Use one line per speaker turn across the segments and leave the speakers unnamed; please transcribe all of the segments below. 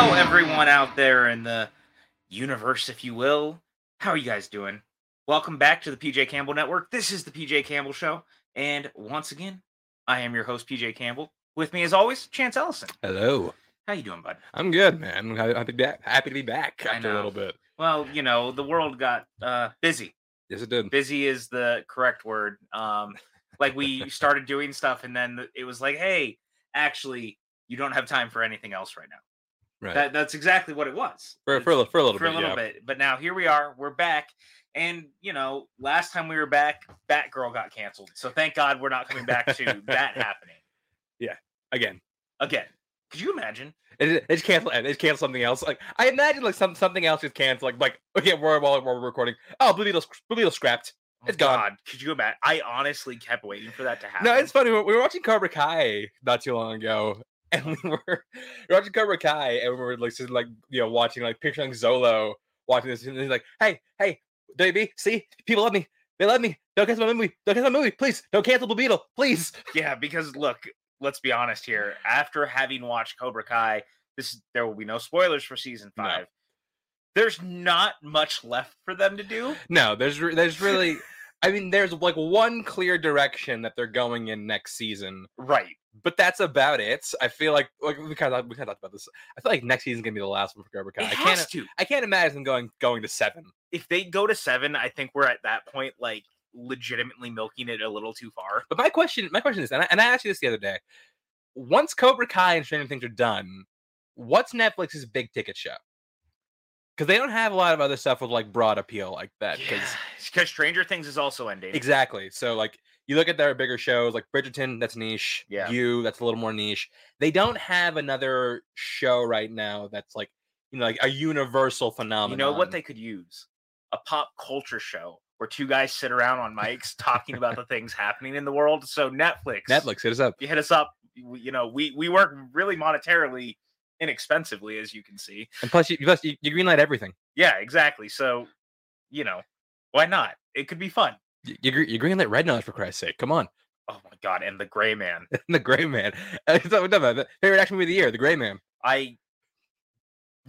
on out there in the universe, if you will. How are you guys doing? Welcome back to the PJ Campbell Network. This is the PJ Campbell Show. And once again, I am your host, PJ Campbell. With me, as always, Chance Ellison.
Hello.
How you doing, bud?
I'm good, man. I- I'd be back. Happy to be back
I
after a
know.
little bit.
Well, you know, the world got uh, busy.
Yes, it did.
Busy is the correct word. Um, like we started doing stuff, and then it was like, hey, actually, you don't have time for anything else right now.
Right.
That, that's exactly what it was.
for,
It's-
for, a, li- for a little
for
bit.
a little
yeah.
bit. But now here we are. We're back. And you know, last time we were back, Batgirl got canceled. So thank God we're not coming back to that happening
Again,
again. Could you imagine?
it, it's canceled. It's canceled something else. Like I imagine, like some something else is canceled. Like like okay, we're while we're recording. Oh, Blue Beetle, Blue Beetle scrapped.
Oh,
It's gone.
Could you imagine? I honestly kept waiting for that to happen.
No, it's funny. We were- we were watching Cobra Kai not too long ago, and we were, we were watching Cobra Kai, and we were like, sitting, like you know, watching like picturing Zolo watching this, and he's like, "Hey, hey, WB, see, people love me. They love me. Don't cancel my movie. Don't cancel my movie, please. Don't cancel Blue Beetle, please."
yeah, because look, let's be honest here. After having watched Cobra Kai, this there will be no spoilers for season
No.
five. There's not much left for them to do.
No, there's re- there's really, I mean, there's like one clear direction that they're going in next season,
Right.
but that's about it. I feel like like we kind of we kind of talked about this. I feel like next season's gonna be the last one for Cobra Kai.
it
I
has
can't
to.
I can't imagine going going to seven.
if they go to seven, I think we're at that point, like legitimately milking it a little too far.
But my question, my question is, and I, and I asked you this the other day. Once Cobra Kai and Stranger Things are done, what's Netflix's big ticket show? Because they don't have a lot of other stuff with like broad appeal like that. Because
Because Stranger Things is also ending.
exactly, so like you look at their bigger shows like Bridgerton, that's niche.
Yeah.
You, that's a little more niche. They don't have another show right now that's like you know like a universal phenomenon.
You know what they could use? A pop culture show where two guys sit around on mics talking about the things happening in the world. So Netflix,
Netflix hit us up.
if you hit us up. You you know, we we work really monetarily inexpensively, as you can see.
And plus, you, plus you, you greenlight everything.
Yeah, exactly. So, you know, why not? It could be fun.
You, you, gre- you greenlight Red Nose for Christ's sake. Come on.
Oh my god! And the Gray Man.
the Gray Man. It's not- no, no, the favorite action movie of the year, The Gray Man.
I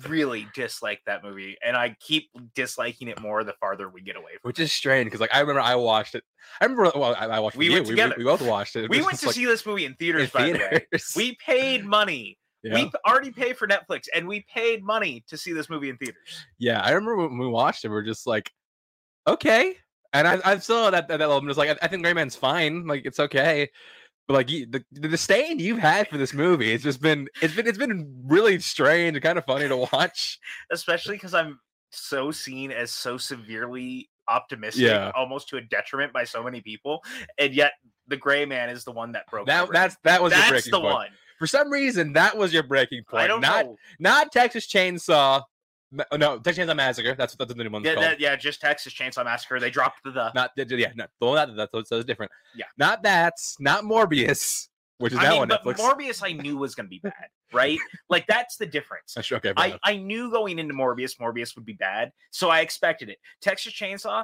really dislike that movie, and I keep disliking it more the farther we get away from.
Which is strange because like I remember I watched it. I remember well I, I watched it
We
with
went
you.
together.
We, we both watched it.
it.
It
We
was
went
just,
to
like,
see this movie in theaters,
in
by the way.
theaters.
We paid money.
yeah.
We p- already paid for Netflix, and we paid money to see this movie in theaters.
yeah, I remember when we watched it. We are just like, okay. And I, I'm still at that that level. I'm just like, I, I think Gray Man's fine. Like it's okay. But like you, the the disdain you've had for this movie, it's just been it's been it's been really strange and kind of funny to watch.
Especially because I'm so seen as so severely optimistic,
Yeah.
almost to a detriment by so many people, and yet the Gray Man is the one that broke. my
That
brain.
that's that was your
that's
breaking
the
point.
one.
For some reason, that was your breaking point.
I don't
not
know.
not Texas Chainsaw. Ma- oh, No, Texas Chainsaw Massacre. That's what that's the new one's
Yeah,
called.
that- yeah, just Texas Chainsaw Massacre. They dropped the. the
Not the- yeah, no, the one that that's that's- that's different.
Yeah.
not that. Not Morbius, which is
I
now
mean,
on
but
Netflix.
Morbius, I knew was going to be bad, right? like that's the difference.
That's okay. fair
I,
enough.
I knew going into Morbius, Morbius would be bad, so I expected it. Texas Chainsaw,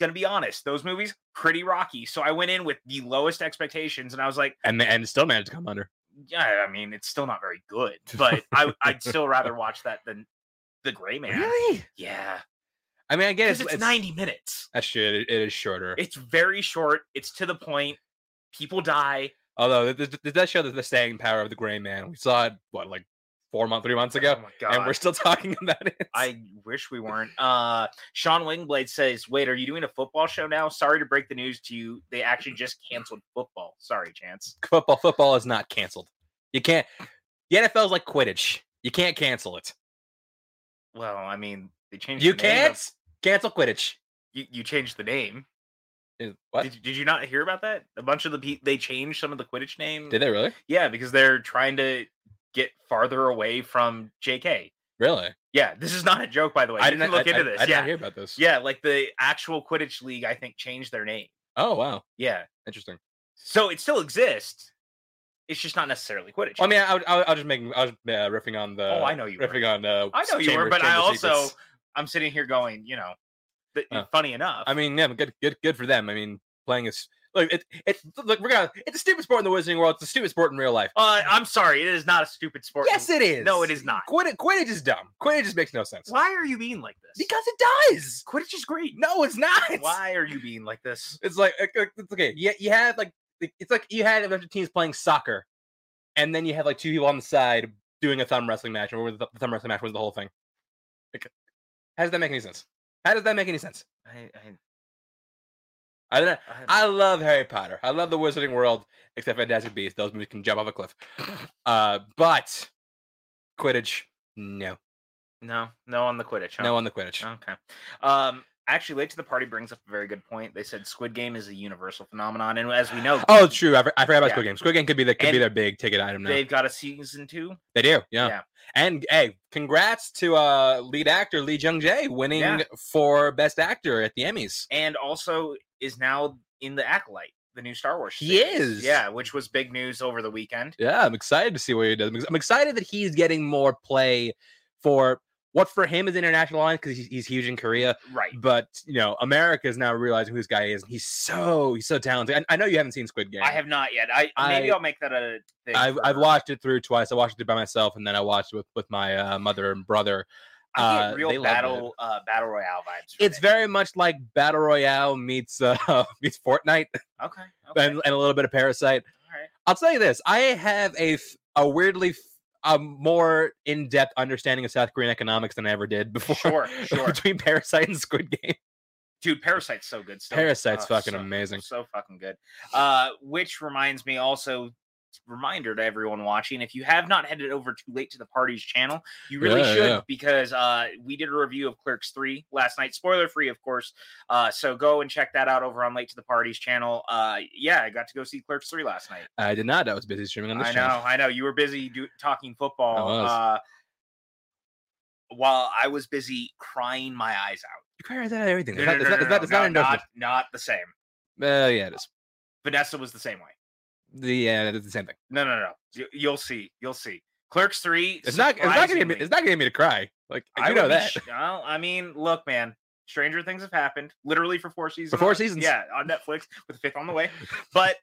gonna be honest, those movies pretty rocky. So I went in with the lowest expectations, and I was like,
and and still managed to come under.
yeah, I mean, it's still not very good, but I, I'd still rather watch that than the Gray Man.
Really?
Yeah,
I mean, I get it.
because it's, ninety minutes.
That's shit. It, it is shorter.
It's very short. It's to the point. People die.
Although this, this does show that the staying power of the Gray Man. We saw it what like four months, three months
Oh
ago,
my god!
and we're still talking about it.
I wish we weren't. Uh, Sean Wingblade says, "Wait, are you doing a football show now? Sorry to break the news to you. They actually just canceled football. Sorry, Chance.
football football is not canceled. You can't. The NFL is like Quidditch. You can't cancel it.
Well, I mean, they changed.
You
the name
can't
of-
cancel Quidditch.
you, you changed the name.
Is- What
Did, did you not hear about that? A bunch of the pe- they changed some of the Quidditch name.
Did they really?
Yeah, because they're trying to get farther away from JK.
Really?
Yeah, this is not a joke, by the way. you
didn't
can look into
I,
this.
I did
yeah,
not hear about this.
yeah, like the actual Quidditch league, I think changed their name.
Oh wow,
Yeah,
interesting.
so it still exists. It's just not necessarily Quidditch.
Well, I mean, I, was- I, was- I was just making, I was uh, riffing on the.
Oh, I know you were.
Riffing on. Uh,
I know you were,
Chamber-
but I
Chamber
also
Secrets.
I'm sitting here going, you know, th-
Oh.
funny enough.
I mean, yeah, good, good, good for them. I mean, playing as Like it, it's look, we're gonna. It's a stupid sport in the wizarding world. It's a stupid sport in real life.
Uh, I'm sorry, it is not a stupid sport.
Yes, it is.
No, it is not.
Quidditch, Quidditch is dumb. Quidditch just makes no sense.
Why are you being like this?
Because it does.
Quidditch is great.
No, it's not.
Why are you being like this?
It's like like, like, it's okay. Yeah, you, have like like- it's like you had a bunch of teams playing soccer, and then you have like two people on the side doing a thumb wrestling match, and where the, the thumb wrestling match was the whole thing. Like, how does that make any sense? How does that make any sense?
I,
I don't know.
I, I,
I love Harry Potter. I love the Wizarding World, except Fantastic Beasts. Those movies can jump off a cliff. Uh, but Quidditch, no,
no, no on the Quidditch. Huh?
no on the Quidditch.
Okay. Um, actually, late to the party brings up a very good point. They said Squid Game is a universal phenomenon, and as we know,
Oh, true. I, for- I forgot about
Yeah.
Squid Game. Squid Game could be the, could be
And
their big ticket item now.
they've got a season two.
They do, yeah.
Yeah.
And hey, congrats to uh lead actor Lee Jung Jae winning
Yeah.
for Best Actor at the Emmys.
and also is now in the acolyte the new star wars
He
series.
is.
yeah which was big news over the weekend
Yeah, I'm excited to see what he does. I'm ex- I'm excited that he's getting more play for what for him is international line because he's, he's huge in Korea.
right
But you know, America is now realizing who this guy is, and he's so he's so talented. And I know you haven't seen Squid Game.
i have not yet i maybe I,
I-
will make that a thing
I've,
for-
I've watched it through twice. I watched it by myself, and then I watched it with, with my uh, mother and brother.
I get
uh, they
real
loved it.
battle uh battle royale vibes from
It's
it.
very much like Battle Royale meets uh, meets Fortnite.
okay, okay.
and, and a little bit of parasite
all right
i'll tell you this i have a f- a weirdly f- a more in-depth understanding of south korean economics than i ever did before
Sure, sure.
between parasite and squid game
dude parasite's so good still.
parasite's
Oh,
fucking
so-
amazing
so fucking good uh which reminds me also reminder to everyone watching if you have not headed over to late to the party's channel you really
Yeah,
should
yeah.
because uh we did a review of clerks 3 last night spoiler free of course uh so go and check that out over on late to the party's channel uh yeah i got to go see clerks 3 last night
i did not i was busy streaming on this
i
channel
know i know you were busy do- talking football
was.
uh while i was busy crying my eyes out
you cry out at everything
No,
it's
no, no,
not, it's not,
no,
it's not,
no,
it's not
no,
endorphin.
not not the same
Uh, yeah it is
vanessa was the same way
the yeah it's the same thing
No, no, no. You, you'll see. You'll see. Clerks three.
it's not it's not gonna get me,
surprisingly-
it's not gonna get me to cry like you
I
know
would be
that
sh- well, I mean, look, man. Stranger things have happened, literally for four seasons.
For four seasons.
Yeah, on Netflix with a fifth on the way. But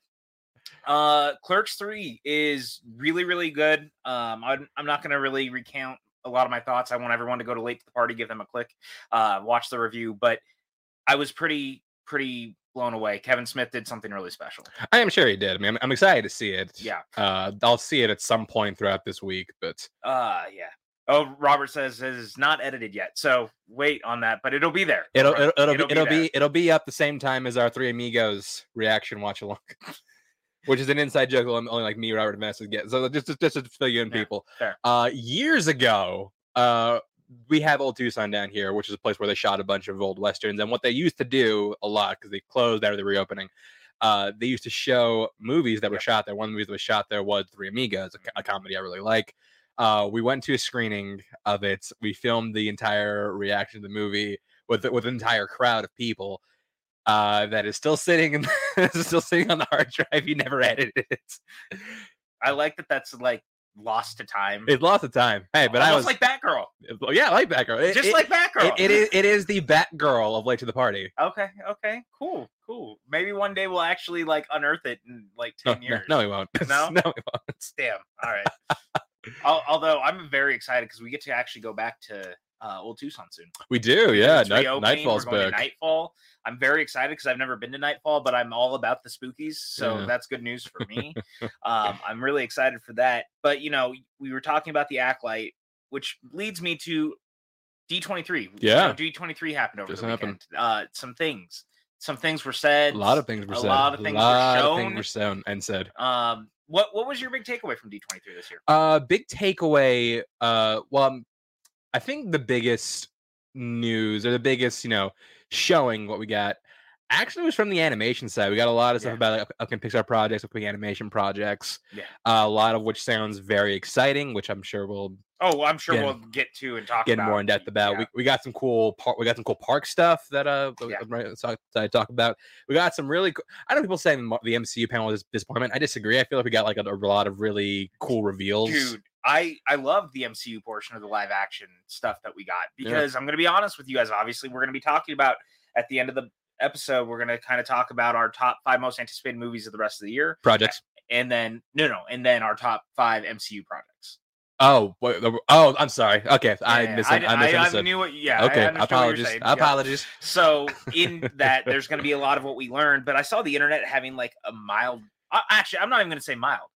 uh Clerks three is really, really good. Um, I'm, I'm not gonna really recount a lot of my thoughts. I want everyone to go to late to the party, give them a click, uh, watch the review. But I was pretty, pretty blown away. Kevin Smith did something really special.
i am sure he did i mean I'm, I'm excited to see it
Yeah.
uh i'll see it at some point throughout this week but
Uh yeah. Oh, Robert says it is not edited yet, so wait on that, but it'll be there.
It'll
Right,
it'll, it'll, be, it'll
there.
be it'll be up the same time as our Three Amigos reaction watch along, which is an inside joke. Only only, like me, Robert, and Vanessa get. So just just just to fill you in,
Yeah,
people.
fair.
Uh, years ago, uh, we have Old Tucson down here, which is a place where they shot a bunch of old westerns. And what they used to do a lot because they closed after the reopening. Uh, they used to show movies that were
Yep.
shot there. One of the movies that was shot there was Three Amigos, a, co-
Mm-hmm.
a comedy I really like. Uh, we went to a screening of it. We filmed the entire reaction to the movie with with an entire crowd of people uh, that is still sitting in is still sitting on the hard drive. You never edited it.
I like that. That's like lost to time.
It's lots of time. Hey, but I was
Almost Hmm. Oh, like Batgirl,
like, yeah, I like Batgirl. It,
just
it-
like
it,
Batgirl.
it is it is the Batgirl of late to the party.
Okay, okay, cool, cool. Maybe one day we'll actually like unearth it in like
Oh, No,
ten
no,
years.
no, he won't.
No?
no, he won't.
damn. All right. Al- Although I'm very excited because we get to actually go back to uh, Old Tucson soon.
We do. Yeah,
It's
Night,
reopening,
Nightfall's
we're going
back.
to Nightfall. I'm very excited because I've never been to Nightfall, but I'm all about the spookies, so
Yeah.
that's good news for me. um, I'm really excited for that. But you know, we were talking about the Acolyte, which leads me to D23.
Yeah.
so D23 happened over
Just
the
happened.
weekend. Uh, some things, some things were said.
a lot of things were
a
said.
lot of things were
lot of
shown.
things were shown and said.
Um, what what was your big takeaway from D23 this year?
Uh, big takeaway. Uh, well, um, I think the biggest news or the biggest, you know, showing what we got actually was from the animation side. We got a lot of stuff
Yeah.
about like, up- upcoming Pixar projects, upcoming animation projects.
Yeah.
Uh, a lot of which sounds very exciting, which I'm sure we'll
Oh, I'm sure
Again,
we'll get to and talk
get
about
more in depth about.
yeah.
We, we got some cool park. We got some cool park stuff that uh that we-
Yeah.
right, so- that I talk about. We got some really. co- I know people saying the MCU panel is disappointment. I disagree. I feel like we got like a, a lot of really cool reveals.
dude i i love the mcu portion of the live action stuff that we got
Yeah.
because i'm gonna be honest with you guys obviously we're gonna be talking about at the end of the episode, we're gonna kind of talk about our top five most anticipated movies of the rest of the year,
Projects.
and then no, no, and then our top five MCU projects.
Oh, wait, oh, I'm sorry. Okay, I
Yeah,
mis-
d-
I
I
misunderstood.
knew what. Yeah.
okay,
I understand what you're
apologies.
saying, yeah.
Apologies.
So in that, there's going to be a lot of what we learned. But I saw the internet having like a mild. I- Actually, I'm not even going to say mild.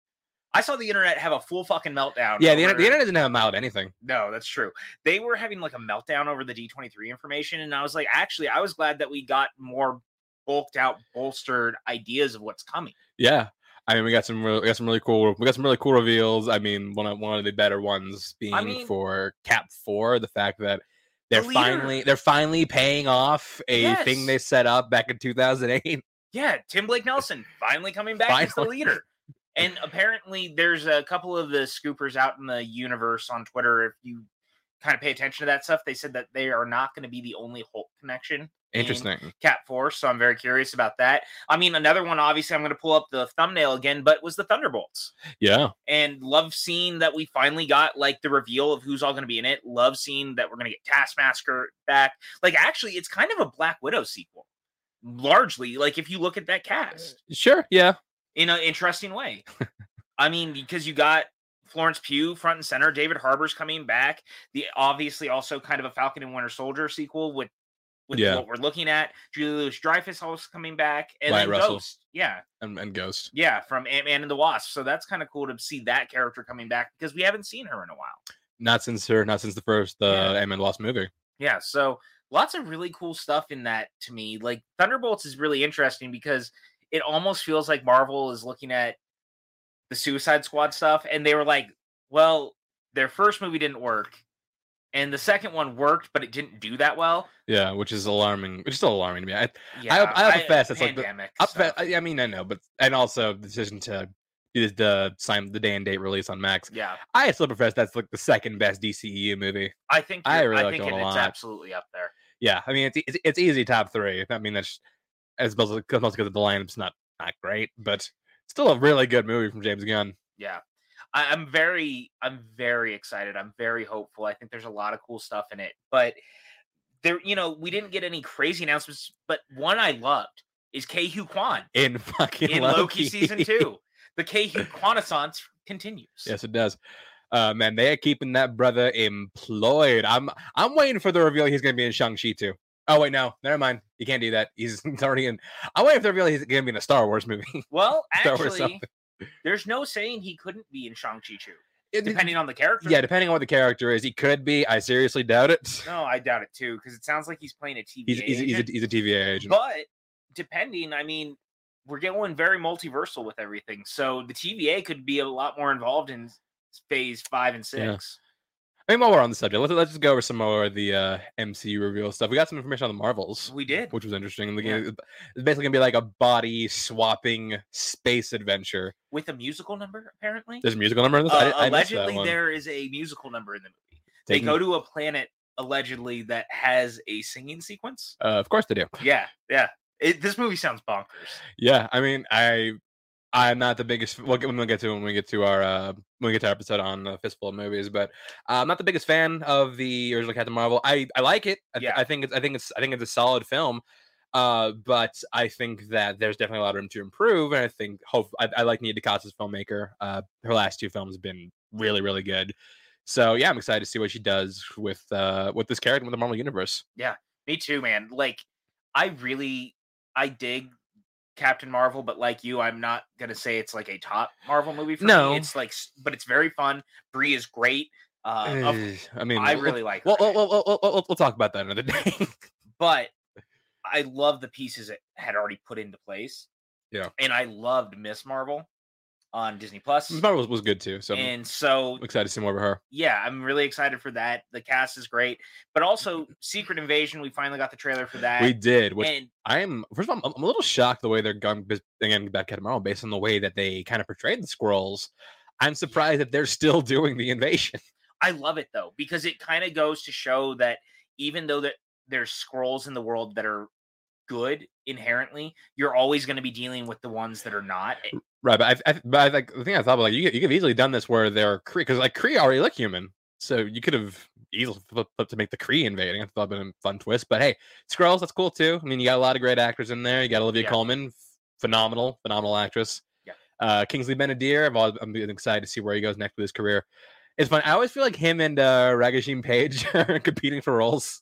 I saw the internet have a full fucking meltdown.
Yeah, the, inter- the
over-
internet didn't have mild anything.
No, that's true. They were having like a meltdown over the D23 information, and I was like, actually, I was glad that we got more bulked out, bolstered ideas of what's coming.
Yeah, I mean, we got some, real we got some really cool, we got some really cool reveals. I mean, one of one of the better ones being
mean-
for Cap Four, the fact that they're
leader.
finally they're finally paying off a
Yes.
thing they set up back in 2008.
Yeah, Tim Blake Nelson finally coming back as the
Finally.
leader. And apparently, there's a couple of the scoopers out in the universe on Twitter. If you kind of pay attention to that stuff, they said that they are not going to be the only Hulk connection in
Interesting.
Cat Force. So I'm very curious about that. I mean, another one, obviously, I'm going to pull up the thumbnail again, but was the Thunderbolts.
Yeah,
And love seeing that we finally got like the reveal of who's all going to be in it. Love seeing that we're going to get Taskmaster back. Like, actually, it's kind of a Black Widow sequel, largely. Like, if you look at that cast
sure. Yeah,
in an interesting way. I mean, because you got Florence Pugh front and center, David Harbour's coming back. The obviously also kind of a Falcon and Winter Soldier sequel with with
Yeah.
what we're looking at. Julie Louis Dreyfus also coming back, and
Wyatt
then
Russell.
Ghost, yeah,
and, and Ghost.
yeah, from Ant Man and the Wasp. So that's kind of cool to see that character coming back because we haven't seen her in a while.
Not since her, not since the first uh,
Yeah.
Ant-Man Lost movie.
Yeah, so lots of really cool stuff in that to me. Like Thunderbolts is really interesting because it almost feels like Marvel is looking at the Suicide Squad stuff and they were like, well, their first movie didn't work and the second one worked, but it didn't do that well.
Yeah, which is alarming. Which is still alarming to me. I,
Yeah,
I have a fest that's like the-
pandemic.
Up,
stuff.
I I mean, I know, but and also the decision to do the, the sign the day and date release on Max.
yeah,
I still profess that's like the second best DCEU movie.
I think
I
you're- I,
really like
think
that
it,
one a
it's
lot.
absolutely up there.
Yeah, I mean it's e- it's, it's easy top three. I mean that's as well as because the lineup's not not great, but still a really good movie from James Gunn.
yeah I, i'm very i'm very excited i'm very hopeful i think there's a lot of cool stuff in it but there you know we didn't get any crazy announcements but one i loved is k Hu kwan
In fucking
in loki, season two the k Hu quanaissance continues
Yes, it does. Uh, man, they are keeping that brother employed. I'm I'm waiting for the reveal he's gonna be in Shang Chi too. Oh wait, no, never mind. You can't do that. He's already in. I'm waiting for the reveal he's gonna be in a Star Wars movie.
well
Star Wars
actually
something.
there's no saying he couldn't be in shang-chi 2
It-
depending on the character
yeah, depending on what the character is, he could be. I seriously doubt it.
no i doubt it too because it sounds like he's playing a tv
He's he's, he's, a,
agent.
he's a TVA agent.
But depending, I mean, we're going very multiversal with everything. So the TVA could be a lot more involved in phase five and
Yeah.
six.
I mean, while we're on the subject, let's let's just go over some more of the uh, MCU reveal stuff. We got some information on the Marvels,
We did.
which was interesting. The
Yeah.
game- It's basically gonna be like a body swapping space adventure.
With a musical number, apparently.
There's a musical number in this.
Uh,
I, di- I missed that
allegedly,
one.
there is a musical number in the movie. They
Taking-
go to a planet, allegedly, that has a singing sequence.
Uh, of course they do.
Yeah, yeah. It, this movie sounds bonkers.
Yeah, I mean, I I'm not the biggest. We'll get, we'll get to it when we get to our uh, when we get to our episode on uh, fistful of movies, but uh, I'm not the biggest fan of the original Captain Marvel. I I like it. I, th-
Yeah.
I think it's I think it's I think it's a solid film. Uh, but I think that there's definitely a lot of room to improve, and I think hope I, I like Nia DaCosta's filmmaker. Uh, her last two films have been really really good. So yeah, I'm excited to see what she does with uh with this character with the Marvel universe.
Me too, man. Like, I really, I dig Captain Marvel, but like you, I'm not gonna say it's like a top Marvel movie for
No.
me. It's like, s- but it's very fun. Brie is great. Uh, of-
Ugh, I mean,
I
we'll-
really like.
Eh, We'll,
her.
we'll, we'll, we'll, we'll, we'll talk about that another day.
but I love the pieces it had already put into place.
Yeah.
and I loved Miss Marvel on Disney Plus,
Miss Marvel was, was good too, so I'm
and so
excited to see more of her.
yeah, I'm really excited for that. The cast is great, but also Secret Invasion. We finally got the trailer for that.
We did, which
and
I am first of all, I'm, I'm a little shocked the way they're going bas- again back at tomorrow based on the way that they kind of portrayed the squirrels. I'm surprised that they're still doing the invasion.
I love it though because it kind of goes to show that even though that there's scrolls in the world that are good inherently, you're always going to be dealing with the ones that are not. Eh,
Right, but I, I but I like the thing I thought about like you could- you could have easily done this where they're Kree because like Kree already look human, so you could have easily flip, flip to make the Kree invading. I thought been a fun twist, but hey, Skrulls, that's cool too. I mean, you got a lot of great actors in there. You got Olivia
Yeah.
Colman, f- phenomenal, phenomenal actress.
Yeah.
Uh, Kingsley Benadire, I've always, I'm excited to see where he goes next with his career. It's fun. I always feel like him and uh, Ragashim Page are competing for roles.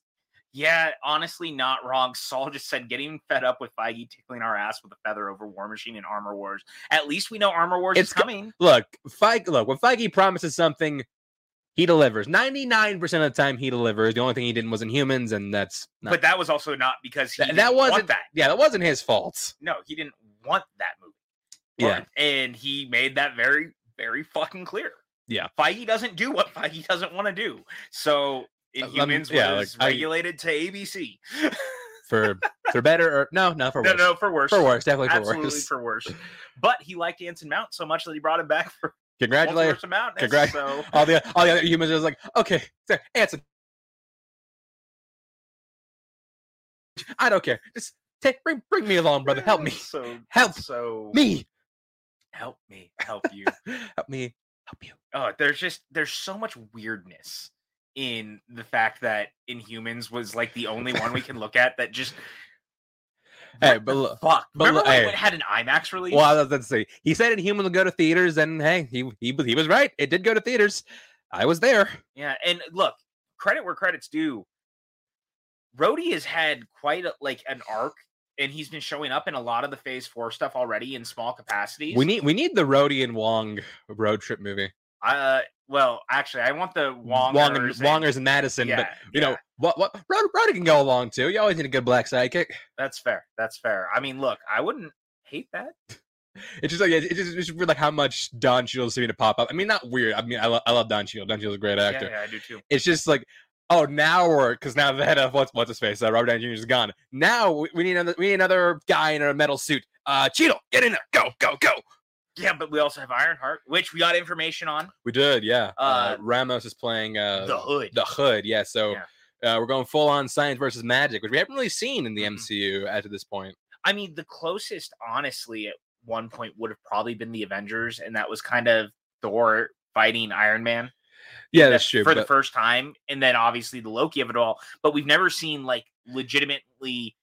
Yeah, honestly, not wrong. Saul just said getting fed up with Feige tickling our ass with a feather over War Machine and Armor Wars. At least we know Armor Wars
It's
is
go-
coming.
Look, Feige, look, when Feige promises something, he delivers. 99% of the time, he delivers. The only thing he didn't was in humans, and that's not.
But that was also not because he
Th- that
that
wasn't-
wasn't that.
yeah, that wasn't his fault.
No, he didn't want that movie.
Yeah.
and he made that very, very fucking clear.
Yeah.
Feige doesn't do what Feige doesn't want to do. So
Uh, lem-
Inhumans
yeah, like,
was
I-
regulated to ABC.
for for better or no, no for
no,
worse.
no, for worse.
For worse, definitely for
Absolutely
worse.
for worse. But he liked Anson Mount so much that he brought him back for
Congratulations.
Multiverse of Madness.
Congrat-
So
All the all the other humans are just like, okay, so Anson. I don't care. Just take bring bring me along, brother. Help me.
So
Help
so
me.
help me help you.
Help me. Help you.
oh, there's just there's so much weirdness in the fact that Inhumans was like the only one we can look at that just
Hey,
What
but
the
look-
fuck.
but
Remember
look-
when
hey.
it had an IMAX release?
Well, let's- let's see. He said Inhumans will go to theaters, and hey, he he was- he was right. It did go to theaters. I was there.
Yeah, and look, credit where credit's due. Rhodey has had quite a, like an arc, and he's been showing up in a lot of the Phase Four stuff already in small capacities.
We need we need the Rhodey and Wong road trip movie.
uh, well, actually, I want the Wongers.
Wong and
and-
Wongers and Madison, but
yeah,
you
yeah,
know what what Rod, Roddy can go along too. You always need a good black sidekick.
that's fair. That's fair. I mean, look, I wouldn't hate that.
It's just like it's just, it's just weird, like how much Don Cheadle's seeming to pop up. I mean, not weird. I mean, I, lo- I love Don Cheadle. Don Cheadle's a great
Yeah,
actor.
yeah, I do too.
It's just like, oh, now we're because now the head of what's what's his face, uh, Robert Downey Jr. is gone. Now we, we need another we need another guy in a metal suit. Uh, Cheadle, get in there, go, go, go.
Yeah, but we also have Ironheart, which we got information on
We did, yeah. Uh,
Uh,
Ramos is playing uh,
the Hood.
the Hood, yeah. So. Uh, we're going full on science versus magic, which we haven't really seen in the
Mhm.
MCU at this point.
I mean, the closest, honestly, at one point would have probably been the Avengers, and that was kind of Thor fighting Iron Man.
Yeah,
the-
that's true.
for
but-
the first time, and then obviously the Loki of it all. But we've never seen like legitimately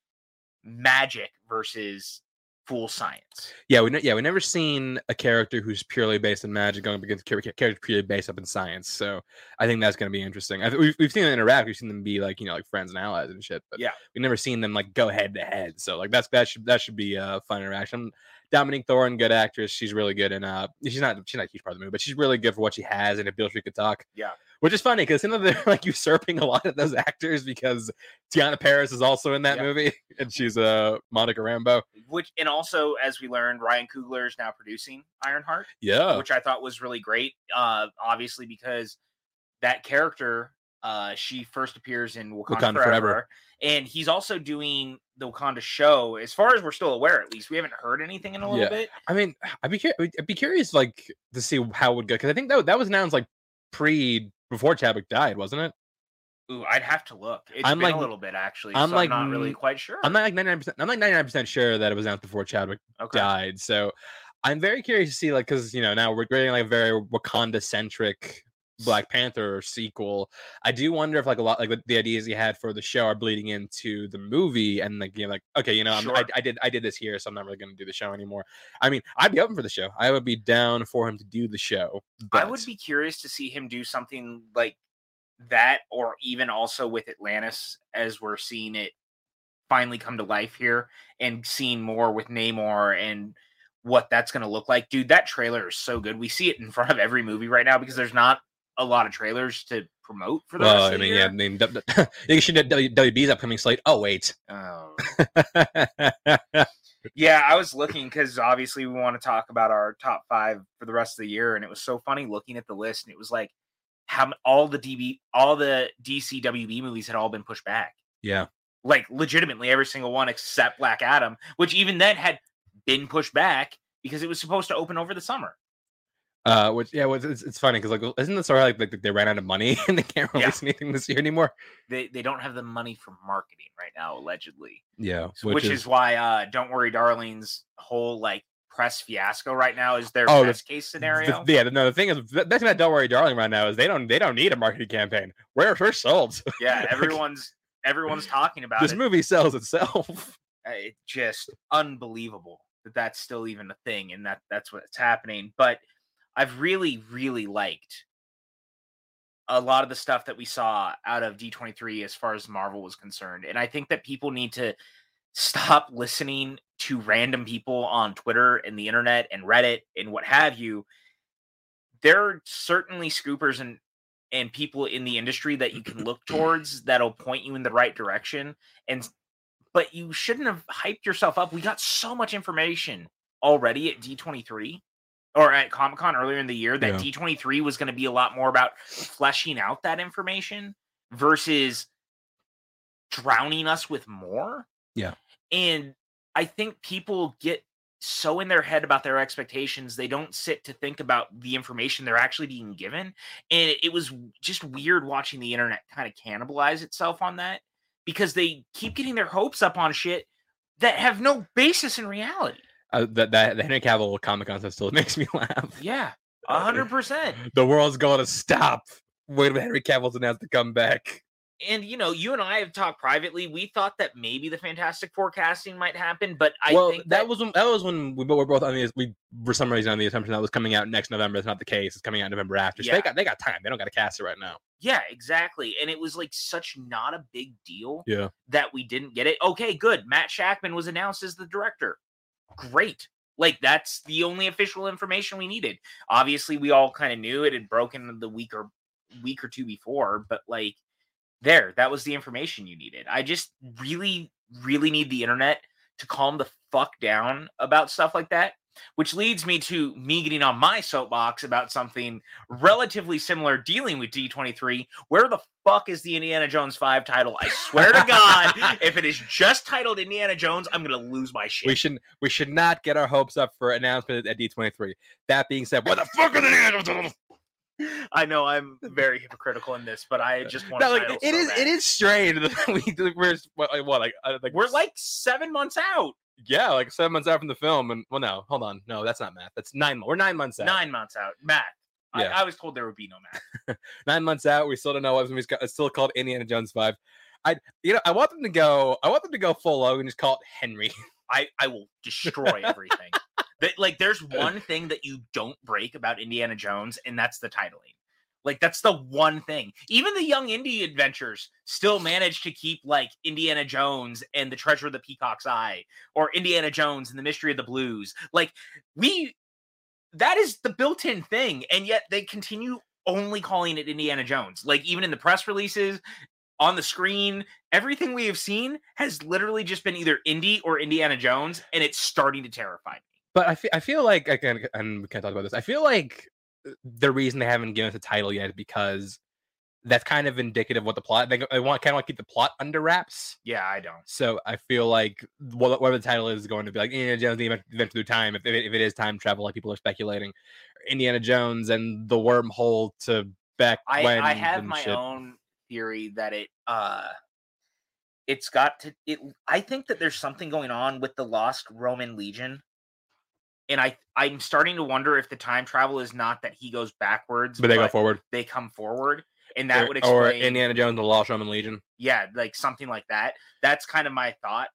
magic versus fool science.
Yeah, we ne- yeah we never seen a character who's purely based in magic going up against a char- character purely based up in science. So I think that's going to be interesting. I th- we've we've seen them interact, we've seen them be like you know like friends and allies and shit, but
Yeah.
we've never seen them like go head to head. So like that's that should that should be a fun interaction. Dominique Thorne, good actress. She's really good in uh she's not she's not a huge part of the movie, but she's really good for what she has and if Bill Street could talk.
Yeah.
Which is funny because some of they're like usurping a lot of those actors because Tiana Paris is also in that
Yeah.
movie and she's uh Monica Rambo.
Which and also as we learned, Ryan Coogler is now producing Ironheart,
Yeah.
which I thought was really great. Uh, obviously because that character, uh, she first appears in Wakanda,
Wakanda Forever.
Forever, and he's also doing the Wakanda show. As far as we're still aware, at least we haven't heard anything in a little
Yeah.
bit.
I mean, I'd be curious. I'd be curious, like, to see how it would go because I think that that was announced like pre before Chadwick died, wasn't it?
Ooh, I'd have to look. It's
I'm
been
like-
a little bit actually.
I'm
so
like
I'm not really
n-
quite sure.
I'm not like ninety nine percent. I'm like ninety nine percent sure that it was announced before Chadwick
okay.
died. So I'm very curious to see, like, because you know now we're getting like a very Wakanda centric Black Panther sequel. I do wonder if like a lot like the ideas he had for the show are bleeding into the movie, and like you know, like okay, you know, I'm, I,
Sure.
I did I did this here, so I'm not really going to do the show anymore. I mean, I'd be open for the show. I would be down for him to do the show.
I
but-
would be curious to see him do something like that, or even also with Atlantis, as we're seeing it finally come to life here and seeing more with Namor and what that's going to look like. Dude, that trailer is so good. We see it in front of every movie right now because there's not a lot of trailers to promote for the
well,
rest
I
of the
mean,
year.
yeah, I mean, w- w- you should have W- WB's upcoming slate. Oh wait,
Oh.
yeah,
Yeah, I was looking because obviously we want to talk about our top five for the rest of the year, and it was so funny looking at the list, and it was like how m- all the DB, all the DCWB movies had all been pushed back, like legitimately every single one except Black Adam, which even then had been pushed back because it was supposed to open over the summer.
uh, which yeah, well, it's, it's funny because like, isn't this sort of like, like they ran out of money and they can't
Yeah.
release anything this year anymore?
They they don't have the money for marketing right now, allegedly,
Yeah,
So- which, is, why uh, Don't Worry, Darling's whole like press fiasco right now is their
Oh, the-
best case
The-
scenario.
yeah, no. The thing is, that's about Don't Worry, Darling right now is they don't they don't need a marketing campaign. We're, we're sold.
yeah,
like-
everyone's everyone's talking about
this
it.
movie sells itself.
Uh, It's just unbelievable that that's still even a thing, and that that's what's happening. But I've really, really liked a lot of the stuff that we saw out of D23 as far as Marvel was concerned, and I think that people need to stop listening to random people on Twitter and the internet and Reddit and what have you. There are certainly scoopers and and people in the industry that you can look towards that'll point you in the right direction. And but you shouldn't have hyped yourself up. We got so much information already at D23 or at Comic Con earlier in the year that
Yeah.
D23 was going to be a lot more about fleshing out that information versus drowning us with more. And I think people get so in their head about their expectations, they don't sit to think about the information they're actually being given. And it was w- just weird watching the internet kind of cannibalize itself on that because they keep getting their hopes up on shit that have no basis in reality.
Uh, that that the Henry Cavill comic concept still makes me laugh.
Yeah, a hundred percent.
The world's going to stop when Henry Cavill's announced to come back.
And you know, you and I have talked privately. We thought that maybe the fantastic forecasting might happen, but I
well,
think
that, was when, that was when we were both on the we for some reason on the assumption that was coming out next November. It's not the case. It's coming out November after. So
Yeah.
they got they got time. They don't got to cast it right now.
yeah, exactly. And it was like such not a big deal.
Yeah.
that we didn't get it. Okay, good. Matt Shackman was announced as the director. Great. Like that's the only official information we needed. Obviously, we all kind of knew it had broken the week or week or two before, but like there, that was the information you needed. I just really, really need the internet to calm the fuck down about stuff like that. Which leads me to me getting on my soapbox about something relatively similar dealing with D23. Where the fuck is the Indiana Jones 5 title? I swear to God, if it is just titled Indiana Jones, I'm going to lose my shit.
We should we should not get our hopes up for announcement at D twenty three. That being said, what the fuck are the Neanderthals?
I know I'm very hypocritical in this, but I just want
No,
to.
like it is it is strange that we we're what, like, what like, uh, like
We're like seven months out,
yeah like seven months out from the film and well no hold on no that's not math that's nine mo- we're nine months out
nine months out. Matt,
Yeah.
I, I was told there would be no Matt.
nine months out. We still don't know what movie's ca- It's still called Indiana Jones Five. I you know I want them to go. I want them to go full out and just call it Henry.
I I will destroy everything. that like there's one thing that you don't break about Indiana Jones, and that's the titling. Like that's the one thing. Even the Young Indie Adventures still managed to keep like Indiana Jones and the Treasure of the Peacock's Eye, or Indiana Jones and the Mystery of the Blues. Like we, that is the built-in thing, and yet they continue only calling it Indiana Jones. Like even in the press releases, on the screen, everything we have seen has literally just been either Indy or Indiana Jones, and it's starting to terrify me.
But I feel I feel like I can and we can talk about this. I feel like uh, the reason they haven't given us a title yet is because that's kind of indicative of what the plot. They, they want kind of like keep the plot under wraps.
Yeah, I don't.
So I feel like wha- whatever the title is is going to be like Indiana Jones and the Advent- Adventure Through Time. If, if it- if it is time travel, like people are speculating, or Indiana Jones and the wormhole to back
I,
when.
I have
and
my
shit.
own theory that it uh it's got to it I think that there's something going on with the lost Roman legion. And I I'm starting to wonder if the time travel is not that he goes backwards,
But they go forward.
they come forward. And that
or,
would
or
explain
Indiana Jones and the Lost Roman Legion.
yeah, like something like that. That's kind of my thought.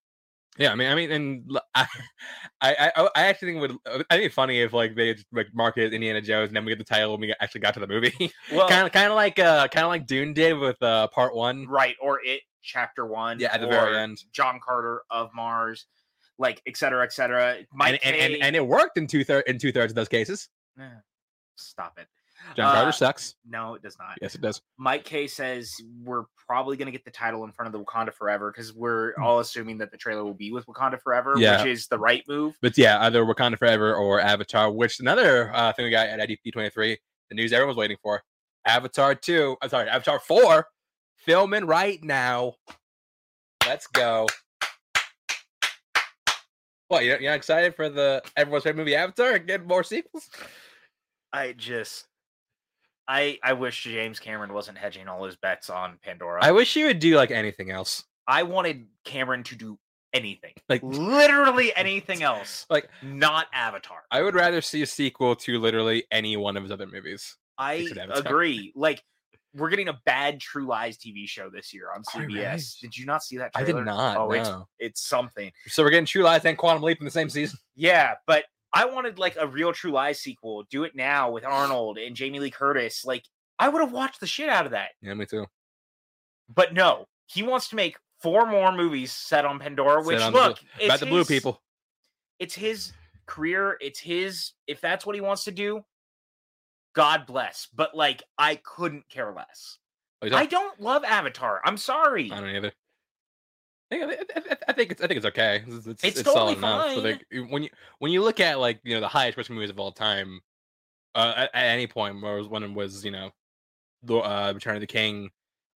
Yeah, I mean, I mean, and l- I, I, I, I actually think it would uh, I think it'd funny if like they just, like market Indiana Jones and then we get the title when we actually got to the movie.
Well,
kind of, kind of like, uh, kind of like Dune did with uh part one.
right or it chapter one
Yeah, at the very
or
end.
john carter of mars like et cetera et cetera Mike
And, and, and,
Kay-
and it worked in two thirds in two thirds of those cases.
Eh, stop it
John
Uh,
Carter sucks.
no it does not
Yes, it does.
mike k says we're probably going to get the title in front of the wakanda forever because we're all assuming that the trailer will be with wakanda forever
Hmm. Yeah.
which is the right move
But yeah, either Wakanda Forever or Avatar, which another uh, thing we got at D twenty three, the news everyone's waiting for. Avatar two, I'm sorry, Avatar four, filming right now. Let's go. What you're, you're not excited for the everyone's favorite movie Avatar and get more sequels?
i just i i wish james cameron wasn't hedging all his bets on pandora
I wish you would do like anything else.
I wanted Cameron to do anything,
Like-
literally anything else,
Like,
not Avatar.
I would rather see a sequel to literally any one of his other movies.
I
It's an Avatar.
agree. Like we're getting a bad True Lies TV show this year on
Oh, you're
CBS.
right.
Did you not see that?
I did
trailer?
not.
Oh, it's
no.
it's something.
So we're getting True Lies and Quantum Leap in the same season.
Yeah, but I wanted like a real True Lies sequel. Do it now with Arnold and Jamie Lee Curtis. Like I would have watched the shit out of that.
Yeah, me too.
But no, he wants to make four more movies set on Pandora.
Set
Which
on the blue-
look, it's
About the blue
his-
people.
It's his career. It's his. If that's what he wants to do, God bless. But like, I couldn't care less.
Oh, you
I
don't-
don't love Avatar. I'm sorry.
I don't either. I think, I, thi- I, thi- I think it's I think it's okay. It's, it's,
It's
it's
totally
solid enough. But
fine.
like you- when you when you look at like you know the highest grossing movies of all time, uh, at, at any point where it was when it was you know, the uh, Return of the King,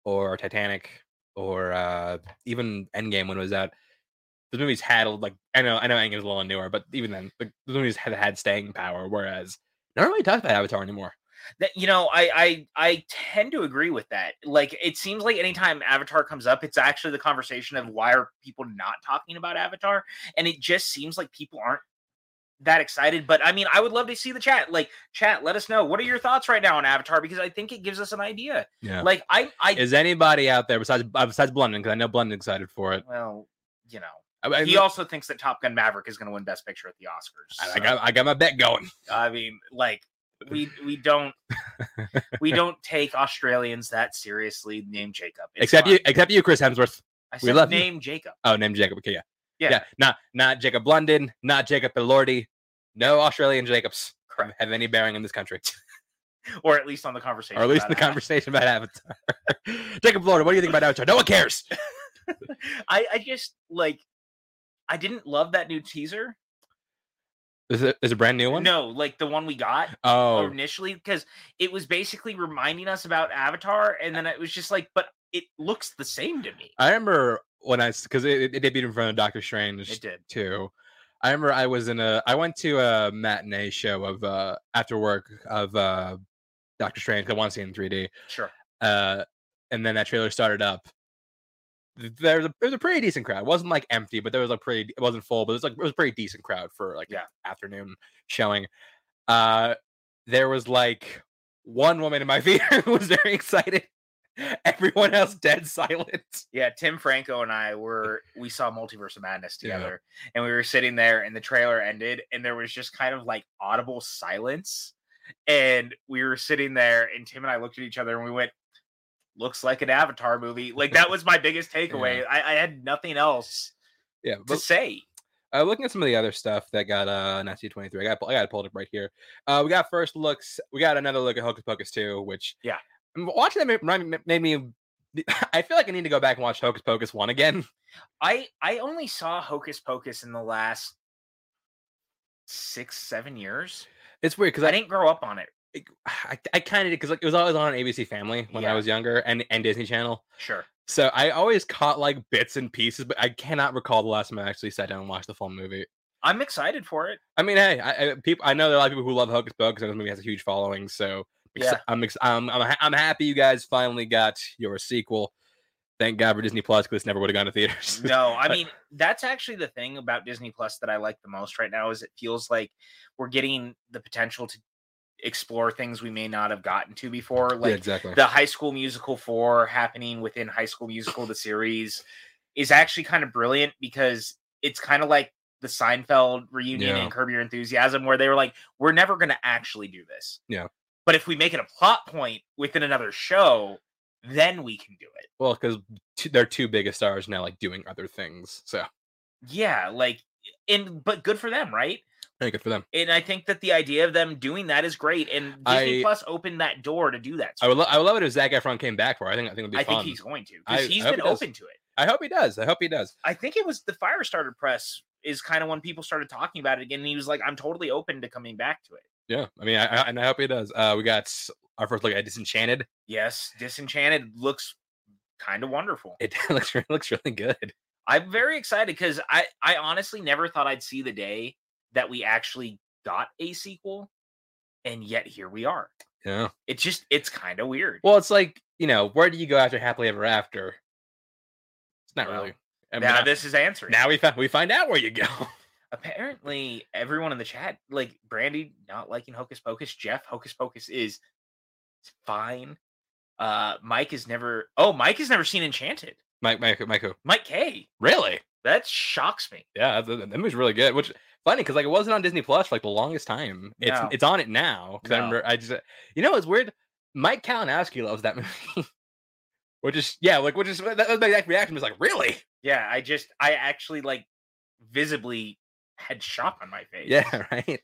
or Titanic, or uh, even Endgame when it was out, the movies had like I know I know Endgame is a little newer, but even then the, the movies had had staying power. Whereas no one really talks about Avatar anymore.
that you know I, I i tend to agree with that like it seems like anytime avatar comes up it's actually the conversation of why are people not talking about avatar and it just seems like people aren't that excited but i mean i would love to see the chat like chat let us know what are your thoughts right now on avatar because i think it gives us an idea
Yeah.
like i i
Is anybody out there besides uh, besides Blunden? Because I know Blunden excited for it.
well you know
I- I-
he also thinks that top gun maverick is going to win best picture at the oscars
I- I
so,
got I got my bet going.
i mean like we we don't we don't take australians that seriously name jacob It's
except
fine.
you, except you, Chris Hemsworth.
I
We
said
love you.
name Jacob.
Oh, named Jacob. Okay, yeah.
Yeah.
Not not Jacob London. Not Jacob Elordi. No Australian Jacobs have- have any bearing in this country,
Or at least on the conversation.
or at least in
about
the
Avatar.
conversation about Avatar. Jacob Elordi, what do you think about Avatar? No one cares.
I, I just like I didn't love that new teaser.
Is it is it a brand new one?
No, like the one we got
Oh,
initially, because it was basically reminding us about Avatar, and then it was just like, but it looks the same to me.
I remember when I because it, it debuted in front of Doctor Strange
It did.
too. I remember I was in a I went to a matinee show of uh after work of uh Doctor Strange. 'cause I want to see it in 3D.
Sure.
uh, and then that trailer started up. th- There was a it was a pretty decent crowd. It wasn't like empty, but there was a pretty it wasn't full, but it was like it was a pretty decent crowd for like an
Yeah.
afternoon showing. Uh, there was like one woman in my theater who was very excited. Everyone else dead silent.
Yeah, Tim Franco and I were we saw Multiverse of Madness
Yeah.
together, and we were sitting there, and the trailer ended, and there was just kind of like audible silence, and we were sitting there, and Tim and I looked at each other, and we went, "Looks like an Avatar movie." Like that was my biggest takeaway. I, I had nothing else
Yeah,
to
but
say.
uh, looking at some of the other stuff that got uh Nazi twenty three, I got pull- I got it pulled up right here. Uh, we got first looks. We got another look at Hocus Pocus two, which
Yeah.
I mean, watching that ma- ma- made me. I feel like I need to go back and watch Hocus Pocus one again.
I I only saw Hocus Pocus in the last six seven years.
It's weird because
I
I,
didn't grow up on it.
I I, kind of because like it was always on ABC Family when
Yeah.
I was younger and and Disney Channel.
Sure,
So I always caught like bits and pieces, but I cannot recall the last time I actually sat down and watched the full movie.
I'm excited for it.
I mean, hey, I, I, people, I know there are a lot of people who love Hocus Pocus, and this movie has a huge following. So exci-
Yeah.
I'm, ex- I'm, I'm, ha- I'm happy you guys finally got your sequel. Thank God for Disney Plus because never would have gone to theaters.
No, I
But-
mean that's actually the thing about Disney Plus that I like the most right now is it feels like we're getting the potential to explore things we may not have gotten to before,
yeah,
like
exactly.
the High School Musical 4 happening within High School Musical the series is actually kind of brilliant because it's kind of like the Seinfeld reunion
Yeah.
and Curb Your Enthusiasm where they were like we're never going to actually do this.
Yeah.
But if we make it a plot point within another show, then we can do it.
well, because t- their two biggest stars now like doing other things. So
Yeah, like and but good for them, right?
hey, good for them.
and I think that the idea of them doing that is great. And Disney
I-
Plus opened that door to do that.
I would, lo- I would love it if Zach Efron came back for. it. I think I think it'd be
I
fun.
think he's going to
I-
because he's
I hope
been
he does.
open to it.
I hope he does. I hope he does.
I think it was the Firestarter Press is kind of when people started talking about it again. And he was like, "I'm totally open to coming back to it."
Yeah, I mean, I, I, and I hope he does. Uh, we got s- our first look at Disenchanted.
Yes, Disenchanted looks kind of wonderful.
It looks re- looks really good.
I'm very excited because I I honestly never thought I'd see the day that we actually got a sequel, and yet here we are.
Yeah.
It's just it's kind of weird.
Well, it's like you know, where do you go after Happily Ever After? It's not
Well,
really. And
now
now,
this is answering.
now we find we find out where you go.
apparently everyone in the chat like brandy not liking hocus pocus jeff hocus pocus is it's fine uh mike is never oh mike has never seen enchanted
Mike, Mike, Mike, who?
mike k
really? that
that shocks me
Yeah, that, that movie's really good. Which funny because like it wasn't on Disney Plus for like the longest time. It's
No.
it's on it now. 'cause I
No.
remember I just you know it's weird. Mike Kalinowski loves that movie. which is yeah, like which is that that was my exact reaction was like really
yeah i just i actually like visibly had shock on my face
yeah right.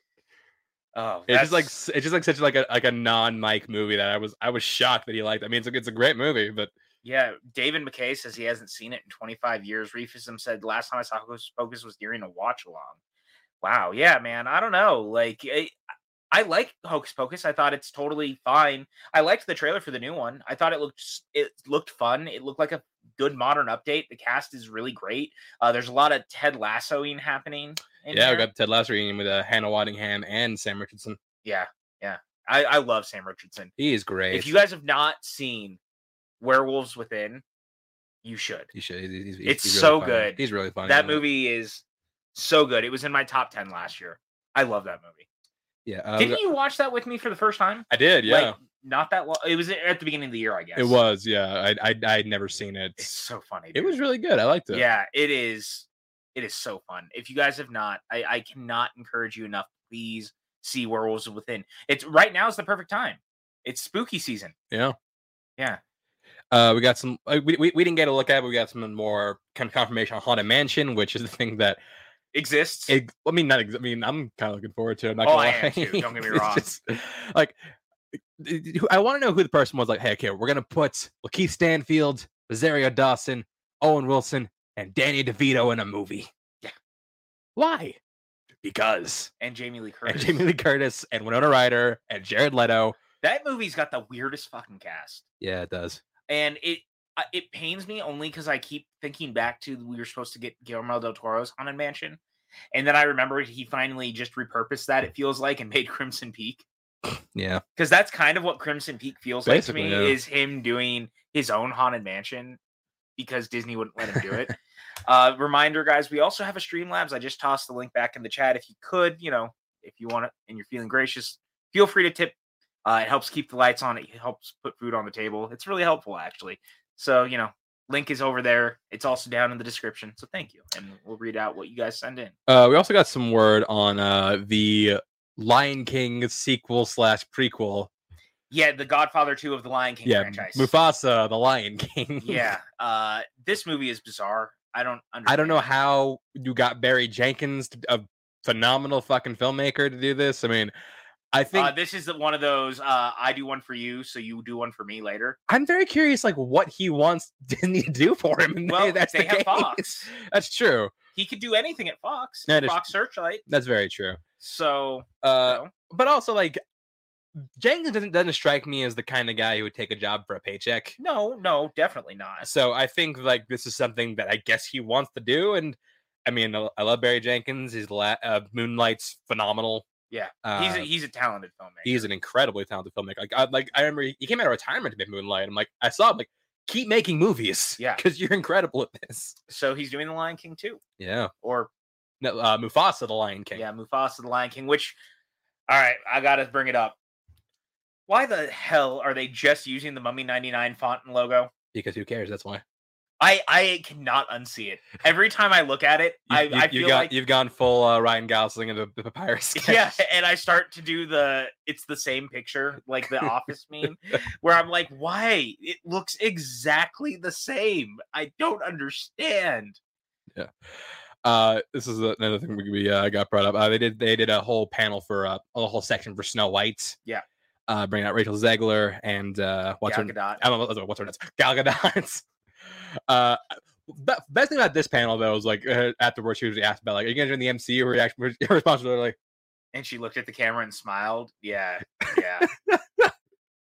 oh
It's just like
that's-
s- it's just like such like a like a non Mike movie that I was I was shocked that he liked. I mean it's a, it's a great movie, but
yeah david mckay says he hasn't seen it in 25 years reefism said last time i saw hocus pocus was during a watch along wow yeah man i don't know like I, I like hocus pocus i thought it's totally fine i liked the trailer for the new one i thought it looked s- it looked fun it looked like a good modern update the cast is really great uh, there's a lot of ted lassoing happening in
yeah,
here.
we got the Ted Lasso reunion with uh, Hannah Waddingham and Sam Richardson.
yeah yeah I, I love sam richardson
He is great.
if you guys have not seen werewolves within you should
He should. He's, he's- he's-
It's
he's really
so
funny.
good.
He's really funny.
that
in it.
movie is so good. It was in my top ten last year. I love that movie.
Yeah, uh, we
Didn't
got-
you watch that with me for the first time?
I did. Yeah,
Like, not that long. It was at the beginning of the year, I guess.
it was. Yeah, I I I had never seen it.
It's so funny.
It
dude.
was really good. I liked it.
Yeah, it is. It is so fun. If you guys have not, I, I cannot encourage you enough. Please see Werewolves Within. It's right now is the perfect time. It's spooky season.
Yeah.
Yeah.
Uh, we got some. Uh, we, we we didn't get a look at, it, but we got some more kind of confirmation on Haunted Mansion, which is the thing that.
Exists.
It, I mean, not. ex- I mean, I'm kind of looking forward to. it, I'm not
Oh,
gonna
I am
lie.
too, don't get me
It's
wrong.
just, like, eh, d- d- who- I want to know who the person was. Like, hey, okay, we're gonna put Lakeith Stanfield, Rosario Dawson, Owen Wilson, and Danny DeVito in a movie.
Yeah.
Why? Because.
and Jamie Lee
and
Curtis.
Jamie Lee Curtis and Winona Ryder and Jared Leto.
that movie's got the weirdest fucking cast.
Yeah, it does.
and it I- it pains me only because I keep thinking back to we were supposed to get Guillermo del Toro's Haunted Mansion, and then I remembered he finally just repurposed that. It feels like and made Crimson Peak
Yeah,
because that's kind of what Crimson Peak feels
Basically,
like to me
yeah.
is him doing his own Haunted Mansion because Disney wouldn't let him do it. uh, reminder, guys, we also have a Streamlabs. I just tossed the link back in the chat. If you could, you know, if you want it and you're feeling gracious, feel free to tip. Uh, it helps keep the lights on. It helps put food on the table. It's really helpful, actually. So you know, link is over there. It's also down in the description. So thank you, and we'll read out what you guys send in.
uh, we also got some word on uh, the Lion King sequel slash prequel.
Yeah, the Godfather Two of the Lion King
Yeah,
franchise.
Mufasa, the Lion King.
yeah uh this movie is bizarre i don't understand.
I don't know how you got Barry Jenkins, to- a phenomenal fucking filmmaker, to do this. I mean, I think
uh, this is the- one of those uh i do one for you so you do one for me later
I'm very curious, like what he wants Disney to do for him. And they-
well
that's
they
the
have
case.
fox
That's true.
he could do anything at fox
That is-
fox searchlight
That's very true.
so
Uh,
no.
but also like Jenkins doesn't doesn't strike me as the kind of guy who would take a job for a paycheck.
no no definitely not
So I think like this is something that I guess he wants to do. And I mean, I I love Barry Jenkins. His la- uh, Moonlight's phenomenal.
Yeah,
uh,
he's a, he's a talented filmmaker
he's an incredibly talented filmmaker. Like I like I remember he, he came out of retirement to make Moonlight. I'm like I saw him like keep making movies.
Yeah.
because you're incredible at this.
so he's doing the lion king too
Yeah,
or
no, uh, Mufasa, the Lion King.
yeah mufasa the lion king which all right i gotta bring it up why the hell are they just using the mummy 99 font and logo
because who cares? That's why.
I I cannot unsee it. Every time I look at it,
You,
I,
you,
I
you
feel
got
like
you've gone full uh, Ryan Gosling and the, the papyrus. sketch.
yeah, and I start to do the it's the same picture like the office meme where I'm like, why it looks exactly the same. I don't understand.
Uh, this is another thing we, we uh, got brought up. Uh, they did they did a whole panel for uh, a whole section for Snow White.
Yeah.
Uh, bringing out Rachel Zegler and uh, what's
Gal
her
Gadot.
I don't know what's her name. Gal Gadot. uh, be- best thing about this panel though is like uh, afterwards she was asked about like are you gonna join the MCU? Her reaction, her response was like,
And she looked at the camera and smiled. Yeah, yeah.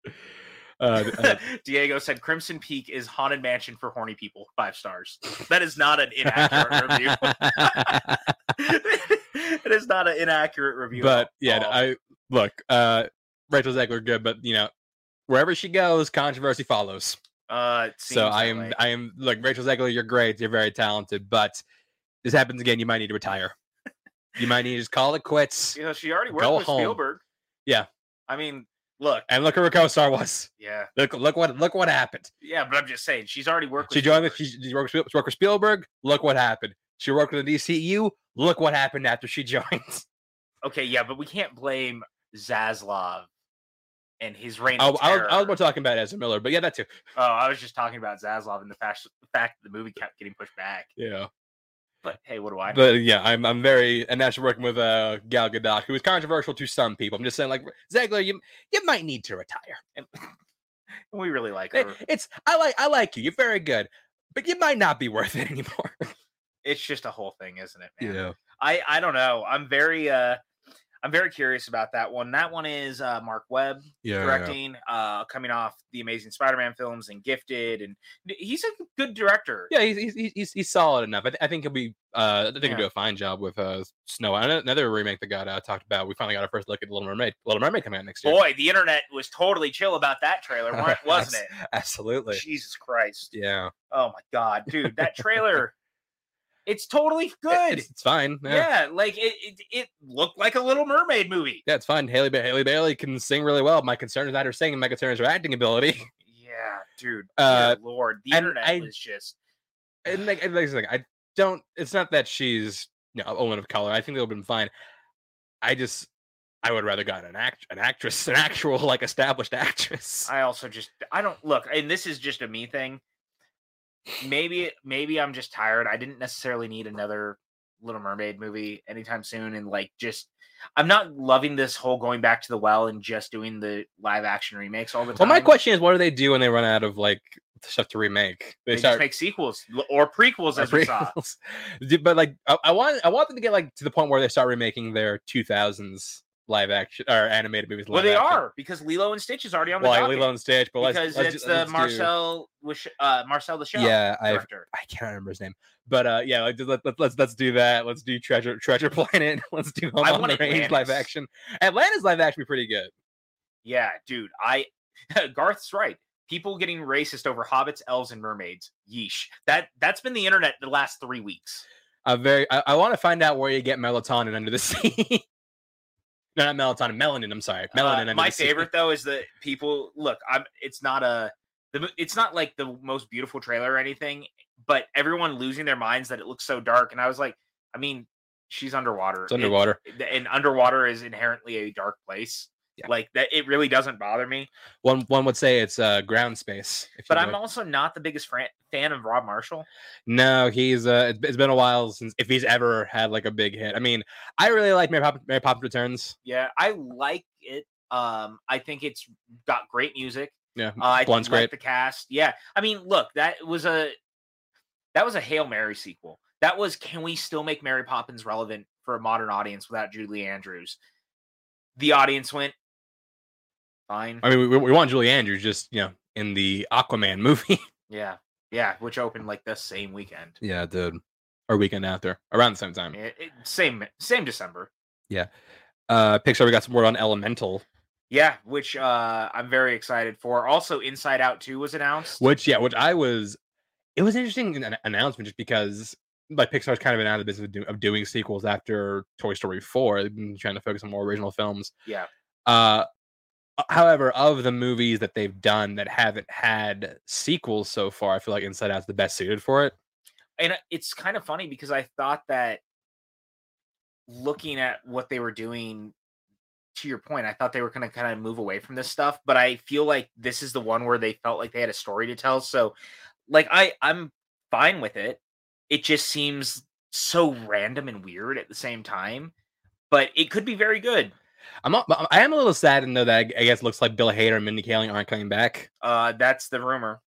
uh, uh,
Diego said Crimson Peak is haunted mansion for horny people. Five stars. That is not an inaccurate review. it is not an inaccurate review. at
but yeah,
all.
I look. Uh, Rachel Zegler good, but you know wherever she goes, controversy follows.
Uh, it seems
So I
that
am,
way.
I am like Rachel Zegler. You're great. You're very talented, but this happens again. You might need to retire. you might need to just call it quits.
You know, she already worked
Go
with
home.
Spielberg.
Yeah.
I mean, look,
And look at her co-star was.
yeah,
Look, look what, look what happened.
yeah, but I'm just saying she's already worked.
She
with
joined. with-
Spielberg.
She, she worked, with Spiel- worked with Spielberg. Look what happened. She worked with the DCU. Look what happened after she joined.
Okay, yeah, but we can't blame Zaslav and his reign.
I,
Of
Oh, I, was, I was
terror.
more talking about Ezra Miller, but yeah, that too.
Oh, I was just talking about Zaslav and the fact, the fact that the movie kept getting pushed back.
Yeah.
But hey, what do I? know?
But yeah, I'm I'm very and that's working with uh Gal Gadot, who is controversial to some people. I'm just saying, like Zegler, you you might need to retire.
we really like
It-
her.
It's I like I like you. You're very good, but you might not be worth it anymore.
It's just a whole thing, isn't it, man? I I don't know. I'm very uh, I'm very curious about that one. That one is uh, Mark Webb.
yeah,
directing, uh, coming off the Amazing Spider-Man films and Gifted, and he's a good director.
yeah. He's, he's- he's he's he's solid enough. I, th- I think he'll be. Uh, I think
Yeah.
he'll do a fine job with uh Snow. White. And Another remake that got uh, talked about. We finally got our first look at Little Mermaid. Little Mermaid coming out next year.
Boy, the internet was totally chill about that trailer, weren't- wasn't it?
Absolutely.
Jesus Christ!
Yeah.
Oh my God, dude, that trailer. It's totally
It-
good.
it's, it's fine. Yeah.
yeah. like it, it, it looked like a Little Mermaid movie.
Yeah, it's fun. Haley, ba- Haley Bailey can sing really well. My concern is not her singing. My concern is her acting ability.
Yeah, dude.
Uh,
dear Lord, the
and
internet
I-
was just.
And like, and like I said, I don't. It's not that she's you know, a woman of color. I think they would have been fine. I just, I would rather got an act, an actress, an actual like established actress.
I also just I don't look, and this is just a me thing. Maybe maybe I'm just tired. I didn't necessarily need another Little Mermaid movie anytime soon, and like just I'm not loving this whole going back to the well and just doing the live action remakes all the
well,
time.
my question is, what do they do when they run out of like stuff to remake?
they,
They, start
just make sequels l- or prequels
or
as we saw.
prequels. Do- but like, I, I want, I want them to get like to the point where they start remaking their two thousands live action or animated movies.
Well,
live
they
action.
are because Lilo and Stitch is already on the
Well, I
well,
leave it on stage, but
because
let's, let's
it's
ju- let's
the
do-
Marcel with uh, Marcel the Shell
Yeah, I've
director.
I cannot remember his name, but uh, yeah, like, let, let, let's let's do that. Let's do Treasure Treasure Planet. Let's do Home
I
on
want
the Range live
Atlantis.
action. Atlanta's live action be pretty good.
Yeah, dude. I Garth's right. People getting racist over hobbits, elves, and mermaids. Yeesh. That that's been the internet the last three weeks.
I very I, I want to find out where you get melatonin under the sea. no, not melatonin, melanin. I'm sorry,
Uh,
melanin. under
my
the sea.
favorite though is that people look. I'm. It's not a. The, mo- it's not like the most beautiful trailer or anything, but everyone losing their minds that it looks so dark. And I was like, I mean, she's underwater.
It's underwater.
and, and underwater is inherently a dark place.
Yeah.
Like that, it really doesn't bother me. One.
One one would say it's uh, ground space. if you
But
know
I'm
it.
also not the biggest fran- fan of Rob Marshall.
No, he's uh, it's- it's been a while since if he's ever had like a big hit. I mean, I really like Mary Poppins, Mary Poppins Returns.
Yeah, I like it. Um, I think it's got great music.
Yeah,
Uh, I
Blunt's
like
Mm, great.
the cast. Yeah, I mean, look, that was a that was a hail mary sequel. That was can we still make Mary Poppins relevant for a modern audience without Julie Andrews? The audience went fine.
I mean, we, we want Julie Andrews just you know in the Aquaman movie.
Yeah, yeah, which opened like the same weekend,
yeah, dude. Or weekend after, around the same time.
It- it- same same December.
Uh, Pixar, we got some word on Elemental,
Yeah, which uh I'm very excited for. Also, Inside Out Two was announced.
which yeah, which I was. It was an interesting an- announcement just because like Pixar's kind of been out of the business of, do- of doing sequels after Toy Story four. They've been trying to focus on more original films.
Yeah.
Uh, however, of the movies that they've done that haven't had sequels so far, I feel like Inside Out's the best suited for it.
and I- it's kind of funny because I thought that looking at what they were doing to your point, I thought they were going to kind of move away from this stuff, but I feel like this is the one where they felt like they had a story to tell. So like I I'm fine with it. It just seems so random and weird at the same time, but it could be very good.
I'm not, but I am a little saddened though that I guess it looks like Bill Hader and Mindy Kaling aren't coming back.
Uh that's the rumor.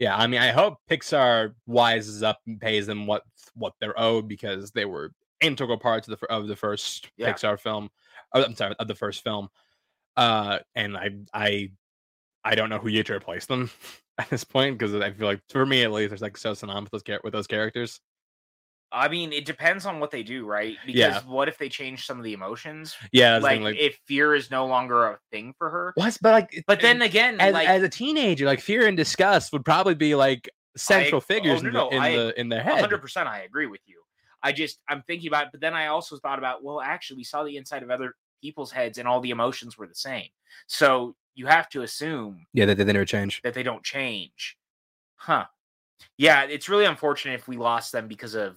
Yeah, I mean, I hope Pixar wises up and pays them what what they're owed because they were integral parts of the fir- of the first
Yeah.
Pixar film. oh, I'm sorry, of the first film. Uh, and I I I don't know who you get to replace them at this point because I feel like for me at least, there's like so synonymous with those char- with those characters.
I mean, it depends on what they do, right? Because
Yeah.
what if they change some of the emotions?
Yeah, that's the
Like,
thing,
if fear is no longer a thing for her.
what? But like, it-
But then
and
again,
as,
like
as a teenager, like fear and disgust would probably be like central
oh,
figures
no,
in, the,
no,
in
I-
the in their head.
hundred percent, I agree with you. I just I'm thinking about, it, but then I also thought about, well, actually, we saw the inside of other people's heads, and all the emotions were the same. So you have to assume
Yeah, they, they never change.
that they don't change, huh? Yeah, it's really unfortunate if we lost them because of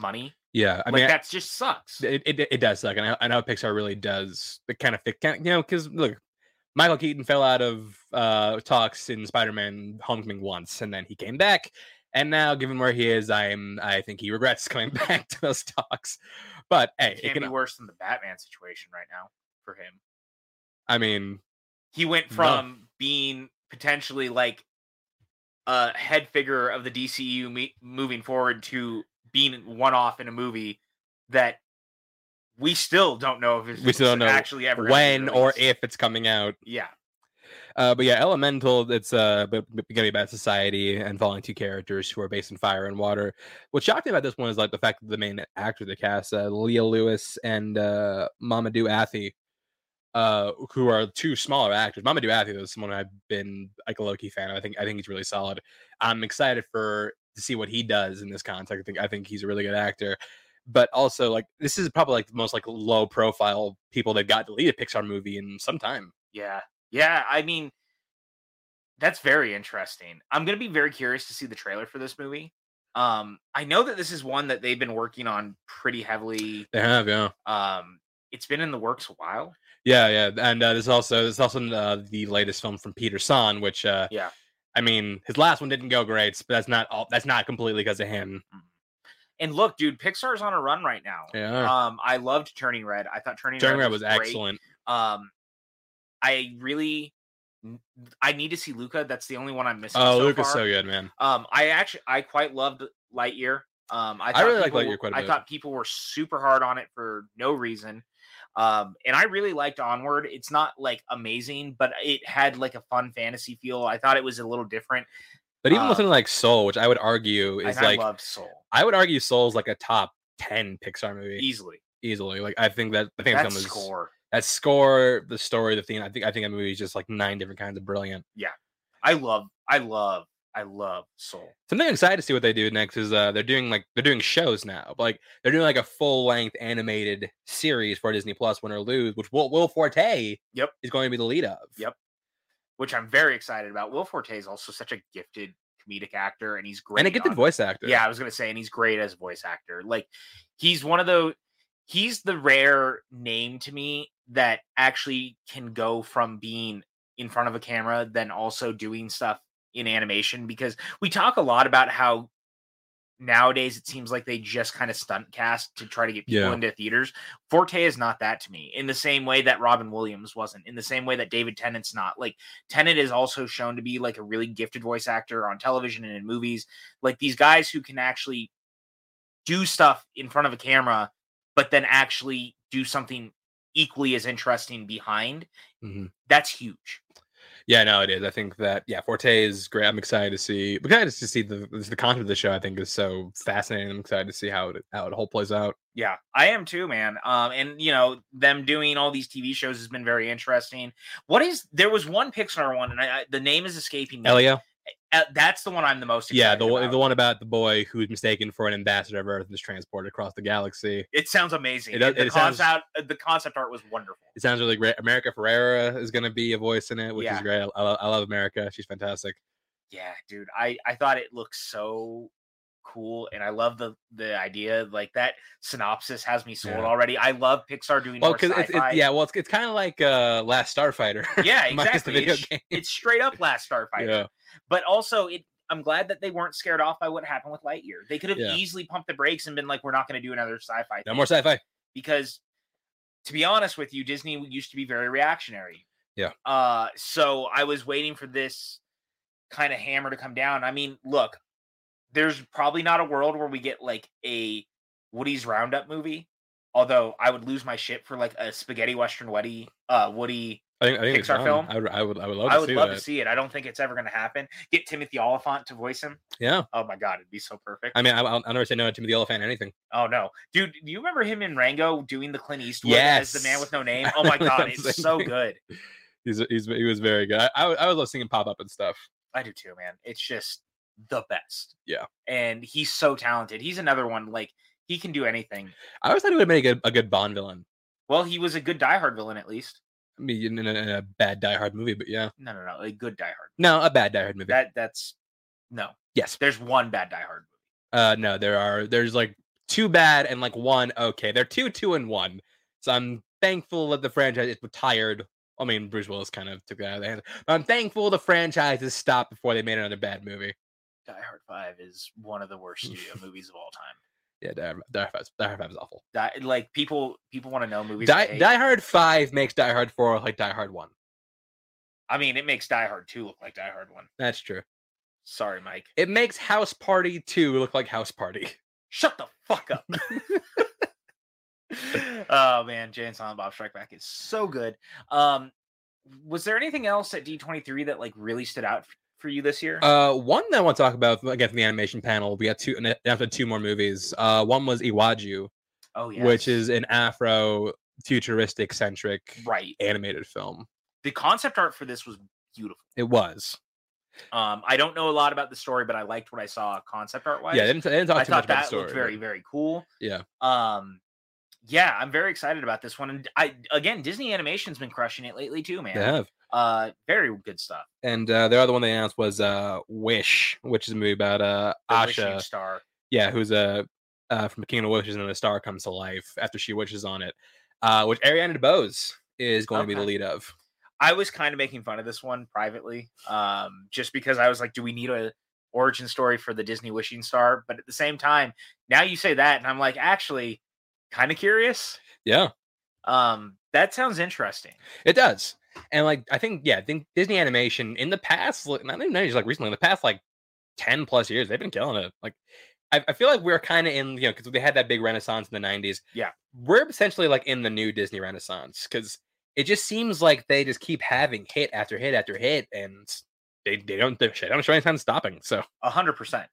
money.
Yeah, I
like
mean,
that just sucks.
it, it, it does suck, and I, I know Pixar really does. It kind of fit, kind you know, because look, Michael Keaton fell out of uh, talks in Spider-Man: Homecoming once, and then he came back, and now given where he is, I'm I think he regrets coming back to those talks. But hey,
It
it
can't be
can,
worse than the Batman situation right now for him.
I mean,
He went
No.
from being potentially like a head figure of the DCU me- moving forward to being one off in a movie that we still don't know if it's
We still don't know
actually ever gonna be
when or
released.
if it's coming out.
Yeah,
Uh, but yeah, Elemental, it's uh, b- b- gonna be about society and following two characters who are based in fire and water. What shocked me about this one is like the fact that the main actor of the cast, uh, Leah Lewis and uh, Mamadou Athi, uh, who are two smaller actors. Mamadou Athi is someone I've been like a low key fan of. I think I think he's really solid. I'm excited for to see what he does in this context. I think I think he's a really good actor. But also, like this is probably like the most like low profile people that got to lead a Pixar movie in some time.
yeah, yeah. I mean, that's very interesting. I'm gonna be very curious to see the trailer for this movie. Um, I know that this is one that they've been working on pretty heavily.
They have, yeah.
Um, it's been in the works a while.
Yeah, yeah, and uh, there's also there's also uh, the latest film from Peter Son, which uh,
Yeah.
I mean his last one didn't go great, but that's not all. That's not completely because of him.
And look, dude, Pixar's on a run right now.
Yeah,
Um, I loved Turning Red. I thought Turning,
Turning
Red,
Red was
great.
excellent.
Um, I really, I need to see Luca. That's the only one I'm missing.
Oh,
so
Luke is
far.
so good, man.
Um, I actually, I quite loved Lightyear. Um, I,
I
thought
really like
people-
Lightyear quite a
I
bit.
thought people were super hard on it for no reason. Um, and I really liked Onward. It's not like amazing, but it had like a fun fantasy feel. I thought it was a little different.
But even
um,
with something like Soul, which I would argue is
and
like
I loved Soul
I would argue Soul's like a top ten Pixar movie
easily.
easily. Like I think that I think
E
that
That
film is
score.
that score, the story, the theme. I think I think that movie is just like nine different kinds of brilliant.
I love. I love. I love Soul.
Something I'm excited to see what they do next is uh they're doing like they're doing shows now. Like they're doing like a full length animated series for Disney Plus, Win or Lose, which Will, Will Forte
Yep.
is going to be the lead of.
Yep. which I'm very excited about. Will Forte is also such a gifted comedic actor, and he's great.
And a gifted
on-
voice actor.
Yeah, I was gonna say, and he's great as a voice actor. Like he's one of the he's the rare name to me that actually can go from being in front of a camera then also doing stuff in animation because we talk a lot about how nowadays it seems like they just kind of stunt cast to try to get people
Yeah.
into theaters. Forte is not that to me in the same way that Robin Williams wasn't, in the same way that David Tennant's not. Like Tennant is also shown to be like a really gifted voice actor on television and in movies. Like these guys who can actually do stuff in front of a camera, but then actually do something equally as interesting behind.
Mhm.
That's huge.
Yeah, no, it is. I think that yeah, Forte is great. I'm excited to see I'm excited to see the the content of the show I think is so fascinating. I'm excited to see how it how it whole plays out.
Yeah, I am too, man. Um, and you know, them doing all these TV shows has been very interesting. What is there was one Pixar one, and I, I, the name is escaping me.
Elio?
Uh, that's the one I'm the most. Excited
Yeah, the one
about.
the one about the boy who's mistaken for an ambassador of Earth and is transported across the galaxy.
It sounds amazing.
It does-
the
it sounds-
concept, uh, the concept art was wonderful.
It sounds really great. America Ferrera is going to be a voice in it, which
Yeah.
is great. I, I, lo- I love America. She's fantastic.
Yeah, dude, I I thought it looked so cool, and I love the the idea. Like that synopsis has me sold
Yeah.
already. I love Pixar doing
Well,
more
because
sci-fi.
it's, it's yeah, well, it's, it's kind of like uh Last Starfighter.
Yeah,
minus the
exactly.
video
It's,
game.
it's straight up Last Starfighter.
yeah,
but also it I'm glad that they weren't scared off by what happened with Lightyear. They could have
Yeah.
easily pumped the brakes and been like, "We're not going to do another sci-fi."
no
thing,"
more sci-fi.
because, to be honest with you, Disney used to be very reactionary.
Yeah.
Uh, so I was waiting for this kind of hammer to come down. I mean, look, there's probably not a world where we get like a Woody's Roundup movie. Although I would lose my shit for like a spaghetti western Woody, uh, Woody
I think I think it's
Pixar
fine.
film.
I would I would, I would love to
I would
see
love
that.
to see it. I don't think it's ever going to happen. Get Timothy Oliphant to voice him.
Yeah.
Oh my god, it'd be so perfect.
I mean, I, I'll, I'll never say no to Timothy the Elephant or anything.
Oh no, dude, do you remember him in Rango doing the Clint Eastwood as the man
Yes.
with no name? Oh my god, it's so
Amazing.
good.
He's, he's he was very good. I, I would I would love seeing him pop up and stuff.
I do too, man. It's just the best.
Yeah.
and he's so talented. He's another one like he can do anything.
I always thought he would make a, a good Bond villain.
Well, he was a good Die Hard villain at least.
I mean, in a, in a bad Die Hard movie, but yeah,
No, no, no, a good Die Hard.
no, a bad Die Hard movie.
That that's no.
yes.
There's one bad Die Hard.
Uh, no, there are there's like two bad and like one okay. There are two two and one. So I'm thankful that the franchise is retired. I mean, Bruce Willis kind of took that out of the hand. But I'm thankful the franchise has stopped before they made another bad movie.
Die Hard Five is one of the worst studio movies of all time.
Yeah, Die Hard, Die Hard, 5 's- Die Hard 5 is awful.
Die, like people people want to know movies. they
Die,
hate.
Die Hard 5 makes Die Hard 4 look like Die Hard 1.
I mean, it makes Die Hard Two look like Die Hard One.
That's true.
Sorry, Mike.
It makes House Party 2 look like House Party.
Shut the fuck up. oh man, Jay and Silent Bob Strike Back is so good. Um, was there anything else at D twenty three that like really stood out f- for you this year?
Uh, one that I want to talk about again from the animation panel. We got two and uh, after two more movies. Uh, one was Iwaju,
oh
which
yes.
is an Afro futuristic centric
right.
animated film.
The concept art for this was beautiful.
It was.
Um, I don't know a lot about the story, but I liked what I saw concept art wise.
yeah, they didn't, they didn't talk
I
too much
thought
about the
that
story.
looked
but-
very very cool.
Yeah.
Um, yeah, I'm very excited about this one, and I again Disney Animation's been crushing it lately too, man.
They have.
Uh, very good stuff.
And uh, the other one they announced was uh, Wish, which is a movie about uh,
The Wishing
Asha.
Star.
yeah, who's a uh, from Kingdom of Wishes, and then a star comes to life after she wishes on it, uh, which Ariana DeBose is going to be the
Okay.
lead of.
I was kind of making fun of this one privately, um, just because I was like, do we need a origin story for the Disney Wishing Star? But at the same time, now you say that, and I'm like, actually, kind of curious.
Yeah,
Um, that sounds interesting.
it does. And like, I think, yeah, I think Disney Animation in the past, like, not even just like recently, in the past like ten plus years, they've been killing it. Like, I, I feel like we're kind of in, you know, because they had that big renaissance in the '90s.
Yeah.
we're essentially like in the new Disney renaissance because it just seems like they just keep having hit after hit after hit, and they they don't they don't show any signs of stopping. So
a hundred percent.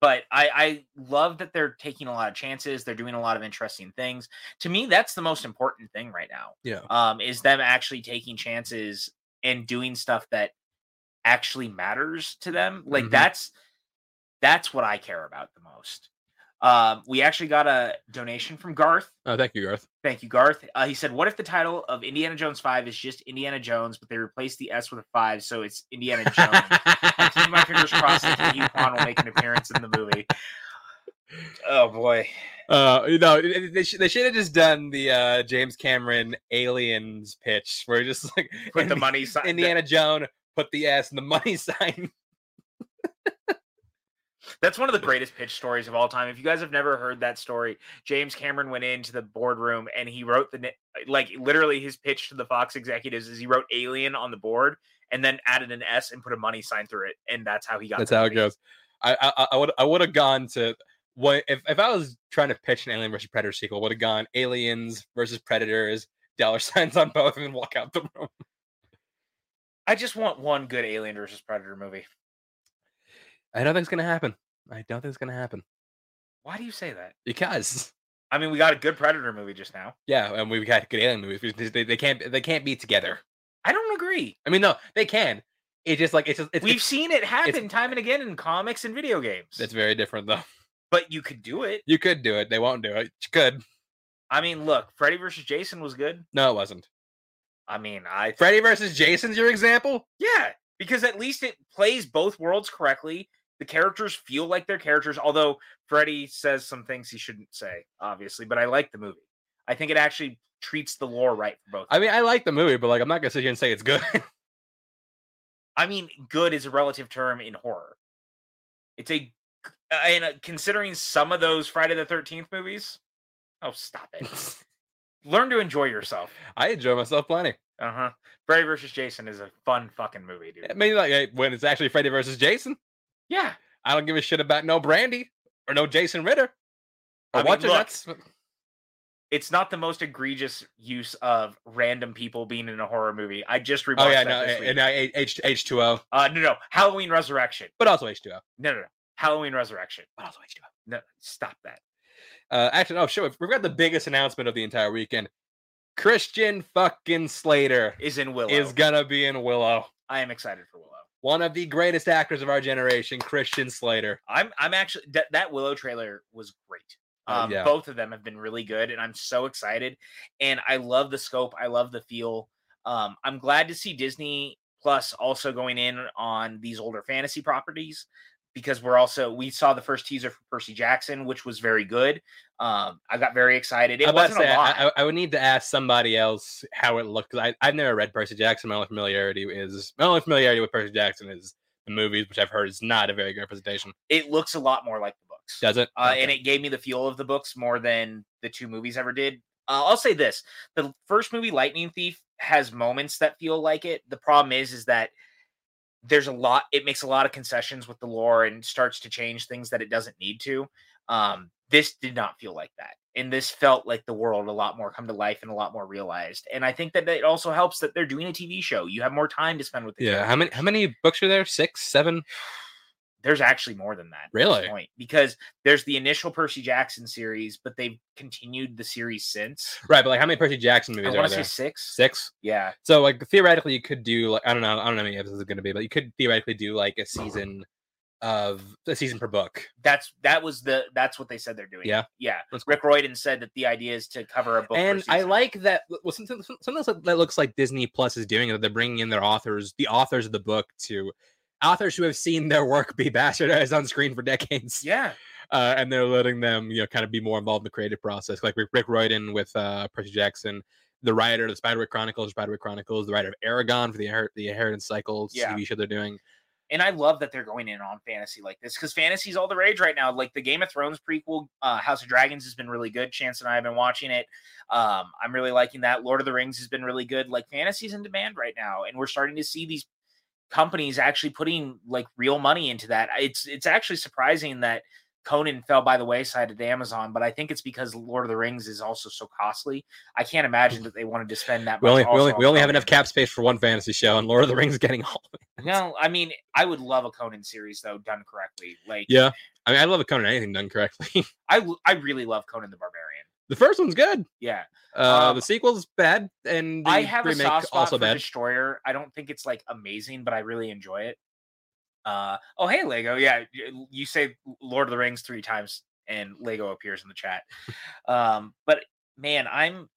But I, I love that they're taking a lot of chances. They're doing a lot of interesting things. To me, that's the most important thing right now.
yeah,
Um, is them actually taking chances and doing stuff that actually matters to them. Like
Mhm.
that's that's what I care about the most. Um, we actually got a donation from Garth.
oh, thank you, Garth.
Thank you, Garth. Uh, he said, "What if the title of Indiana Jones Five is just Indiana Jones, but they replace the S with a five, so it's Indiana Jones?" I keep my fingers crossed that Yuan will make an appearance in the movie. Oh boy.
Uh, you know, it- it- they, sh- they should have just done the uh, James Cameron aliens pitch, where it's just like
Put the
Indi-
money sign.
Indiana Jones, put the S and the money sign.
That's one of the greatest pitch stories of all time. If you guys have never heard that story, James Cameron went into the boardroom and he wrote the na- like literally his pitch to the Fox executives is he wrote alien on the board and then added an S and put a money sign through it, and that's how he got.
That's
the
how it
movie.
goes. I I- I would I would have gone to what if if I was trying to pitch an Alien versus Predator sequel, would have gone Aliens versus Predators, dollar signs on both, and then walk out the room.
I just want one good Alien versus Predator movie.
I don't think it's gonna happen. I don't think it's gonna happen
Why do you say that?
because
I mean, we got a good Predator movie just now.
yeah, and we've got good Alien movies. because They, they can't they can't be together.
I don't agree.
I mean, no, they can. It just like it's just, it's,
We've
it's,
seen it happen time and again in comics and video games.
it's very different though.
but you could do it.
You could do it. They won't do it. You could.
I mean, look, Freddy versus Jason was good.
No, it wasn't.
I mean, I th-
Freddy versus Jason's your example.
yeah, because at least it plays both worlds correctly. The characters feel like they're characters, although Freddy says some things he shouldn't say, obviously. But I like the movie. I think it actually treats the lore right for both.
I mean, I like the movie, but like, I'm not gonna sit here and say it's good.
I mean, good is a relative term in horror. It's a and uh, considering some of those Friday the Thirteenth movies. Oh, stop it! Learn to enjoy yourself.
I enjoy myself plenty.
Uh huh. Freddy versus Jason is a fun fucking movie, dude.
I mean, like eh, when it's actually Freddy versus Jason,
Yeah.
I don't give a shit about no Brandy or no Jason Ritter.
I
Or
mean,
Watcher
look,
Nuts.
it's not the most egregious use of random people being in a horror movie. I just rewatched
Oh yeah,
that
no,
this week.
and H H two O,
uh, no, no, Halloween Resurrection.
but also H two O,
No, no, no, Halloween Resurrection.
but also H two O.
No, stop that.
Uh, actually, oh shit, we've got the biggest announcement of the entire weekend. Christian fucking Slater
Is in Willow.
is gonna be in Willow.
I am excited for Willow.
One of the greatest actors of our generation, Christian Slater.
I'm I'm actually that that Willow trailer was great.
Oh,
Um,
yeah.
Both of them have been really good, and I'm so excited. And I love the scope. I love the feel. Um, I'm glad to see Disney Plus also going in on these older fantasy properties because we're also we saw the first teaser for Percy Jackson, which was very good. Um, I got very excited. It
I'm about to
wasn't
say,
a lot.
I, I, I would need to ask somebody else how it looked. 'cause I, I've never read Percy Jackson. My only familiarity is my only familiarity with Percy Jackson is the movies, which I've heard is not a very good representation.
it looks a lot more like the books.
Does it?
uh, and
Okay.
it gave me the feel of the books more than the two movies ever did. Uh, I'll say this: the first movie, Lightning Thief, has moments that feel like it. The problem is, is that there's a lot. It makes a lot of concessions with the lore and starts to change things that it doesn't need to. Um, this did not feel like that, and this felt like the world a lot more come to life and a lot more realized. And I think that it also helps that they're doing a TV show. You have more time to spend with the
yeah.
characters
How many? How many books are there? Six, seven?
there's actually more than that. at this
Really?
Point, because there's the initial Percy Jackson series, but they've continued the series since.
Right, but like how many Percy Jackson
I
movies are
want to say
there?
six.
Six.
Yeah.
So like theoretically, you could do like I don't know, I don't know how many episodes it's going to be, but you could theoretically do like a season of a season per book.
That's that was the that's what they said they're doing.
Yeah.
Yeah.
That's
Rick Royden said that the idea is to cover a book. per
and I
season.
like that. Well, something, some- something else that looks like Disney Plus is doing is that they're bringing in their authors, the authors of the book, to authors who have seen their work be bastardized on screen for decades,
Yeah.
uh, and they're letting them, you know, kind of be more involved in the creative process, like Rick, Rick Royden with uh, Percy Jackson, the writer of the Spiderwick Chronicles, Spiderwick Chronicles, the writer of Aragon for the Inher- the Inheritance Cycle
Yeah.
TV show they're doing.
And I love that they're going in on fantasy like this because fantasy's all the rage right now. Like the Game of Thrones prequel, uh, House of Dragons has been really good. Chance and I have been watching it. Um, I'm really liking that. Lord of the Rings has been really good. Like fantasy's in demand right now, and we're starting to see these companies actually putting like real money into that. I- It's it's actually surprising that Conan fell by the wayside at Amazon, but I think it's because Lord of the Rings is also so costly. I can't imagine that they wanted to spend that.
We
much
only, we
also
only,
on
we only have
Conan.
enough cap space for one fantasy show, and Lord of the Rings is getting all. of it.
No, I mean, I would love a Conan series though, done correctly. Like,
Yeah, I mean, I love a Conan anything done correctly.
I l- I really love Conan the Barbarian.
the first one's good.
Yeah,
Uh,
Um,
the sequel's bad, and the
I have a
remake
soft spot
also
for
bad.
Destroyer. I don't think it's like amazing, but I really enjoy it. Uh oh, hey Lego. Yeah, y- you say Lord of the Rings three times, and Lego appears in the chat. Um, but man, I'm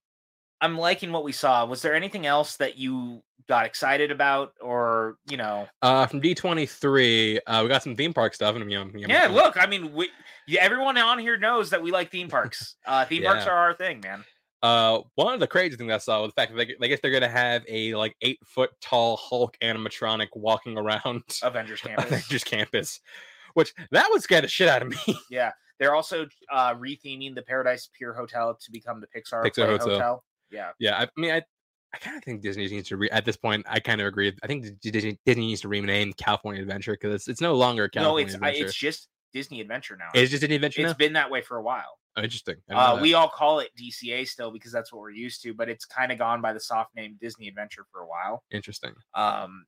I'm liking what we saw. Was there anything else that you got excited about, or you know?
Uh, from D twenty three, uh, we got some theme park stuff, and you know, you know,
Yeah,
we-
look, I mean, we, yeah, everyone on here knows that we like theme parks. Uh, theme parks
Yeah.
are our thing, man.
Uh, one of the crazy things I saw was the fact that they, I guess they're gonna have a like eight foot tall Hulk animatronic walking around
Avengers Campus.
Avengers campus, which that would scare the shit out of me.
Yeah, they're also uh retheming the Paradise Pier Hotel to become the Pixar,
Pixar
Play
Hotel.
Hotel. Yeah,
yeah, I, I mean, I, I kind of think Disney needs to re- at this point. I kind of agree. I think D- Disney, Disney needs to rename California Adventure because it's, it's no longer
no,
California
it's I,
Adventure.
it's just Disney Adventure now.
it's just an adventure.
it's
now?
been that way for a while.
Oh, interesting. I didn't know
Uh,
that.
we all call it DCA still because that's what we're used to, but it's kind of gone by the soft name Disney Adventure for a while.
interesting.
Um,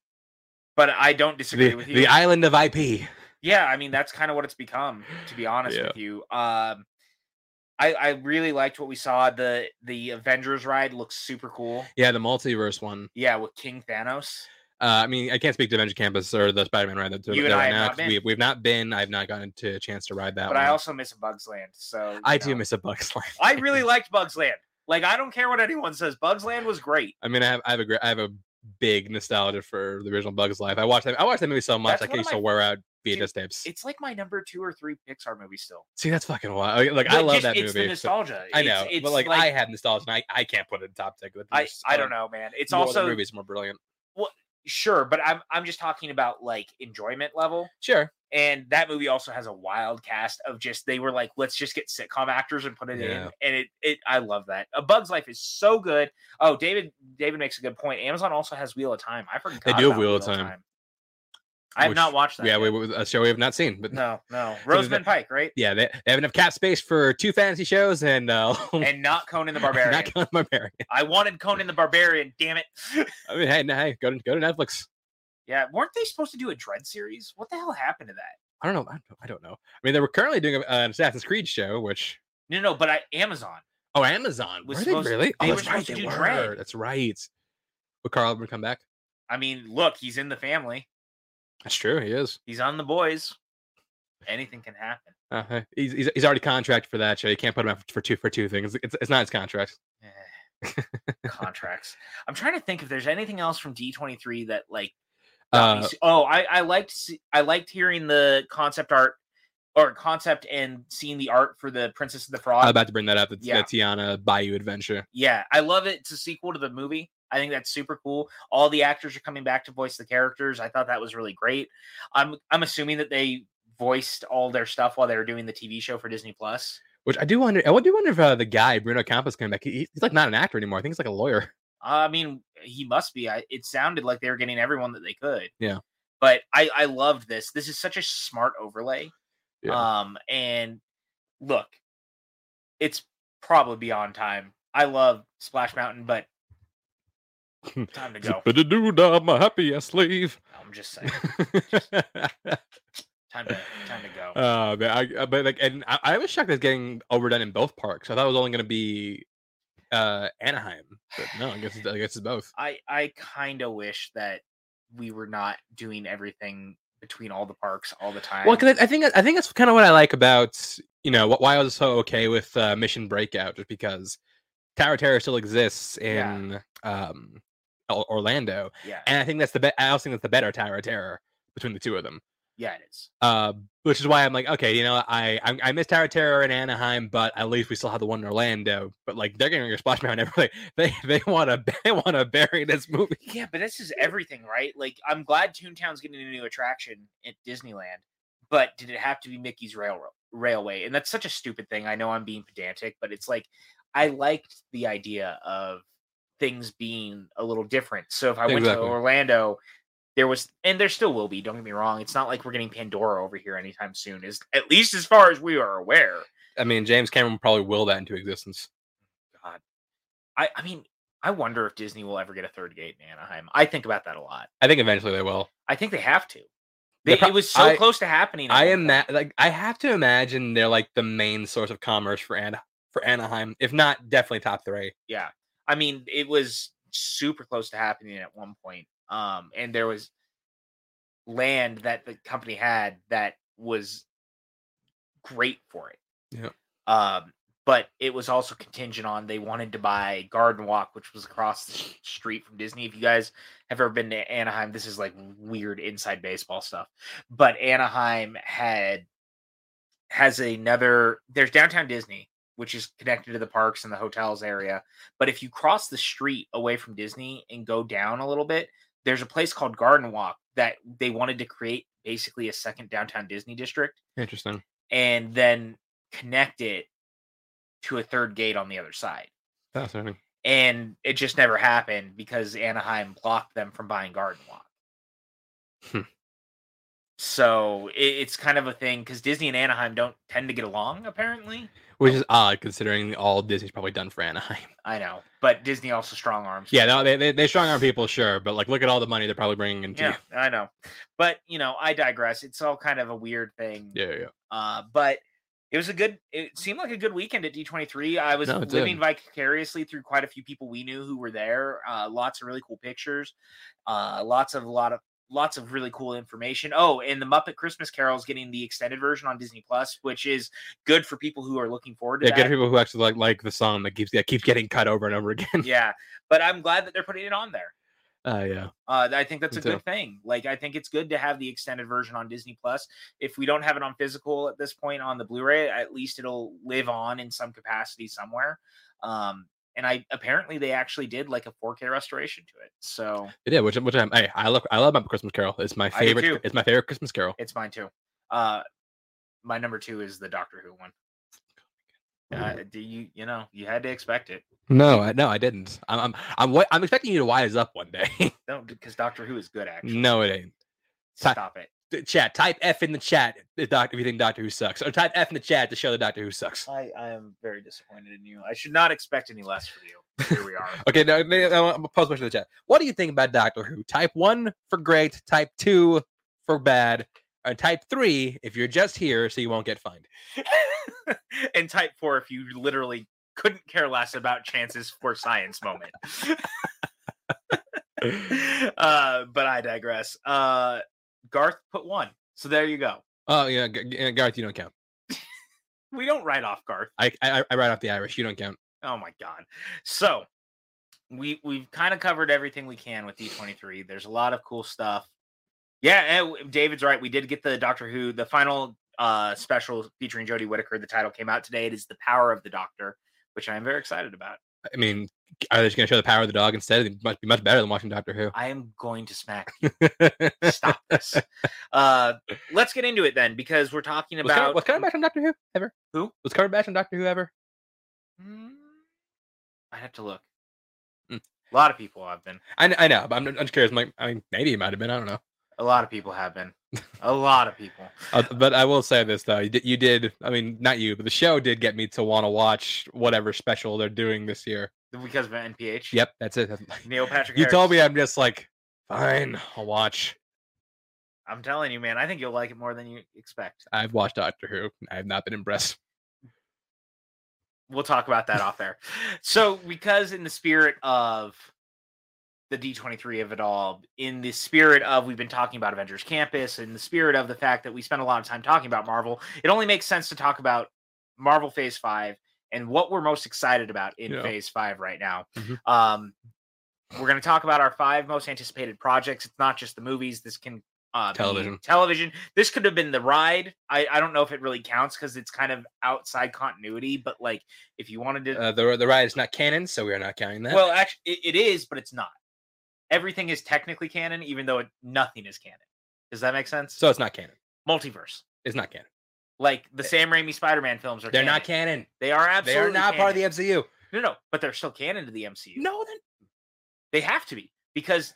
but I don't disagree
The,
with you.
the island of IP.
yeah i mean that's kind of what it's become to be honest
Yeah.
with you um i i really liked what we saw the the avengers ride looks super cool
Yeah, the multiverse one.
yeah with king thanos
Uh, I mean, I can't speak to Avenger Campus or the Spider-Man ride that
You and
that
I
right
have
now.
not
'cause
been.
We, we've not been. I've not gotten to a chance to ride that.
but
one.
i also miss bugs land so you
I do
know.
miss a Bugs Life.
i really liked bugs land like i don't care what anyone says bugs land was great
I mean, I have, I have a great, I have a big nostalgia for the original Bugs Life. I watched that. I watched that movie so much.
That's
I
one
could
of
used
my-
to wear out
Dude,
VHS tapes.
it's like my number two or three pixar movie still
See, that's fucking wild. Like, I
But
love
just-
that
it's the
movie. so-
nostalgia
I
It's-
know,
it's,
but like, I have nostalgia, and I, I can't put it in top ten.
I, I don't know man it's also
movies more brilliant.
sure but i'm i'm just talking about like enjoyment level
Sure.
And that movie also has a wild cast of just they were like, let's just get sitcom actors and put it
Yeah.
in. And it it I love that. A Bug's Life is so good. Oh, David David makes a good point. Amazon also has Wheel of Time. I forgot.
do have
about
Wheel of Time.
I have
Which-
not watched that.
yeah,
yet.
we, uh, we- a show we have not seen, but
no, no.
there's
Roseman
a-
Pike, right?
yeah, they, they have enough cap space for two fantasy shows and uh,
And not Conan the
not
Barbarian.
Conan the Barbarian.
I wanted Conan the Barbarian. Damn it.
I mean, hey, no, hey, go to go to Netflix.
yeah, weren't they supposed to do a Dread series? What the hell happened to that?
I don't know. I don't, I don't know. I mean, they were currently doing a- an Assassin's Creed show, which
No, no, but I Amazon.
oh, Amazon.
Was
Were
supposed-
they really?
they
oh,
were
that's
supposed to
right. They
do
were.
Dread.
That's right. Would Carl Urban come back?
I mean, look, he's in the family.
That's true. He is.
He's on the boys. Anything can happen.
Uh, he's, he's he's already contracted for that show. You can't put him out for two for two things. It's, it's not his contract.
Eh, Contracts. I'm trying to think if there's anything else from D23 that like. got me
Uh,
s- oh, I I liked se- I liked hearing the concept art or concept and seeing the art for the Princess of the Frog.
I'm about to bring that up. The,
yeah.
the Tiana Bayou adventure.
yeah, I love it. It's a sequel to the movie. I think that's super cool. All the actors are coming back to voice the characters. I thought that was really great. I'm I'm assuming that they voiced all their stuff while they were doing the TV show for Disney Plus.
Which I do wonder. I do wonder if uh, the guy Bruno Campos came back. He, he's like not an actor anymore. I think he's like a lawyer.
I mean, he must be. I, it sounded like they were getting everyone that they could.
Yeah.
But I I loved this. This is such a smart overlay.
Yeah.
Um and look, it's probably beyond time. I love Splash Mountain, but time to go.
Zippity-doo-dah, my happy ass slave.
I'm just saying,
uh,
time to time to go.
but, I, I- but like, and I, I was shocked it's getting overdone in both parks. I thought it was only going to be uh, Anaheim, but no, I guess it's, I guess it's both.
I I kind of wish that we were not doing everything between all the parks all the time.
Well, because I, I think I think that's kind of what I like about you know wh- why I was so okay with uh, Mission Breakout, just because Tower of Terror still exists
Yeah.
in um, Or- Orlando,
yeah,
and I think that's the be- I also think that's the better Tower of Terror between the two of them.
yeah, it is.
Uh, which is why I'm like, okay, you know, I I, I miss Tower of Terror in Anaheim, but at least we still have the one in Orlando. But like, they're getting a splash mountain. Everybody, they they want to they want to bury this movie.
Yeah, but this is everything, right? Like, I'm glad Toontown's getting a new attraction at Disneyland, but did it have to be Mickey's Railroad Railway? And that's such a stupid thing. I know I'm being pedantic, but it's like I liked the idea of things being a little different. So if I went
Exactly.
to Orlando, there was, and there still will be. Don't get me wrong. It's not like we're getting Pandora over here anytime soon. Is at least as far as we are aware.
I mean, James Cameron probably will that into existence.
I, I mean, I wonder if Disney will ever get a third gate in Anaheim. I think about that a lot.
I think eventually they will.
I think they have to.
They
They,
prob-
it was so
I-
close to happening. at
I
one
am
point.
like I have to imagine they're like the main source of commerce for Ana- for Anaheim, if not definitely top three.
Yeah, I mean, it was super close to happening at one point. Um, and there was land that the company had that was great for it.
Yeah.
Um, but it was also contingent on they wanted to buy Garden Walk, which was across the s- street from Disney. If you guys have ever been to Anaheim, this is like weird inside baseball stuff. But Anaheim had has another there's downtown Disney, which is connected to the parks and the hotels area. But if you cross the street away from Disney and go down a little bit, there's a place called Garden Walk that they wanted to create basically a second downtown Disney district
Interesting.
and then connect it to a third gate on the other side.
Fascinating.
And it just never happened because Anaheim blocked them from buying Garden Walk.
Hmm.
So it, it's kind of a thing because Disney and Anaheim don't tend to get along, apparently.
Which is odd considering all Disney's probably done for Anaheim.
I know, but Disney also strong arms.
Yeah, no, they they, they strong arm people, sure, but like look at all the money they're probably bringing into.
yeah, I know. But you know, I digress. It's all kind of a weird thing.
Yeah, yeah, yeah.
Uh, but it was a good. It seemed like a good weekend at D twenty three. I was
No, it
living
did.
vicariously through quite a few people we knew who were there. Uh, lots of really cool pictures. Uh, lots of lot of lots of really cool information. Oh, and the Muppet Christmas Carol is getting the extended version on Disney Plus, which is good for people who are looking forward to
Yeah,
that.
good for people who actually like like the song that keeps that keeps getting cut over and over again.
yeah, but I'm glad that they're putting it on there.
Uh, yeah.
Uh, I think that's
Me
a good thing. Like, I think it's good to have the extended version on Disney Plus. If we don't have it on physical at this point on the Blu-ray, at least it'll live on in some capacity somewhere. Um, and I apparently they actually did like a 4K restoration to it, so
Yeah, which which I'm, I I look I love my Christmas Carol. It's my
I do too.
favorite. It's my favorite Christmas Carol.
it's mine too. Uh, my number two is the Doctor Who one. Uh, do you you know you had to expect it?
No, I, no, I didn't. I'm I'm I'm, wa- I'm expecting you to wise up one day.
No, because Doctor Who is good actually.
no, it ain't. Ti-
Stop it.
D- Chat. Type F in the chat if, doc- if you think Doctor Who sucks, or type F in the chat to show the Doctor Who sucks.
I, I am very disappointed in you. I should not expect any less from you. Here we are.
Okay, now, now I'm gonna pose a question in the chat. What do you think about Doctor Who? Type one for great, type two for bad, and type three if you're just here so you won't get fined.
and type four if you literally couldn't care less about chances for science moment. uh, but I digress. Uh, Garth put one. So there you go.
Oh yeah, G- G- Garth, you don't count.
We don't write off Garth.
I, I I write off the Irish. You don't count.
Oh my god. So we we've kind of covered everything we can with D23. There's a lot of cool stuff. Yeah, eh, w- David's right. We did get the Doctor Who, the final uh special featuring Jodie Whittaker. The title came out today. It is The Power of the Doctor, which I am very excited about.
I mean, are they just gonna show the power of the dog instead? It must be much better than watching Doctor Who.
I am going to smack you. Stop this. Uh let's get into it then because we're talking
was Carter,
about
was Carter Batch on Doctor Who ever?
Who?
was Carter Batch on Doctor Who ever?
Mm, I have to look.
Mm.
A lot of people have been.
I, kn- I know, but I'm, I'm just curious. I'm like, I mean, maybe it might have been. I don't know.
A lot of people have been. A lot of people.
Uh, but I will say this though, you did, you did. I mean, not you, but the show did get me to want to watch whatever special they're doing this year.
Because of NPH.
Yep, that's it. that's-
Neil Patrick.
you told me
Harris.
I'm just like, fine, I'll watch.
I'm telling you, man. I think you'll like it more than you expect.
I've watched Doctor Who. I have not been impressed.
We'll talk about that off air. So, because in the spirit of the D23 of it all, in the spirit of we've been talking about Avengers Campus, in the spirit of the fact that we spent a lot of time talking about Marvel, it only makes sense to talk about Marvel Phase 5 and what we're most excited about in
Yeah.
Phase 5 right now.
Mhm.
Um, we're going to talk about our five most anticipated projects. It's not just the movies. This can uh, be
Television.
television. This could have been the ride. I, I don't know if it really counts because it's kind of outside continuity. But like, if you wanted to,
Uh, the the ride is not canon, so we are not counting that.
well, actually, it, it is, but it's not. Everything is technically canon, even though it, nothing is canon. Does that make sense?
so it's not canon.
Multiverse,
It's not canon.
like the Sam Raimi Spider-Man films are.
Eh They're not
canon.
canon.
They are
They
absolutely.
are not part of the MCU.
the. No, no, but they're still canon to the MCU.
No, they're
They have to be because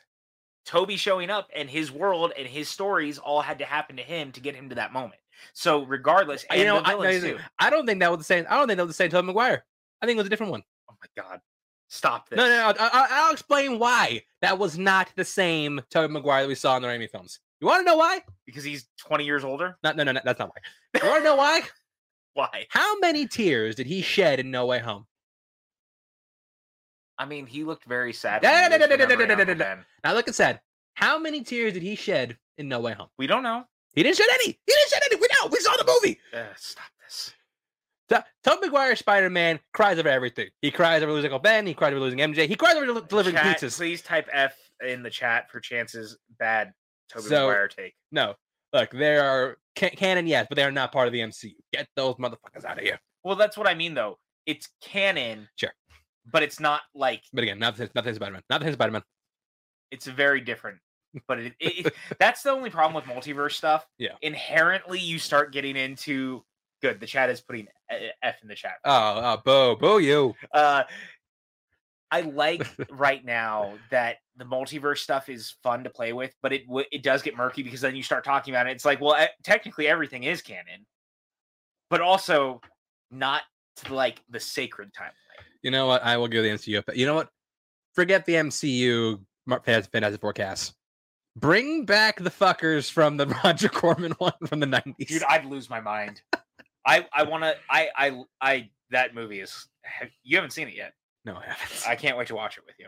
Toby showing up and his world and his stories all had to happen to him to get him to that moment. So regardless,
I-
and
you know,
the
I, no,
villains
you know,
too.
I don't think that was the same. I don't think that was the same Tobey Maguire. I think it was a different one.
Oh my god, stop this!
No, no, no. I, I, I'll explain why that was not the same Tobey Maguire that we saw in the Raimi films. You want to know why?
because he's twenty years older.
No, no, no, no that's not why. You want to know why?
Why?
How many tears did he shed in No Way Home?
I mean, he looked very sad.
Da-
when he
da-
was
da- da- da-
remembering
da- da- da- da-
Aquaman.
Now look at said. How many tears did he shed in No Way Home?
We don't know.
He didn't shed any. He didn't shed any. We know. We saw the movie.
Ugh, stop this.
T- Tobey Maguire Spider Man cries over everything. He cries over losing Uncle Ben. He cries over losing MJ. He cries over del- delivering
Chat,
pizzas.
Please type F in the chat for chances. Bad Toby
So-
Maguire take.
No, look, they are ca- canon, yes, but they are not part of the MCU. Get those motherfuckers out of here.
Well, that's what I mean though. It's canon.
Sure.
But it's not like
But again, nothing, nothing Spider Man, nothing Spider Man.
it's very different but it, it, it- that's the only problem with multiverse stuff
Yeah.
inherently you start getting into good the chat is putting a- a- f in the chat
Oh, oh, boo, boo, you.
uh i like right now that the multiverse stuff is fun to play with but it w- it does get murky because then you start talking about it it's like well eh, technically everything is canon but also not to like the sacred timeline
You know what? I will give the MCU. But you know what? Forget the MCU. Mar- Fantastic, Fantastic Forecast. Bring back the fuckers from the Roger Corman one from the nineties.
dude i'd lose my mind i i want to i i i that movie is you haven't seen it yet
no, I haven't.
I can't wait to watch it with you.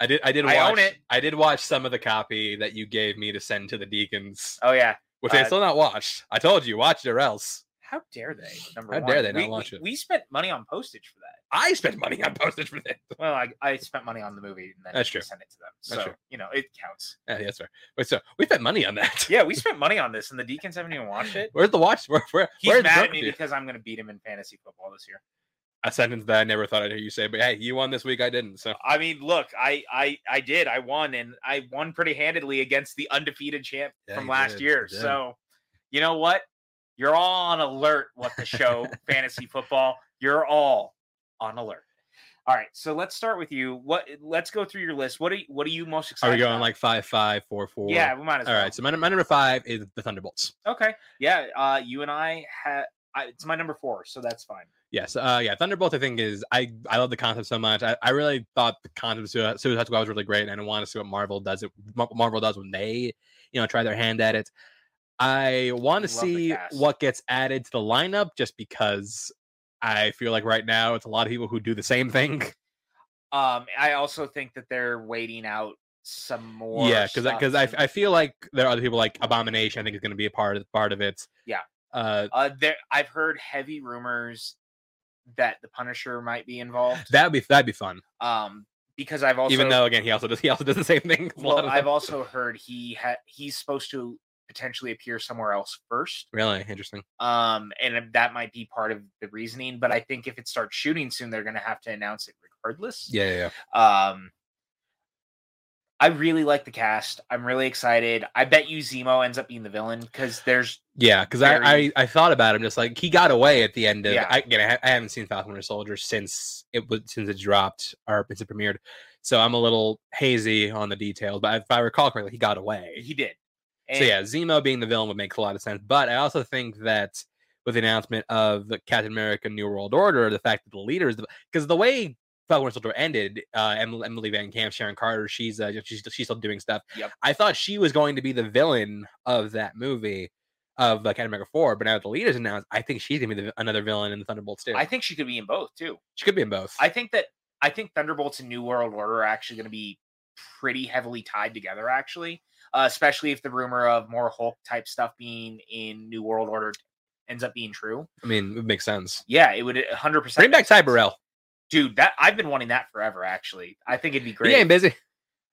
I did. I did. Watch,
I own it.
I did watch some of the copy that you gave me to send to the deacons,
Oh yeah.
which
uh,
I still not watched. I told you, watch it or else.
How dare they? Number
How
one.
dare they not
we,
watch
we,
it.
We spent money on postage for that.
I spent money on postage for that.
Well, I, I spent money on the movie and then
That's
we
true.
sent it to them. So
That's true.
you know it counts.
Yeah, that's fair. Wait, so we spent money on that.
Yeah, we spent money on this and the Deacons haven't even watched it.
Where's the watch? Where, where,
He's
where's
mad
the
at me
dude?
because I'm gonna beat him in fantasy football this year.
A sentence that I never thought I'd hear you say, but hey, you won this week. I didn't. So
I mean, look, I I I did. I won and I won pretty handedly against the undefeated champ
Yeah,
from
you
last
did,
year.
you did.
So you know what? You're all on alert what the show fantasy football. You're all on alert. All right, so let's start with you. What? Let's go through your list. What are you, What are you most
Are
excited?
we going
about?
like five, five, four, four?
Oh, Yeah, we might as
All
well.
right. So my, my number five is the Thunderbolts.
Okay. Yeah. Uh, you and I had. It's my number four, so that's fine.
Yes, uh, yeah, Thunderbolt. I think is I I love the concept so much. I, I really thought the concept of Sui- Suicide Squad was really great, and I want to see what Marvel does it. Mar- Marvel does when they, you know, try their hand at it. I want to
Love the
see
cast.
what gets added to the lineup, just because I feel like right now it's a lot of people who do the same thing.
Um, I also think that they're waiting out some more.
yeah, because because I,
stuff
I feel like there are other people like Abomination. I think is going to be a part of part of it.
Yeah.
Uh,
Uh, there, I've heard heavy rumors that the Punisher might be involved.
that'd be that'd be fun.
Um, because I've also,
Even though again, he also does he also does the same thing. a lot
well,
of
I've
them.
also heard he ha- he's supposed to potentially appear somewhere else first.
really interesting.
Um, and that might be part of the reasoning. But I think if it starts shooting soon, they're going to have to announce it regardless.
Yeah, yeah, yeah.
Um, I really like the cast. I'm really excited. I bet you Zemo ends up being the villain because there's
Yeah, because I, I
very-
I thought about him just like he got away at the end of
Yeah.
I again I, ha- I haven't seen Falcon Winter Soldier since it was since it dropped or since it premiered, so I'm a little hazy on the details. But if I recall correctly, he got away.
he did.
So yeah, Zemo being the villain would make a lot of sense. But I also think that with the announcement of the Captain America: New World Order, the fact that the leaders because the way Falcon Winter Soldier ended, uh, Em- Emily Van Camp, Sharon Carter, she's uh, she's she's still doing stuff.
Yep.
I thought she was going to be the villain of that movie of uh, Captain America Four, but now that the leaders announced, I think she's gonna be the, another villain in the Thunderbolts too.
I think she could be in both too.
she could be in both.
I think that I think Thunderbolts and New World Order are actually going to be pretty heavily tied together, actually, uh, especially if the rumor of more Hulk type stuff being in New World Order ends up being true.
I mean, it makes sense.
Yeah, it would 100. percent
Bring back Ty Burrell.
dude. That I've been wanting that forever. Actually, I think it'd be
He
great
ain't busy.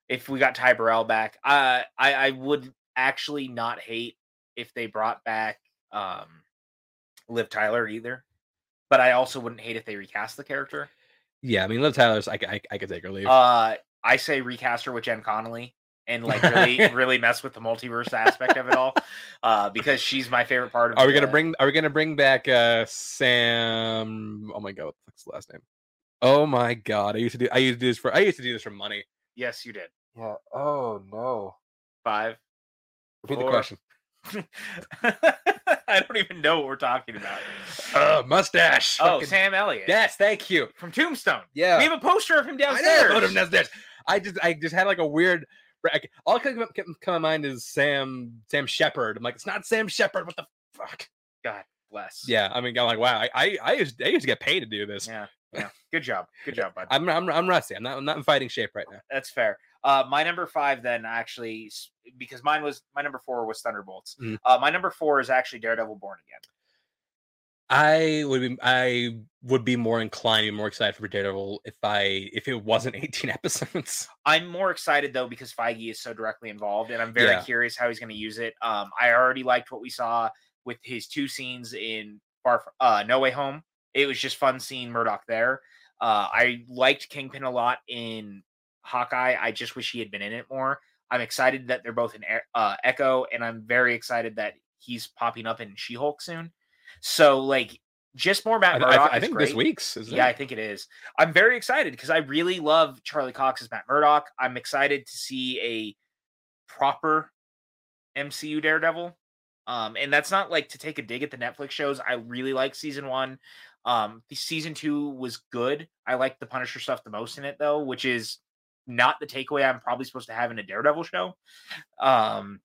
if we got Ty Burrell back. Uh, I I would actually not hate if they brought back um, Liv Tyler either, but I also wouldn't hate if they recast the character.
Yeah, I mean, Liv Tyler's. I, c- I, I could take her leave.
Uh, I say recast her with Jen Connolly and like really, really mess with the multiverse aspect of it all, uh, because she's my favorite part of.
Are we gonna
the-
bring? Are we gonna bring back uh Sam? Oh my god, what the fuck's the last name? Oh my god, I used to do. I used to do this for. I used to do this for money.
Yes, you did
Yeah. Oh no.
five.
Repeat the
Or-
question.
I don't even know what we're talking about.
Uh, mustache.
oh,
fucking-
Sam Elliott
Yes, thank you.
from Tombstone.
Yeah.
We have a poster of him
I
downstairs.
know. vote him downstairs. I just, I just had like a weird. like, All that come, come, come to mind is Sam, Sam Shepard. I'm like, it's not Sam Shepard. What the fuck?
Bless.
Yeah. I mean, I'm like, wow. I, I, I used, I used to get paid to do this.
Yeah. Yeah. Good job. Good job, bud.
I'm, I'm, I'm rusty. I'm not, I'm not in fighting shape right now.
That's fair. Uh, my number five, then actually, s- because mine was my number four was Thunderbolts.
Mhm.
Uh, my number four is actually Daredevil Born Again.
I would be I would be more inclined, be more excited for Daredevil if I if it wasn't 18 episodes.
I'm more excited though because Feige is so directly involved, and I'm very
Yeah.
curious how he's going to use it. Um, I already liked what we saw with his two scenes in Far Fr- uh, No Way Home. It was just fun seeing Murdoch there. Uh, I liked Kingpin a lot in Hawkeye. I just wish he had been in it more. I'm excited that they're both in E- uh, Echo, and I'm very excited that he's popping up in She Hulk soon. So like, just more
I,
Matt
th-
Murdock.
I, th- I
is
think
great.
this week's is
Yeah, I think it is. I'm very excited because I really love Charlie Cox as Matt Murdock. I'm excited to see a proper MCU Daredevil. Um, and that's not like to take a dig at the Netflix shows. I really like season one. Um, the season two was good. I like the Punisher stuff the most in it though, which is not the takeaway I'm probably supposed to have in a Daredevil show. Um,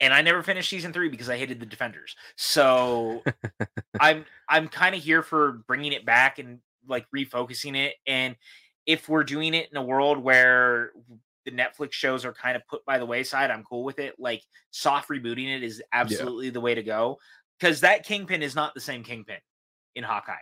and I never finished season three because I hated the Defenders. So I'm I'm kind of here for bringing it back and like refocusing it. And if we're doing it in a world where the Netflix shows are kind of put by the wayside, I'm cool with it. Like soft rebooting it is absolutely the way to go because that Kingpin is not the same Kingpin in Hawkeye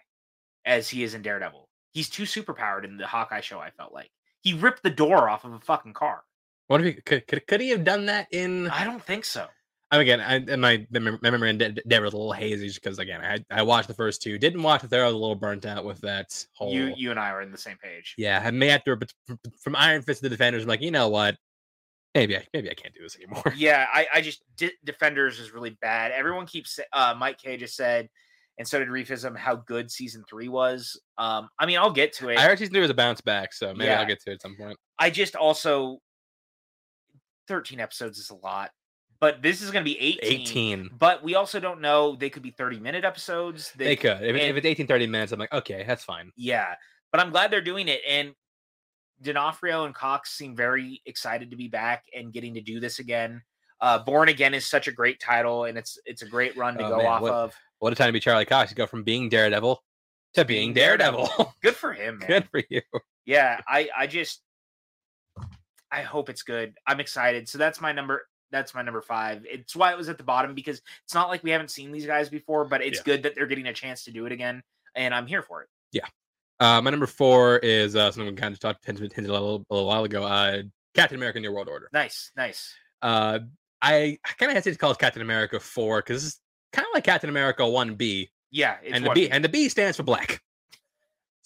as he is in Daredevil. He's too superpowered in the Hawkeye show. I felt like he ripped the door off of a fucking car.
What if he could, could could he have done that in?
I don't think so.
I mean, again, I, and my mem- my memory in De- De- Daredevil is a little hazy because again, I I watched the first two, didn't watch the third, I was a little burnt out with that whole.
You you and I are in the same page.
yeah, I may have to but f- f- from Iron Fist to Defenders. I'm like, you know what? Maybe I maybe I can't do this anymore.
yeah, I, I just De- defenders is really bad. Everyone keeps sa- uh, Mike K just said and so did Reefism how good season three was. Um, I mean, I'll get to it.
I heard she's new as a bounce back, so maybe
Yeah.
I'll get to it at some point.
I just also 13 episodes is a lot, but this is going to be 18.
18.
But we also don't know. They could be 30 minute episodes.
They,
They, could.
could. If, it-
and-
if it's 18, 30 minutes, I'm like, okay, that's fine.
Yeah. But I'm glad they're doing it. And D'Onofrio and Cox seem very excited to be back and getting to do this again. Uh, Born Again is such a great title, and it's it's a great run to
Oh,
go
man,
off
what-
of.
What a time to be Charlie Cox. You go from being Daredevil to
Being
being
Daredevil.
Daredevil.
Good for him, man.
Good for you.
yeah i i just i hope it's good i'm excited so that's my number that's my number five it's why it was at the bottom because it's not like we haven't seen these guys before but it's
Yeah.
good that they're getting a chance to do it again and i'm here for it
Uh, my number four is uh, something we kind of talked hinted, hinted a, little, a little while ago. Uh, Captain America: New World Order.
nice nice
Uh, I, I kind of hesitate to call it Captain America Four because it's kind of like Captain America One B,
yeah it's
and the
one-
B and the B stands for black.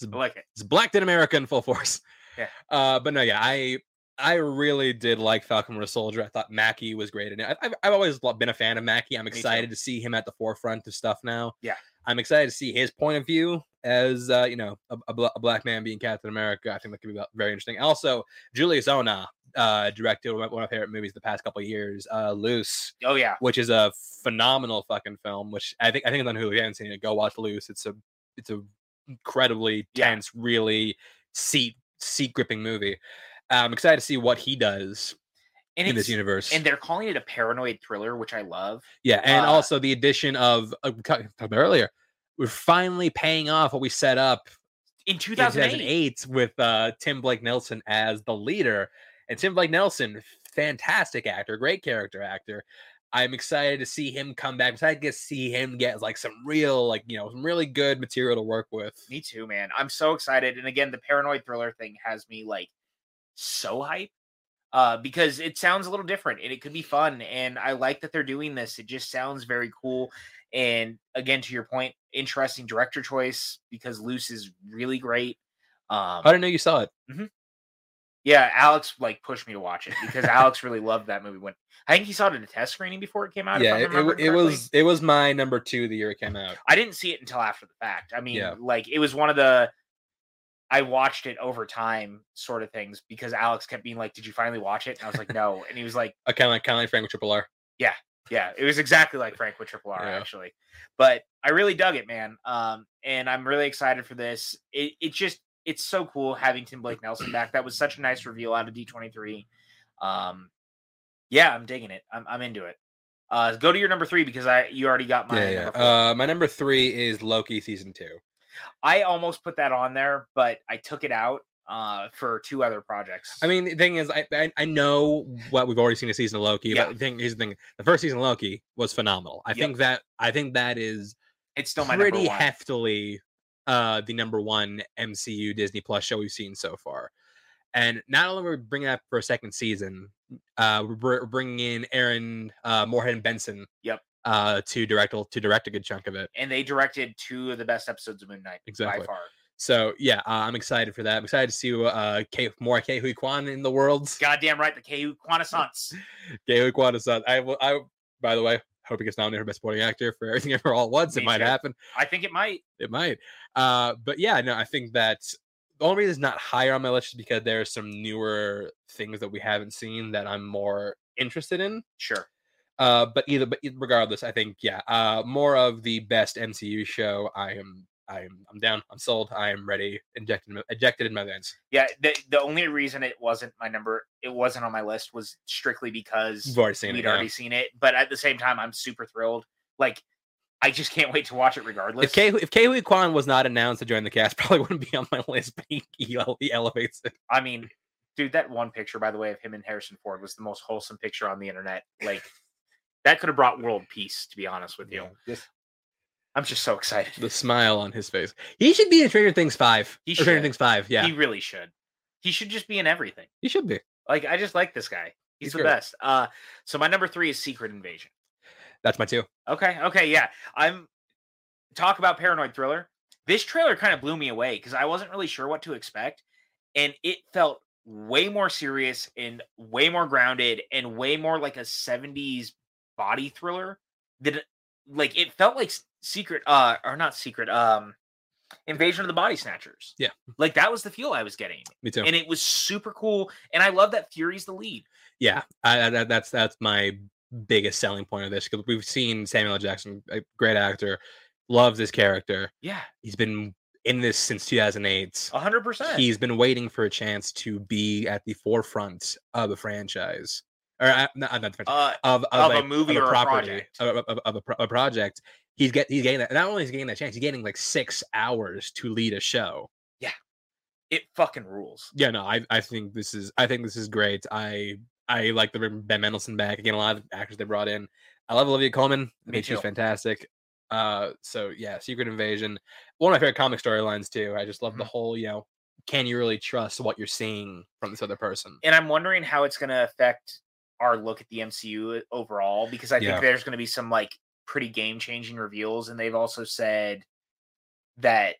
I like it
It's blacked in America in full force.
Yeah.
Uh, but no, yeah, I I really did like Falcon Winter Soldier. I thought Mackie was great in it. I've, I've, I've always lo- been a fan of Mackie. I'm
too.
excited to see him at the forefront of stuff now.
Yeah.
I'm excited to see his point of view as uh, you know a, a, bla- a black man being Captain America. I think that could be ve- very interesting. Also, Julius Ona uh, directed one of my- one of my favorite movies the past couple of years, uh, Loose,
oh yeah
which is a phenomenal fucking film. Which I think I think it's on Hulu. If you haven't seen it, go watch Loose. It's a it's a incredibly
Yeah.
tense, really seat seat gripping movie. I'm excited to see what he does
and
in this
it's
universe.
and they're calling it a paranoid thriller which i love
yeah, and
uh,
also the addition of uh, we talked talked about earlier. We're finally paying off what we set up
in
in
2008,
2008 with uh, Tim Blake Nelson as the leader. And Tim Blake Nelson, fantastic actor, great character actor. I'm excited to see him come back. I'm excited to see him get like some real, like, you know, some really good material to work with.
me too man i'm so excited and again the paranoid thriller thing has me like so hype uh because it sounds a little different and it could be fun and i like that they're doing this it just sounds very cool and again to your point interesting director choice because loose is really great um
I didn't know you saw it.
yeah alex like pushed me to watch it because alex really loved that movie when i think he saw it in a test screening before it came out if
Yeah,
I
it, it
remember
w- it
correctly.
was it was my number two the year it came out.
I didn't see it until after the fact. I mean,
Yeah.
like it was one of the I watched it over time sort of things because Alex kept being like, "Did you finally watch it?" And I was like, "No," and he was like,
Uh, kind of like kind of like Frank with Triple R.
"Yeah, it was exactly like Frank with Triple R
Yeah.
actually." But I really dug it, man. Um, and I'm really excited for this. It it just it's so cool having Tim Blake Nelson back. That was such a nice reveal out of D23. Um, yeah, I'm digging it. I'm I'm into it. Uh, go to your number three because I you already got my
yeah, yeah.
number four.
Uh, my number three is Loki season two.
I almost put that on there, but I took it out uh, for two other projects.
I mean, the thing is, I I, I know what we've already seen a season of Loki.
Yeah.
But the thing here's the thing: the first season of Loki was phenomenal. I
Yep.
think that I think that is
it's still my
pretty
number one.
heftily uh, the number one MCU Disney Plus show we've seen so far. And not only we're bringing that for a second season, uh, we're br- bringing in Aaron uh, Moorhead and Benson.
Yep.
Uh, to direct a- to direct a good chunk of it.
and they directed two of the best episodes of Moon Knight
Exactly.
by far.
So yeah, uh, I'm excited for that. I'm excited to see uh, K- more K. Hui Kwan in the world.
Goddamn right, the KU Quantisance.
Gaelic Wadasan. uh, I will. I by the way, hope he gets nominated for best supporting actor for everything ever all at once. It
Me
might
too.
happen.
I think it might.
It might. Uh, but yeah, no, I think that the only reason it's not higher on my list is because there are some newer things that we haven't seen that I'm more interested in.
Sure.
Uh, but either, but e- regardless, I think yeah, uh, more of the best MCU show. I am, I am, I'm down. I'm sold. I am ready. Injected, in my- ejected in my veins.
Yeah. The, the only reason it wasn't my number, it wasn't on my list, was strictly because
We've already seen
we'd
it. yeah.
already seen it. But at the same time, I'm super thrilled. Like, I just can't wait to watch it regardless.
If K if K Hui Kwan was not announced to join the cast, probably wouldn't be on my list. But he, he ele- he elevates it.
I mean, dude, that one picture, by the way, of him and Harrison Ford was the most wholesome picture on the internet. Like, that could have brought world peace, to be honest with you. I'm just so excited.
The smile on his face. He should be in Stranger Things five.
He
Or Stranger
should.
Things five. Yeah,
He
he,
really should. He should just be in everything.
should be.
Like, I just like this guy. He's,
He's
the
great.
best. Uh, so my number three is Secret Invasion.
That's my two.
Okay, okay, yeah. I'm talk about paranoid thriller. This trailer kind of blew me away because I wasn't really sure what to expect, and it felt way more serious and way more grounded and way more like a 70s body thriller than like it felt like s- secret uh or not secret um invasion of the body snatchers
Yeah.
like that was the feel i was getting
Me too.
and it was super cool and i love that fury's the lead
yeah, I, I, that- that's that's my biggest selling point of this because we've seen Samuel L. Jackson, a great actor, loves this character.
yeah
He's been in this since 2008.
100%
He's been waiting for a chance to be at the forefront of a franchise, or uh, not, not the franchise,
uh
of,
of a movie or a project.
of, of, of a, pro- a project. He's get he's getting that. Not only is he getting that chance, he's getting like six hours to lead a show.
it fucking rules
yeah no i i think this is i think this is great i i like the bring ben mendelsohn back again a lot of the actors they brought in i love olivia coleman i
Me
think she's
too.
fantastic uh so yeah secret invasion one of my favorite comic storylines too i just love the
Mhm.
whole you know can you really trust what you're seeing from this other person
and i'm wondering how it's going to affect our look at the mcu overall because i
Yeah.
think there's going to be some like pretty game changing reveals and they've also said that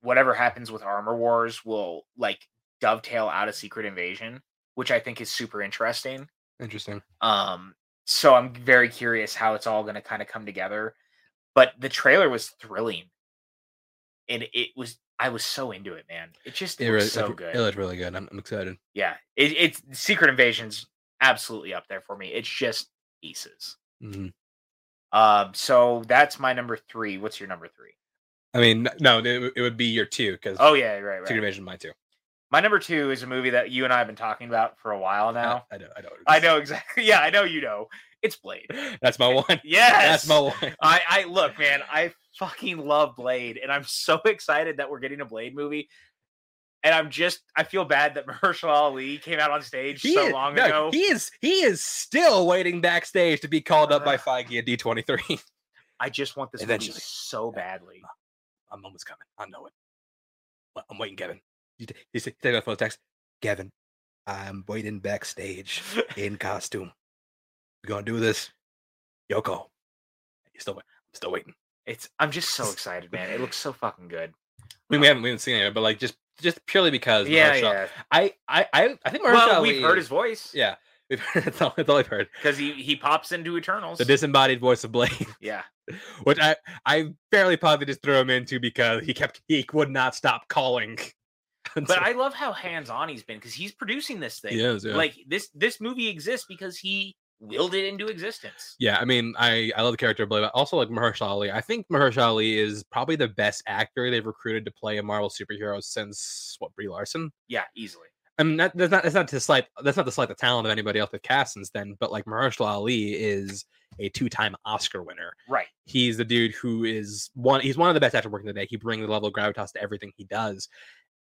whatever happens with armor wars will like dovetail out of secret invasion which i think is super interesting
interesting
Um, so I'm very curious how it's all going to kind of come together. But the trailer was thrilling, and it was I was so into it, man. It just it was so good.
it looked really good i'm, I'm excited
yeah, it, it's Secret Invasion's absolutely up there for me. It's just pieces.
Mhm.
Um, so that's my number three. What's your number three?
i mean n- no it, w- it would be your two because
Oh yeah, right,
secret
right.
invasion is mine too
My number two is a movie that you and I have been talking about for a while
I-
now.
i know i know,
I know exactly. Yeah, I know you know. It's Blade.
that's my one
Yes,
that's my one
I, I look, man, I fucking love Blade, and I'm so excited that we're getting a Blade movie. And I'm just, I feel bad that Mahershala Ali came out on stage so
is-
long
no,
ago.
He is he is still waiting backstage to be called up by
Ugh.
Feige at D twenty three.
I just want this
Eventually.
movie so badly.
I'm almost coming. I know it. Wa- I'm waiting, Kevin. You t- He's he's taking a phone text. Kevin, I'm waiting backstage in costume. We're gonna do this, Yoko. You still wait. I'm still waiting.
It's, I'm just so excited, man. It looks so fucking good.
I mean, we haven't we haven't seen it, but like just just purely because
yeah,
Mahershala-
yeah.
I I I, I think Mahershala
Well, we've
Ali-
heard his voice
Yeah, we've heard. That's all, that's all I've heard.
because he he pops into Eternals.
The disembodied voice of Blade.
yeah,
which I I barely probably just threw him into because he kept he would not stop calling.
but I love how hands on he's been because he's producing this thing.
is,
Like this this movie exists because he willed it into existence.
yeah, I mean, I I love the character of Blade. but Also, like Mahershala Ali, I think Mahershala Ali is probably the best actor they've recruited to play a Marvel superhero since what Brie Larson.
Yeah, easily.
I mean, that, that's not that's not to slight that's not to slight the talent of anybody else that cast since then. But like Mahershala Ali is a two time Oscar winner.
Right.
he's the dude who is one he's one of the best actors working today he brings the level of gravitas to everything he does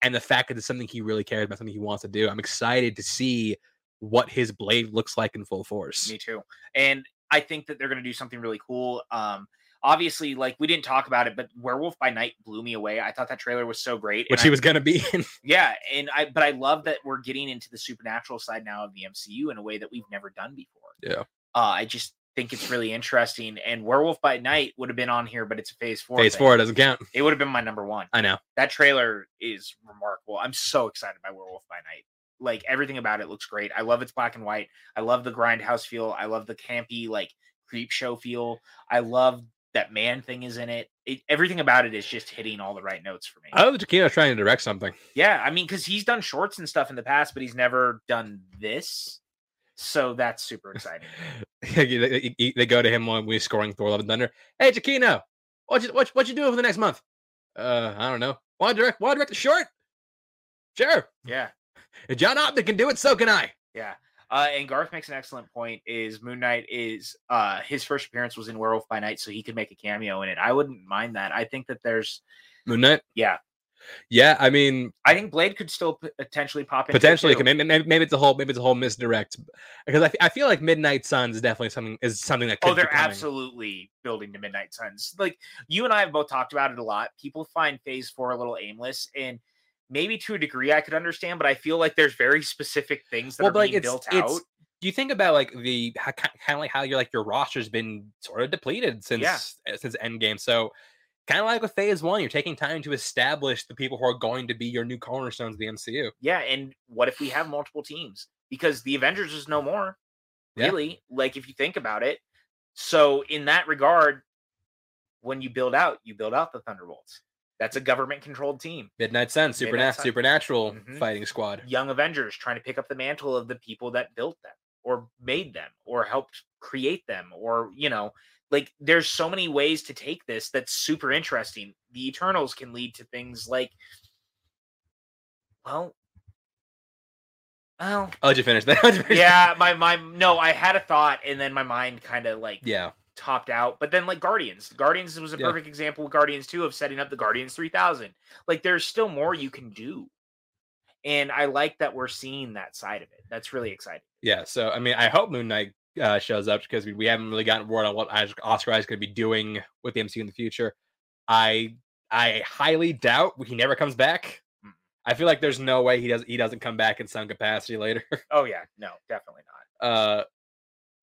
and the fact that it's something he really cares about something he wants to do i'm excited to see what his blade looks like in full force
Me too. And I think that they're going to do something really cool. Um, obviously, like we didn't talk about it, but Werewolf by Night blew me away. I thought that trailer was so great. and
which
I-
he was going to be in
yeah, and I but I love that we're getting into the supernatural side now of the MCU in a way that we've never done before.
Yeah.
Uh, I just think it's really interesting. And Werewolf by Night would have been on here, but it's a Phase Four.
phase
thing.
four doesn't count
It would have been my number one.
i know
That trailer is remarkable. I'm so excited by Werewolf by Night. Like everything about it looks great. I love it's black and white. I love the grindhouse feel. I love the campy like creep show feel. I love that man thing is in it. it everything about it is just hitting all the right notes for me.
i love that Taquino's trying to direct something
yeah, I mean cuz he's done shorts and stuff in the past, but he's never done this. So that's super exciting.
they, they- they go to him when we're scoring thor love and thunder hey Taquino, what you what, you- what you doing for the next month uh i don't know want to direct want to direct a short sure
yeah.
if john optic can do it so can i
Yeah. Uh, and Garth makes an excellent point is Moon Knight is uh his first appearance was in Werewolf by Night, so he could make a cameo in it. I wouldn't mind that. I think that there's
Moon Knight.
Yeah.
Yeah, I mean,
I think Blade could still p- potentially pop in.
potentially,
too.
maybe, maybe, maybe it's a whole, maybe it's a whole misdirect, because I, fe- I feel like Midnight Suns is definitely something is something that could
Oh,
be
they're
coming.
absolutely building to Midnight Suns. Like you and I have both talked about it a lot. People find Phase Four a little aimless, and maybe to a degree I could understand, but I feel like there's very specific things that
Well,
are
but, like
being
it's,
built
it's.
out.
Do you think about like the kind of like how your like your roster's been sort of depleted since uh, since Endgame? So kind of like with Phase One, you're taking time to establish the people who are going to be your new cornerstones of the MCU.
Yeah, and what if we have multiple teams? Because the Avengers is no more,
Yeah.
really. Like if you think about it, so in that regard, when you build out, you build out the Thunderbolts. That's a government controlled team.
Midnight Sun,
Midnight
Superna-
Sun.
Supernatural
Mhm.
Fighting Squad.
Young Avengers trying to pick up the mantle of the people that built them or made them or helped create them or, you know, like there's so many ways to take this that's super interesting. The Eternals can lead to things like, well, well,
I'll let you finish that. I'll let you finish that.
yeah, my, my, no, I had a thought and then my mind kind of like
Yeah.
topped out. But then like Guardians, Guardians was a
Yeah.
perfect example with Guardians 2 of setting up the Guardians 3000. Like there's still more you can do. And I like that we're seeing that side of it. That's really exciting.
Yeah. So, I mean, I hope Moon Knight uh, shows up because we, we haven't really gotten word on what Is- Oscar Isaac's going to be doing with the MCU in the future. I I highly doubt he never comes back.
Mm.
I feel like there's no way he doesn't he doesn't come back in some capacity later.
Oh yeah, no, definitely not.
Uh,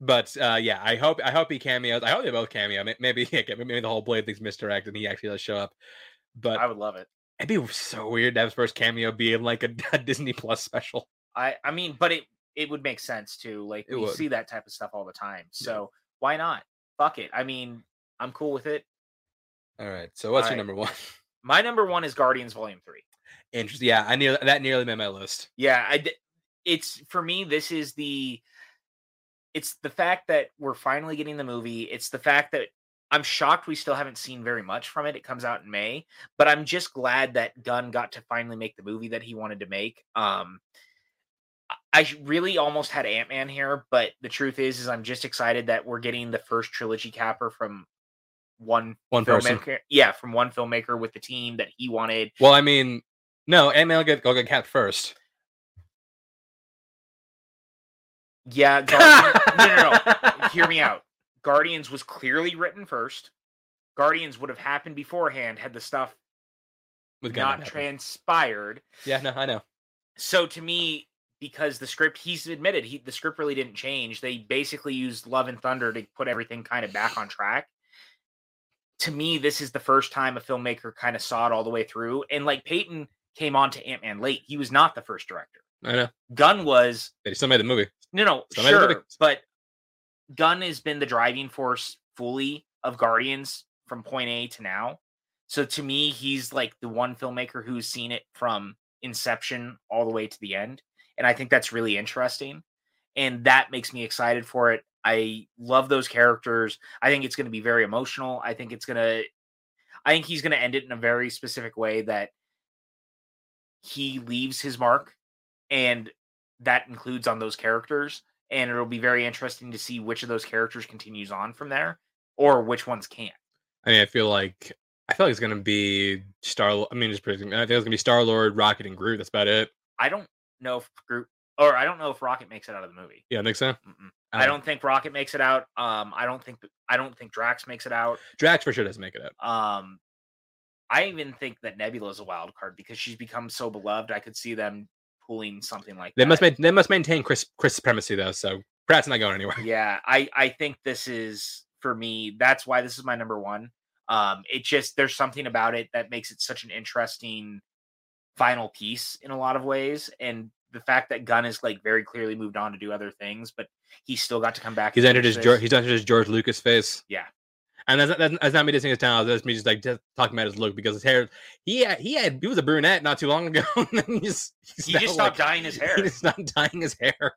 but uh, yeah, I hope I hope he cameos. I hope they both cameo. May- Maybe yeah, maybe the whole Blade thing's misdirected and he actually does show up. But
I would love it.
it'd be so weird to have his first cameo be in like a, a Disney Plus special.
I I mean, but it it would make sense too. Like
It
we
would.
see that type of stuff all the time. So why not? Fuck it. I mean, I'm cool with it.
All right. So what's your
Alright.
number one?
My number one is Guardians Volume Three.
Interest. Yeah, I nearly that nearly made my list.
Yeah, I d- it's for me this is the it's the fact that we're finally getting the movie. It's the fact that I'm shocked we still haven't seen very much from it. It comes out in May, but I'm just glad that Gunn got to finally make the movie that he wanted to make. Um I- I sh- really almost had Ant-Man here, but the truth is is I'm just excited that we're getting the first trilogy capper from one
One person.
filmmaker. Yeah, from one filmmaker with the team that he wanted.
Well, I mean, no, Ant Man will get, will get capped first.
Yeah, Guardian- no, no, no. hear me out. Guardians was clearly written first. Guardians would have happened beforehand had the stuff
With Gunn
not
happening.
transpired.
Yeah, no, I know.
So to me, because the script he's admitted he the script really didn't change. They basically used Love and Thunder to put everything kind of back on track. To me, this is the first time a filmmaker kind of saw it all the way through. And like Peyton came on to Ant Man late. He was not the first director.
I know.
Gunn was
But he still made the movie.
no, no,
So maybe
sure,
the-
but Gunn has been the driving force fully of Guardians from point A to now. So to me, he's like the one filmmaker who's seen it from inception all the way to the end, and I think that's really interesting, and that makes me excited for it. I love those characters. I think it's going to be very emotional. I think it's going to I think he's going to end it in a very specific way that he leaves his mark, and that includes on those characters. And it'll be very interesting to see which of those characters continues on from there, or which ones can't.
I mean, I feel like I feel like it's gonna be Star. I mean, just predicting. I think it's gonna be Star Lord, Rocket, and Groot. That's about it.
I don't know if Groot or I don't know if Rocket makes it out of the movie.
Yeah, I think so.
Mm-mm. I
Oh.
don't think Rocket makes it out. Um, I don't think I don't think Drax makes it out.
Drax for sure doesn't make it up.
Um, I even think that Nebula is a wild card because she's become so beloved. I could see them pulling something like
They
that.
must ma- they must maintain Chris Chris supremacy though. So Pratt's not going anywhere.
yeah i i think this is for me that's why this is my number one um it just there's something about it that makes it such an interesting final piece in a lot of ways and the fact that gunn is like very clearly moved on to do other things but he still got to come back
He's
and
entered
finish
his
this.
George, he's entered his George Lucas face.
Yeah.
And that's, not- that's, that's not me dissing his talent. That's me just like just talking about his look because his hair. He had, he had he was a brunette not too long ago. and then he just, he's
he
now,
just stopped
like-
dyeing his hair
He just stopped dyeing his hair.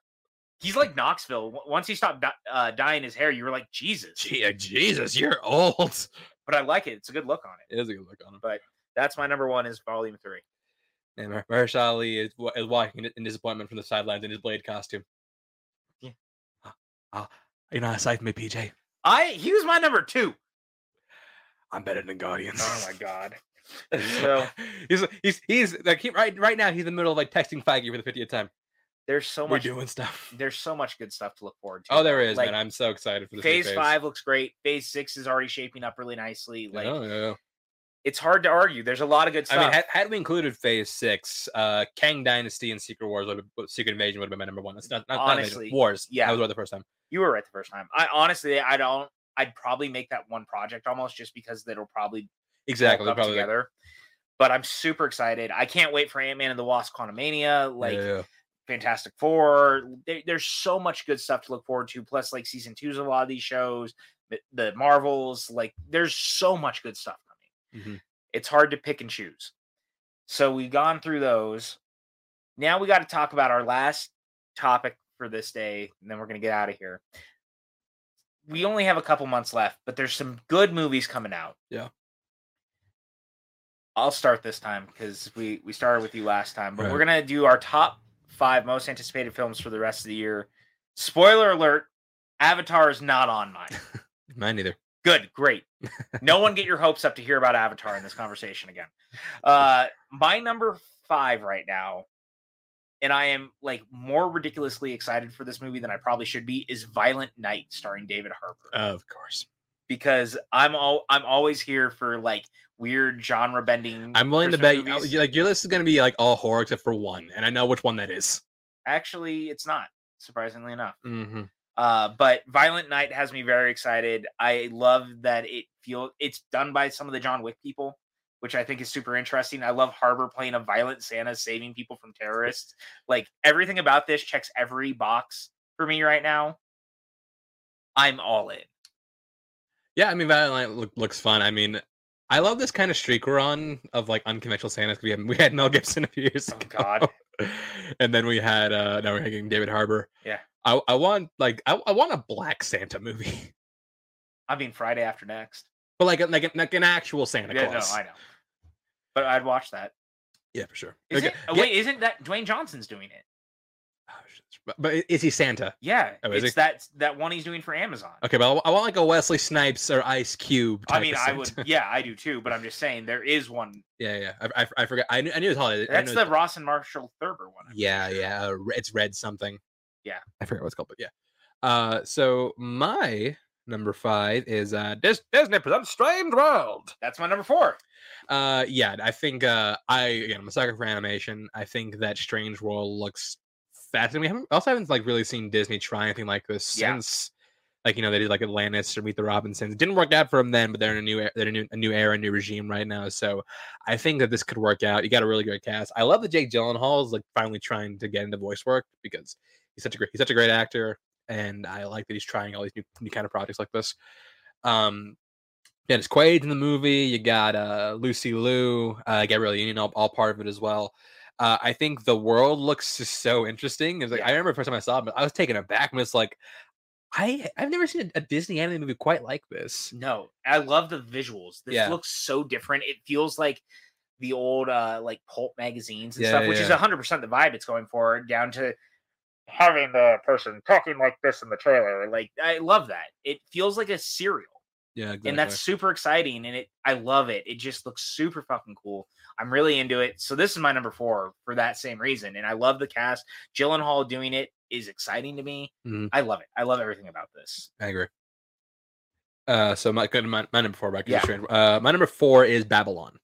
he's like knoxville W- once he stopped dy- uh, dyeing his hair you were like jesus
Gee, uh, Jesus, you're old.
but i like it it's a good look on it
It is a good look on him.
that's my number one is volume three
And Mar- Mahershala Ali is, wa- is walking in- in disappointment from the sidelines in his blade costume.
Yeah.
Uh, you're not aside from me, PJ.
i he was my number two
I'm better than Guardians.
oh my god
So he's uh, he's he's like he, right right now he's in the middle of like texting Feige for the 50th time.
there's so
We're
much
doing stuff.
there's so much good stuff to look forward to.
Oh, there is,
Like,
man. I'm so excited for this. new
phase, five looks great. Phase six is already shaping up really nicely.
Yeah,
Like
yeah, yeah.
it's hard to argue. There's a lot of good
I
stuff.
mean, had, had we included Phase Six, uh, Kang Dynasty and Secret Wars, would have, Secret Invasion would have been my number one. It's not, not not invasion,
Honestly,
Wars.
yeah.
that was right the first time.
you were right the first time. I honestly, I don't. I'd probably make that one project almost just because that'll probably bulk
Exactly.
up
Probably. like-
together. But I'm super excited. I can't wait for Ant Man and the Wasp: Quantumania.
yeah,
Like
yeah, yeah.
Fantastic Four. There, there's so much good stuff to look forward to. Plus, like season twos of a lot of these shows, the, the Marvels. Like, there's so much good stuff coming.
Mhm.
It's hard to pick and choose. So we've gone through those. Now we got to talk about our last topic for this day, and then we're gonna get out of here. We only have a couple months left, but there's some good movies coming out.
Yeah.
I'll start this time because we we started with you last time, but we're
Right.
gonna do our top five most anticipated films for the rest of the year. Spoiler alert: Avatar is not on mine.
Mine neither.
Good, great. No one get your hopes up to hear about Avatar in this conversation again. Uh, my number five right now, and I am like more ridiculously excited for this movie than I probably should be, is Violent Night starring David Harbour
Of course.
because I'm all I'm always here for like weird genre bending.
I'm willing to bet uh, you,
movies.
like your list is gonna be like all horror except for one, and I know which one that is.
Actually, it's not surprisingly enough.
Mm-hmm.
Uh, but Violent Night has me very excited. I love that it feel it's done by some of the John Wick people, which I think is super interesting. I love Harbor playing a violent Santa saving people from terrorists. Like everything about this checks every box for me right now. I'm all in.
Yeah, I mean, Violent Night look, looks fun. I mean, I love this kind of streak we're on of like unconventional Santas. 'cause We had, we had Mel Gibson a few years
Oh
ago.
God,
and then we had uh now we're getting David Harbor.
Yeah.
I, I want like I, I want a black Santa movie.
I mean Friday after next.
But like a- like, a- like an actual Santa
Yeah, no,
Claus.
I know. But I'd watch that.
Yeah, for sure.
Is
Okay,
it? oh,
yeah-
Wait, isn't that Dwayne Johnson's doing it?
oh, shit, But, but i- is he Santa?
Yeah,
Oh, is
it's
it?
that that one he's doing for Amazon.
Okay, but I, wa- I want like a Wesley Snipes or Ice Cube.
I
type
mean,
of
I
Santa.
would. Yeah, I do too. But I'm just saying there is one.
Yeah, yeah. I, I, I forgot. I knew, I knew it was holiday. I
That's
knew
the
it was-
Ross and Marshall Thurber one. I'm
Yeah,
pretty sure.
yeah. uh, re- It's red something.
Yeah.
I forget what it's called, but yeah. Uh, so my number five is uh Dis- Disney presents Strange World.
That's my number four.
Uh, yeah, I think uh, I again, I'm a sucker for animation. I think that Strange World looks fascinating. We haven't, also haven't like really seen Disney try anything like this
Yeah.
since, like you know, they did like Atlantis or Meet the Robinsons. It didn't work out for them then, but they're in a new e- they're in a new, a new era, new regime right now. So I think that this could work out. You got a really great cast. I love that Jake Gyllenhaal is like finally trying to get into voice work because he's such a great he's such a great actor, and I like that he's trying all these new, new kind of projects like this. Um, Dennis Quaid in the movie. You got uh, Lucy Liu, uh, Gabrielle Union, all, all part of it as well. Uh, I think the world looks just so interesting. It's like
Yeah.
I remember the first time I saw it, but I was taken aback. And it's like I I've never seen a, a Disney anime movie quite like this.
No, I love the visuals. This
Yeah.
looks so different. It feels like the old uh like pulp magazines and
Yeah,
stuff,
yeah,
which is
yeah.
100 percent the vibe it's going for, down to having the person talking like this in the trailer. Like I love that. It feels like a serial.
Yeah, exactly.
and that's super exciting and it i love it it just looks super fucking cool i'm really into it so this is my number four for that same reason and i love the cast Gyllenhaal doing it is exciting to me
Mhm.
i love it i love everything about this
I agree. Uh, so my good my, my number four back to the
Yeah.
Strange- uh, my number four is Babylon.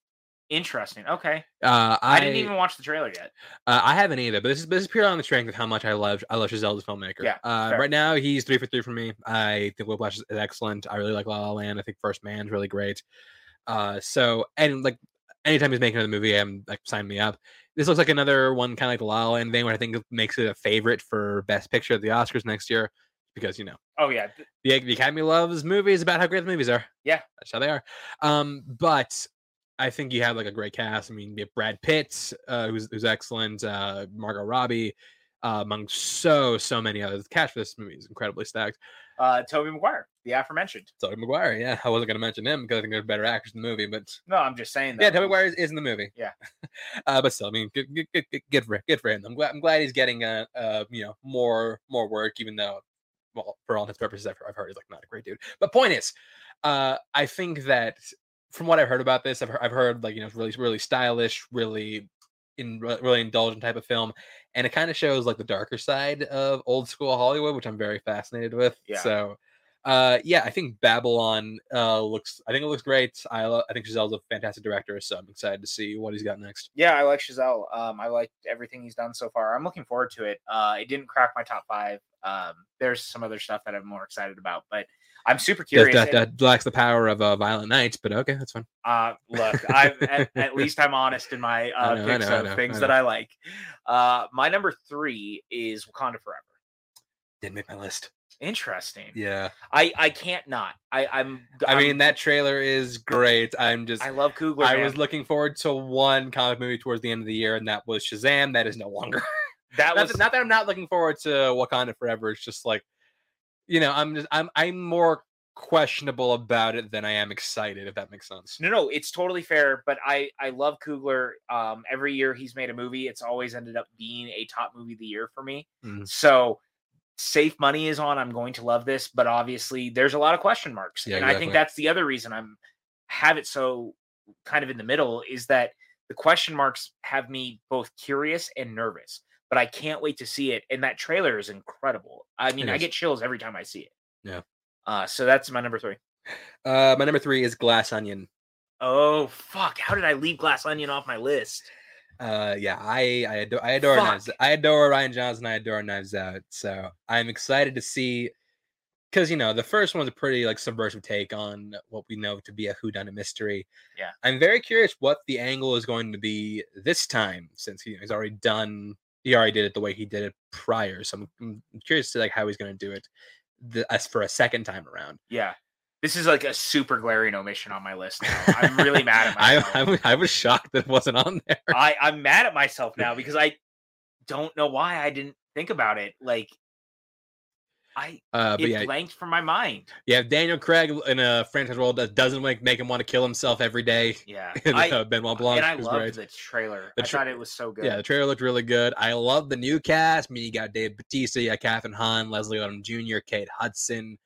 interesting okay
Uh, I,
i, didn't even watch the trailer yet
Uh, I haven't either, but this is this is purely on the strength of how much I love I love Chazelle's filmmaker.
Yeah,
Uh,
fair.
right now he's three for three for me. I think Whiplash is is excellent. I really like La La Land. I think First Man's really great. Uh, so and like anytime he's making another movie, I'm like sign me up. This looks like another one kind of like the La La Land thing, where I think it makes it a favorite for Best Picture at the Oscars next year because you know
oh yeah th-
the, the Academy loves movies about how great the movies are.
Yeah.
that's how they are. Um, but I think you have like a great cast. I mean, you have Brad Pitt, uh, who's who's excellent. Uh, Margot Robbie, uh, among so so many others. The cast for this movie is incredibly stacked.
uh toby mcguire the aforementioned
Tobey Maguire, yeah, I wasn't gonna mention him because I think there's better actors in the movie, but
no i'm just saying that
yeah, Tobey Maguire is, is in the movie.
Yeah.
uh, but still, I mean, good, good, good, good, good for good for him. I'm glad I'm glad he's getting uh, uh you know more more work, even though, well, for all intents and purposes, I've, I've heard he's like not a great dude. But point is, uh, I think that from what I've heard about this, I've heard, I've heard like you know it's really really stylish, really in re- really indulgent type of film, and it kind of shows like the darker side of old school Hollywood, which I'm very fascinated with.
Yeah.
So Uh, yeah, I think Babylon uh, looks. I think it looks great. I, lo- I think Chazelle's a fantastic director, so I'm excited to see what he's got next.
Yeah, I like Chazelle. Um, I liked everything he's done so far. I'm looking forward to it. Uh, it didn't crack my top five. Um, there's some other stuff that I'm more excited about, but I'm super
That,
curious.
that,
and,
that lacks the power of uh, Violent Nights, but okay, that's fine.
Uh, look, I'm at, at least I'm honest in my uh,
I know, I
picks
know, I
of
know,
things
I
that I like. Uh, my number three is Wakanda Forever.
Didn't make my list.
Interesting.
Yeah,
I I can't not. I I'm.
I
I'm-
mean that trailer is great. I'm just.
I
I,
love Coogler. man.
was looking forward to one comic movie towards the end of the year, and that was Shazam. That is no longer.
that
not,
was
that, not that I'm not looking forward to Wakanda Forever. It's just like, you know, I'm just I'm I'm more questionable about it than I am excited. If that makes sense.
No, no, it's totally fair. But I, I love Coogler. Um, every year he's made a movie. It's always ended up being a top movie of the year for me.
Mhm.
So safe money is on. I'm going to love this. But obviously, there's a lot of question marks,
Yeah,
and I think
exactly.
that's the other reason I'm have it so kind of in the middle is that the question marks have me both curious and nervous. But I can't wait to see it. And that trailer is incredible. I mean,
It
I
is.
get chills every time I see it.
Yeah.
Uh, so that's my number three.
Uh, my number three is Glass Onion.
Oh fuck! How did I leave Glass Onion off my list?
Uh, yeah, I I adore I adore Knives,
Fuck.
I adore Ryan Johnson. I adore Knives Out. So I'm excited to see because you know the first one's a pretty like subversive take on what we know to be a whodunit mystery.
Yeah.
I'm very curious what the angle is going to be this time since he, he's already done. He already did it the way he did it prior. So I'm, I'm curious to like how he's going to do it the, as for a second time around.
Yeah, this is like a super glaring omission on my list. Now. I'm really mad at myself.
I, I, was- I was shocked that it wasn't on there.
I, I'm mad at myself now because I don't know why I didn't think about it. Like, I
Uh, but
it
yeah,
blanked from my mind.
You have Daniel Craig in a franchise role that doesn't make, make him want to kill himself every day.
Yeah,
And,
I,
uh, Benoit Blanc
and I
is
loved
great.
the trailer.
The
I
tra-
thought it was so good.
Yeah, the trailer looked really good. I love the new cast. I mean, you got Dave Batista, you got Catherine Hahn, Leslie Odom Jr., Kate Hudson,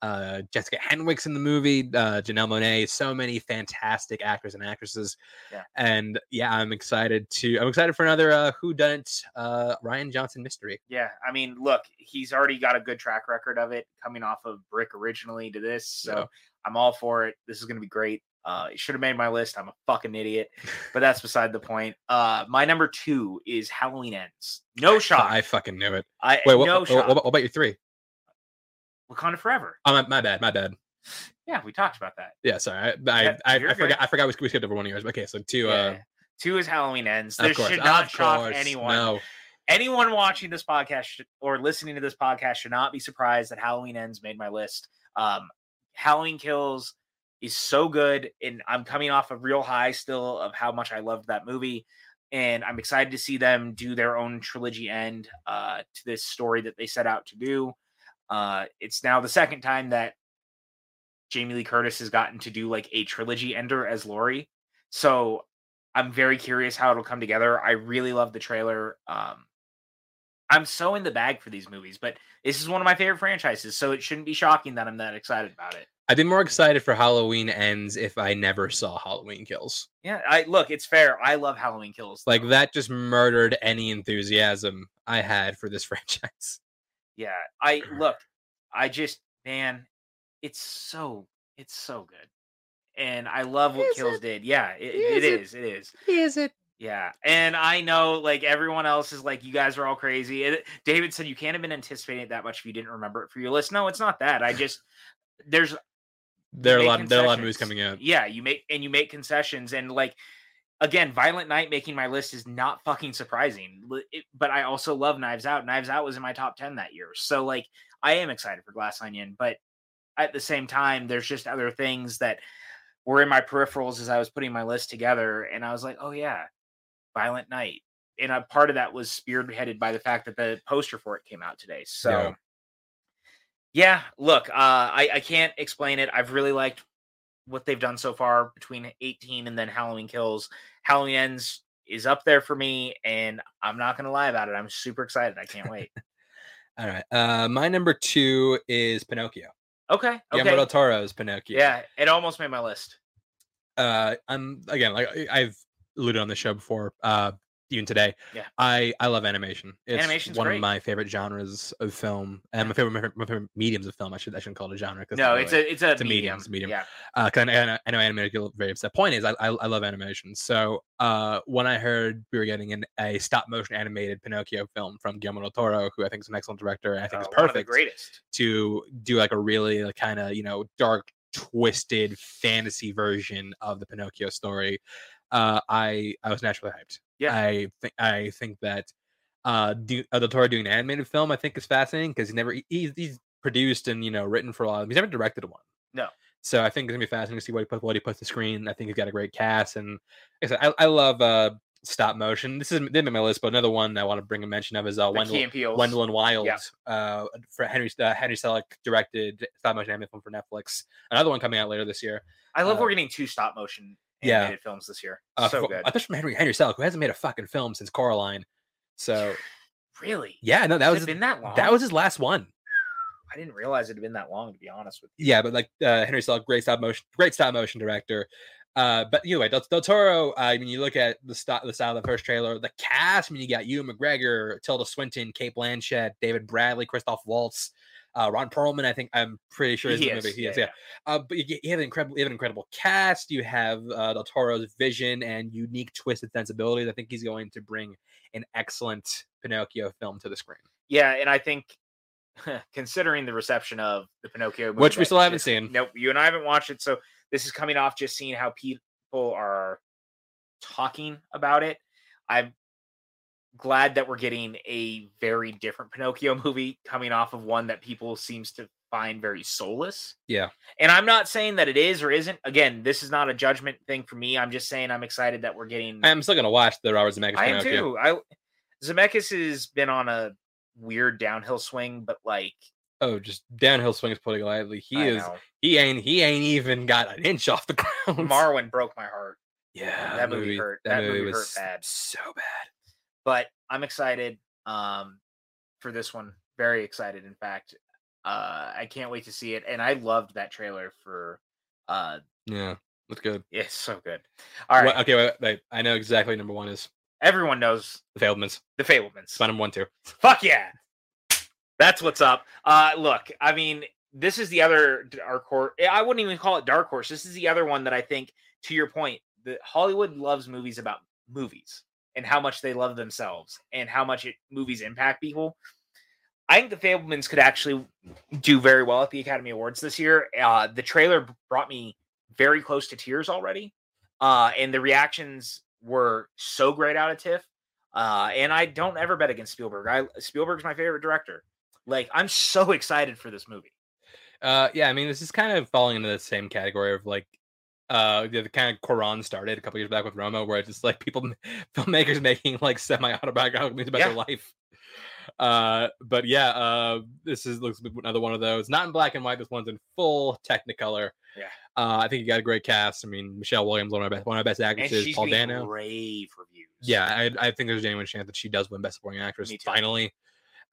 uh, Jessica Henwick's in the movie, uh, Janelle Monet. So many fantastic actors and actresses.
Yeah.
And yeah, I'm excited to. I'm excited for another uh, Who Done uh, Ryan Johnson mystery.
Yeah, I mean, look, he's already got a good track record of it coming off of Brick originally to this. So
Yeah.
I'm all for it. This is going to be great. Uh, it should have made my list. I'm a fucking idiot, but that's beside the point. Uh, my number two is Halloween Ends. No shock.
I fucking knew it.
I
Wait, what,
no
what,
shock.
what, what about your three?
Wakanda Forever.
Oh, my, my bad. My bad.
Yeah, we talked about that.
Yeah, sorry. I I,
Yeah,
I,
you're
I
good.
forgot I forgot we, we skipped over one of yours. but Okay, so two uh
Yeah. Two is Halloween Ends.
of
This
course,
should not
of
shock
course,
anyone.
No.
anyone watching this podcast should, or listening to this podcast should not be surprised that Halloween Ends made my list. Um, Halloween Kills is so good, and I'm coming off a real high still of how much I loved that movie. And I'm excited to see them do their own trilogy end uh, to this story that they set out to do. Uh, it's now the second time that Jamie Lee Curtis has gotten to do like a trilogy ender as Laurie. So I'm very curious how it'll come together. I really love the trailer. Um, I'm so in the bag for these movies, but this is one of my favorite franchises, so it shouldn't be shocking that I'm that excited about it.
I'd be more excited for Halloween ends if I never saw Halloween kills.
Yeah, I look, it's fair. I love Halloween Kills.
Like
though.
that just murdered any enthusiasm I had for this franchise.
Yeah, I look, I just man, it's so it's so good. And I love what
Is
Kills
it?
did. Yeah, it, it
Is it?
is. It is.
Is it?
Yeah, and I know like everyone else is like, you guys are all crazy. And David said you can't have been anticipating it that much if you didn't remember it for your list. No, it's not that. I just there's
There are a
make
lot there are a lot of movies
concessions.
coming out.
yeah you make and you make concessions and like again violent night making my list is not fucking surprising L- it- but i also love knives out knives out was in my top 10 that year so like i am excited for glass onion but at the same time there's just other things that were in my peripherals as i was putting my list together and i was like oh yeah violent night and a part of that was spearheaded by the fact that the poster for it came out today so
Yeah.
yeah, look, uh, I, I can't explain it. I've really liked what they've done so far between 18 and then Halloween Kills. Halloween Ends is up there for me, and I'm not going to lie about it. I'm super excited. I can't wait.
All right. Uh my number 2 is Pinocchio.
Okay. Okay.
Guillermo del Toro's Pinocchio.
yeah, it almost made my list.
uh i'm again like I- i've alluded on the show before uh even today.
Yeah.
I I love animation. It's
Animation's
one
great.
of my favorite genres of film, and my favorite my, favorite- my favorite mediums of film. I should I shouldn't call it a genre. 'cause
No,
not
it's
really.
a it's a
a medium,
medium.
it's a medium.
Yeah.
uh, 'cause I, know- I know, I know animated people get very upset. Point is, I, I I love animation. So uh, when I heard we were getting an, a stop motion animated Pinocchio film from Guillermo del Toro, who I think is an excellent director, and I
uh,
think is
One of the
perfect
greatest.
to do like a really like, kind of you know dark twisted fantasy version of the pinocchio story uh i i was naturally hyped
Yeah.
i think i think that uh do uh, del toro doing an animated film i think is fascinating because he never he- he's, he's produced and you know written for a lot of he's never directed one
No.
so i think it's gonna be fascinating to see what he puts what he puts to screen i think he's got a great cast and like I, said, I, I love uh stop motion this is didn't make my list but another one i want to bring a mention of is uh
The
wendell
Key and Peele's.
Wendell and Wild, uh, for Henry uh, Henry Selick directed stop motion anime film for Netflix. Another one coming out later this year.
I love
uh,
we're getting two stop motion
yeah.
animated films this year.
Uh,
so
for,
good.
Especially from Henry Henry Selick, who hasn't made a fucking film since Coraline. So
really?
yeah, no, that
Has
was
it been that long.
that was his last one.
I didn't realize it had been that long to be honest with you.
Yeah, but like uh, Henry Selick, great stop motion, great stop motion director. Uh, but anyway, Del, Del Toro. uh, I mean, you look at the style, the style of the first trailer, the cast. I mean, you got Ewan McGregor, Tilda Swinton, Kate Blanchett, David Bradley, Christoph Waltz, uh, Ron Perlman. I think I'm pretty sure is in the movie. He is, yeah. Uh, but you, get- you have an incredible, you have an incredible cast. You have uh, Del Toro's vision and unique twisted sensibilities. I think he's going to bring an excellent Pinocchio film to the screen,
yeah. Yeah, and I think considering the reception of the Pinocchio movie
which we
that
still haven't
just-
seen.
Nope, you and I haven't watched it, so this is coming off just seeing how people are talking about it. I'm glad that we're getting a very different Pinocchio movie coming off of one that people seems to find very soulless.
Yeah.
And I'm not saying that it is or isn't. Again, this is not a judgment thing for me. I'm just saying I'm excited that we're getting
I'm still gonna watch the Robert Zemeckis.
I am
Pinocchio.
too. I Zemeckis has been on a weird downhill swing, but like
Oh, just downhill swings putting it lightly. He
I
is
know.
he ain't he ain't even got an inch off the ground.
Marwin broke my heart.
yeah,
that movie hurt-
That,
that
movie,
movie hurt
was
bad.
so bad.
but I'm excited um for this one. Very excited, in fact. Uh I can't wait to see it. And I loved that trailer for uh
Yeah, that's good.
it's so good. All right.
Wha- okay, wait, wait, I know exactly what number one is
Everyone knows
the Fablemans.
the Fablemans.
It's my number one too.
Fuck yeah. That's what's up. Uh look, I mean, this is the other dark horse. I wouldn't even call it dark horse. This is the other one that I think to your point, that Hollywood loves movies about movies and how much they love themselves and how much it, movies impact people. I think the Fablemans could actually do very well at the Academy Awards this year. Uh, the trailer brought me very close to tears already, uh, and the reactions were so great out of TIFF. Uh, and I don't ever bet against Spielberg. I Spielberg's my favorite director. Like I'm so excited for this movie.
Uh, yeah, I mean this is kind of falling into the same category of like. Uh, the the kind of Quran started a couple years back with Roma, where it's just like people, filmmakers making like semi autobiographical movies about
Yeah.
their life. Uh, but yeah, uh, this is looks like another one of those. Not in black and white. This one's in full Technicolor.
Yeah.
Uh, I think you got a great cast. I mean, Michelle Williams, one of our best, one of our best
And
actresses.
she's
Paul
getting
Dano.
rave reviews.
Yeah, I, I think there's a genuine chance that she does win Best Supporting Actress
Me too.
finally.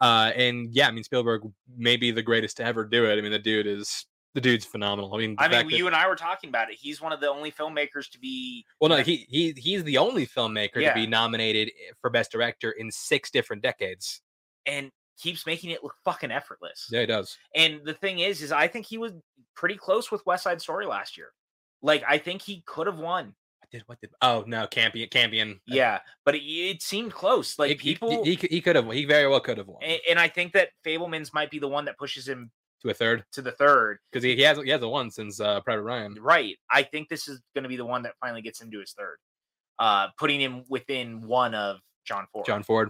Uh, and yeah, I mean Spielberg may be the greatest to ever do it. I mean, the dude is the dude's phenomenal. I mean, the
I mean,
fact that-
you and I were talking about it. He's one of the only filmmakers to be
well, no, he he he's the only filmmaker
Yeah.
to be nominated eh, for Best Director in six different decades.
and keeps making it look fucking effortless.
Yeah, he does.
And the thing is, is I think he was pretty close with West Side Story last year. Like I think he could have won.
What did what did? Oh no, Campion, Campion. uh,
Yeah, but it, it seemed close. Like
he- he-
people,
he, he, could- he could have he very well could have won
a- and I think that Fableman's might be the one that pushes him
to a third
to the third.
because he, he hasn't he hasn't won since uh, Private Ryan.
right. I think this is going to be the one that finally gets him to his third, uh, putting him within one of John Ford.
John Ford.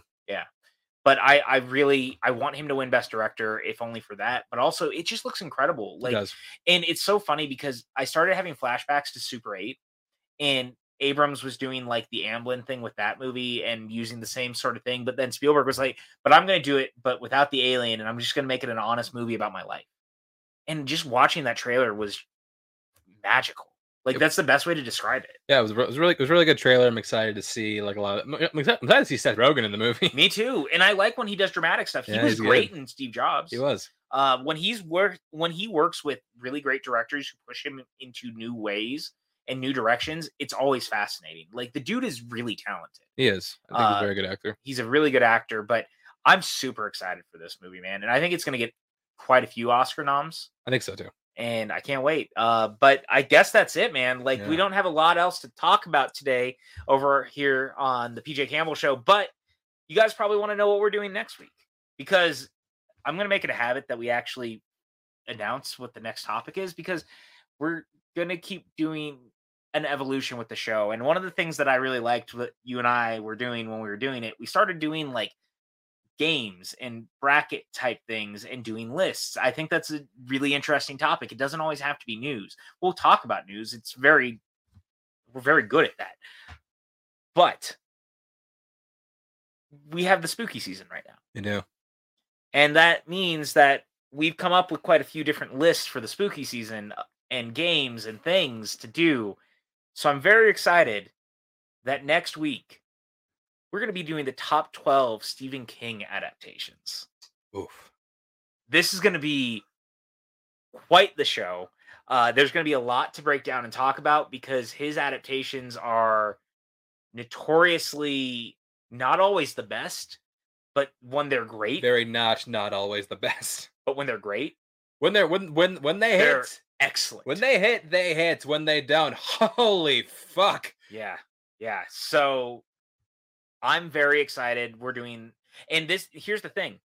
But I, I really, I want him to win Best Director, if only for that. But also, it just looks incredible.
he
Like,
does.
and it's so funny because I started having flashbacks to Super Eight, and Abrams was doing like the Amblin thing with that movie and using the same sort of thing. But then Spielberg was like, "But I'm going to do it, but without the alien, and I'm just going to make it an honest movie about my life." And just watching that trailer was magical. Like
It-
that's the best way to describe it.
Yeah, it was, re- it was really it was a really good trailer. I'm excited to see like a lot. Of, I'm exci- I'm excited to see Seth Rogen in the movie.
Me too. And I like when he does dramatic stuff. He
Yeah,
was
he's good.
great in Steve Jobs.
He was.
uh, when he's work when he works with really great directors who push him into new ways and new directions, it's always fascinating. Like the dude is really talented.
He is. I think he's
Uh,
a very good actor.
He's a really good actor, but I'm super excited for this movie, man. And I think it's going to get quite a few Oscar noms,
I think so too.
and I can't wait. Uh, but I guess that's it, man. Like we
Yeah.
don't have a lot else to talk about today over here on the PJ Campbell Show, but you guys probably want to know what we're doing next week because I'm going to make it a habit that we actually announce what the next topic is because we're going to keep doing an evolution with the show. And one of the things that I really liked that you and I were doing when we were doing it, we started doing like games and bracket type things and doing lists. I think that's a really interesting topic. It doesn't always have to be news. We'll talk about news. It's very we're very good at that. But we have the spooky season right now.
You know.
And that means that we've come up with quite a few different lists for the spooky season uh, and games and things to do. So I'm very excited that next week we're going to be doing the top 12 Stephen King adaptations.
Oof.
This is going to be quite the show. Uh, there's going to be a lot to break down and talk about because his adaptations are notoriously not always the best, but when they're great,
Very notch, not always the best.
but when they're great,
When they're when when when they
They're-
hit,
excellent.
when they hit, they hit. When they don't, holy fuck!
Yeah. Yeah. So I'm very excited. We're doing and this here's the thing.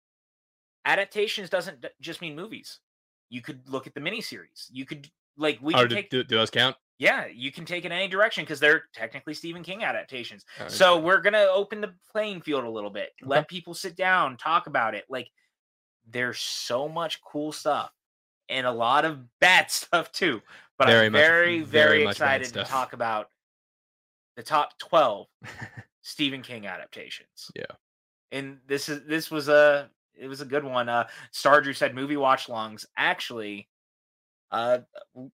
Adaptations doesn't d- just mean movies. You could look at the miniseries. You could like we
Or
can
do,
take
Oh, do, do those count?
yeah, you can take it any direction because they're technically Stephen King adaptations.
All right,
So
fine.
we're gonna open the playing field a little bit. Let people sit down, talk about it. Like there's so much cool stuff and a lot of bad stuff too. But
Very
I'm
much-
very, very,
very much bad
excited to
stuff.
talk about the top twelve Stephen King adaptations.
Yeah.
And this is this was a it was a good one. Uh Star Drew said movie watch longs. Actually, uh w-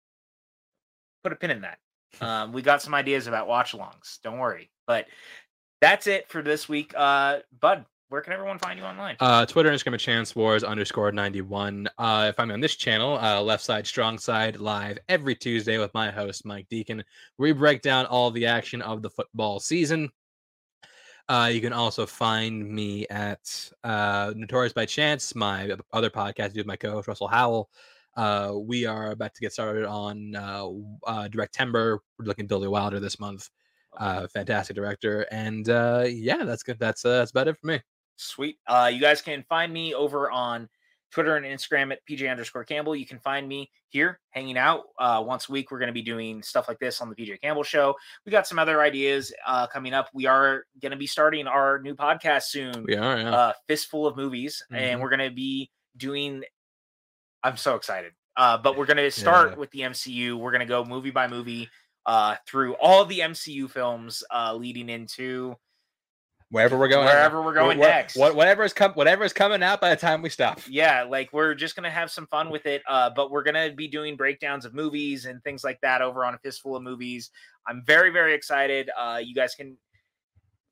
put a pin in that. Um we got some ideas about watch longs. Don't worry. But that's it for this week. Uh Bud, where can everyone find you online?
Uh, Twitter and Instagram at Chance Wars underscore 91. Uh, find me on this channel, uh, Left Side Strong Side, live every Tuesday with my host, Mike Deacon. We break down all the action of the football season. Uh, you can also find me at uh, Notorious by Chance, my other podcast I do with my co host, Russell Howell. Uh, we are about to get started on uh, w- uh, Direct Timber. We're looking at Billy Wilder this month.
Oh,
Uh, fantastic director. And uh, yeah, that's good. That's, uh, that's about it for me.
Sweet. Uh, you guys can find me over on Twitter and Instagram at PJ underscore Campbell. You can find me here hanging out uh, once a week. We're going to be doing stuff like this on the PJ Campbell Show. We got some other ideas uh, coming up. We are going to be starting our new podcast soon,
We are. Yeah.
uh, Fistful of Movies, and
Mhm.
we're going to be doing. I'm so excited. Uh, but we're going to start
Yeah.
with the MCU. We're going to go movie by movie uh, through all the MCU films uh, leading into
wherever we're going
wherever we're going
where-
next.
what, whatever is com- whatever is coming out by the time we stop
yeah like we're just gonna have some fun with it uh but we're gonna be doing breakdowns of movies and things like that over on a fistful of movies i'm very very excited uh you guys can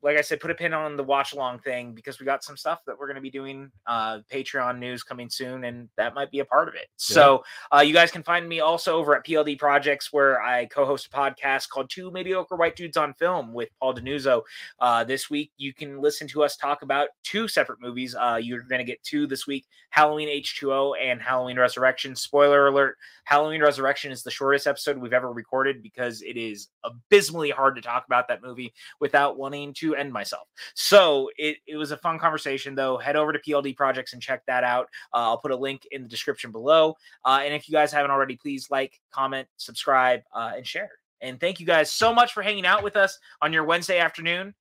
like i said put a pin on the watch along thing because we got some stuff that we're gonna be doing uh patreon news coming soon and that might be a part of it so uh you guys can find me also over at pld projects where i co-host a podcast called two mediocre white dudes on film with paul denuzzo uh, this week you can listen to us talk about two separate movies uh, you're going to get two this week halloween h2o and halloween resurrection spoiler alert halloween resurrection is the shortest episode we've ever recorded because it is abysmally hard to talk about that movie without wanting to end myself so it, it was a fun conversation though head over to pld projects and check that out uh, i'll put a link in the description below uh, and if you guys haven't already please like comment subscribe uh, and share and thank you guys so much for hanging out with us on your wednesday afternoon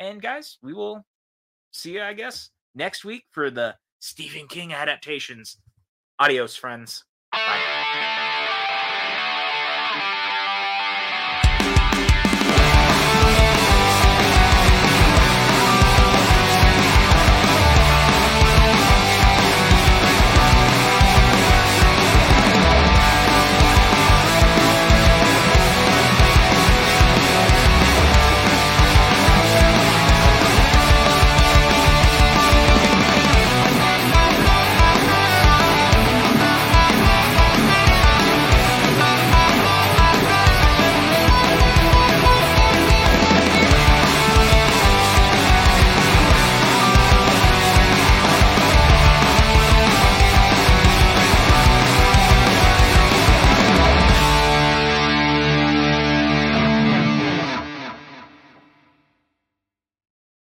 and guys, we will see you, I guess, next week for the Stephen King adaptations. Adios, friends. Bye.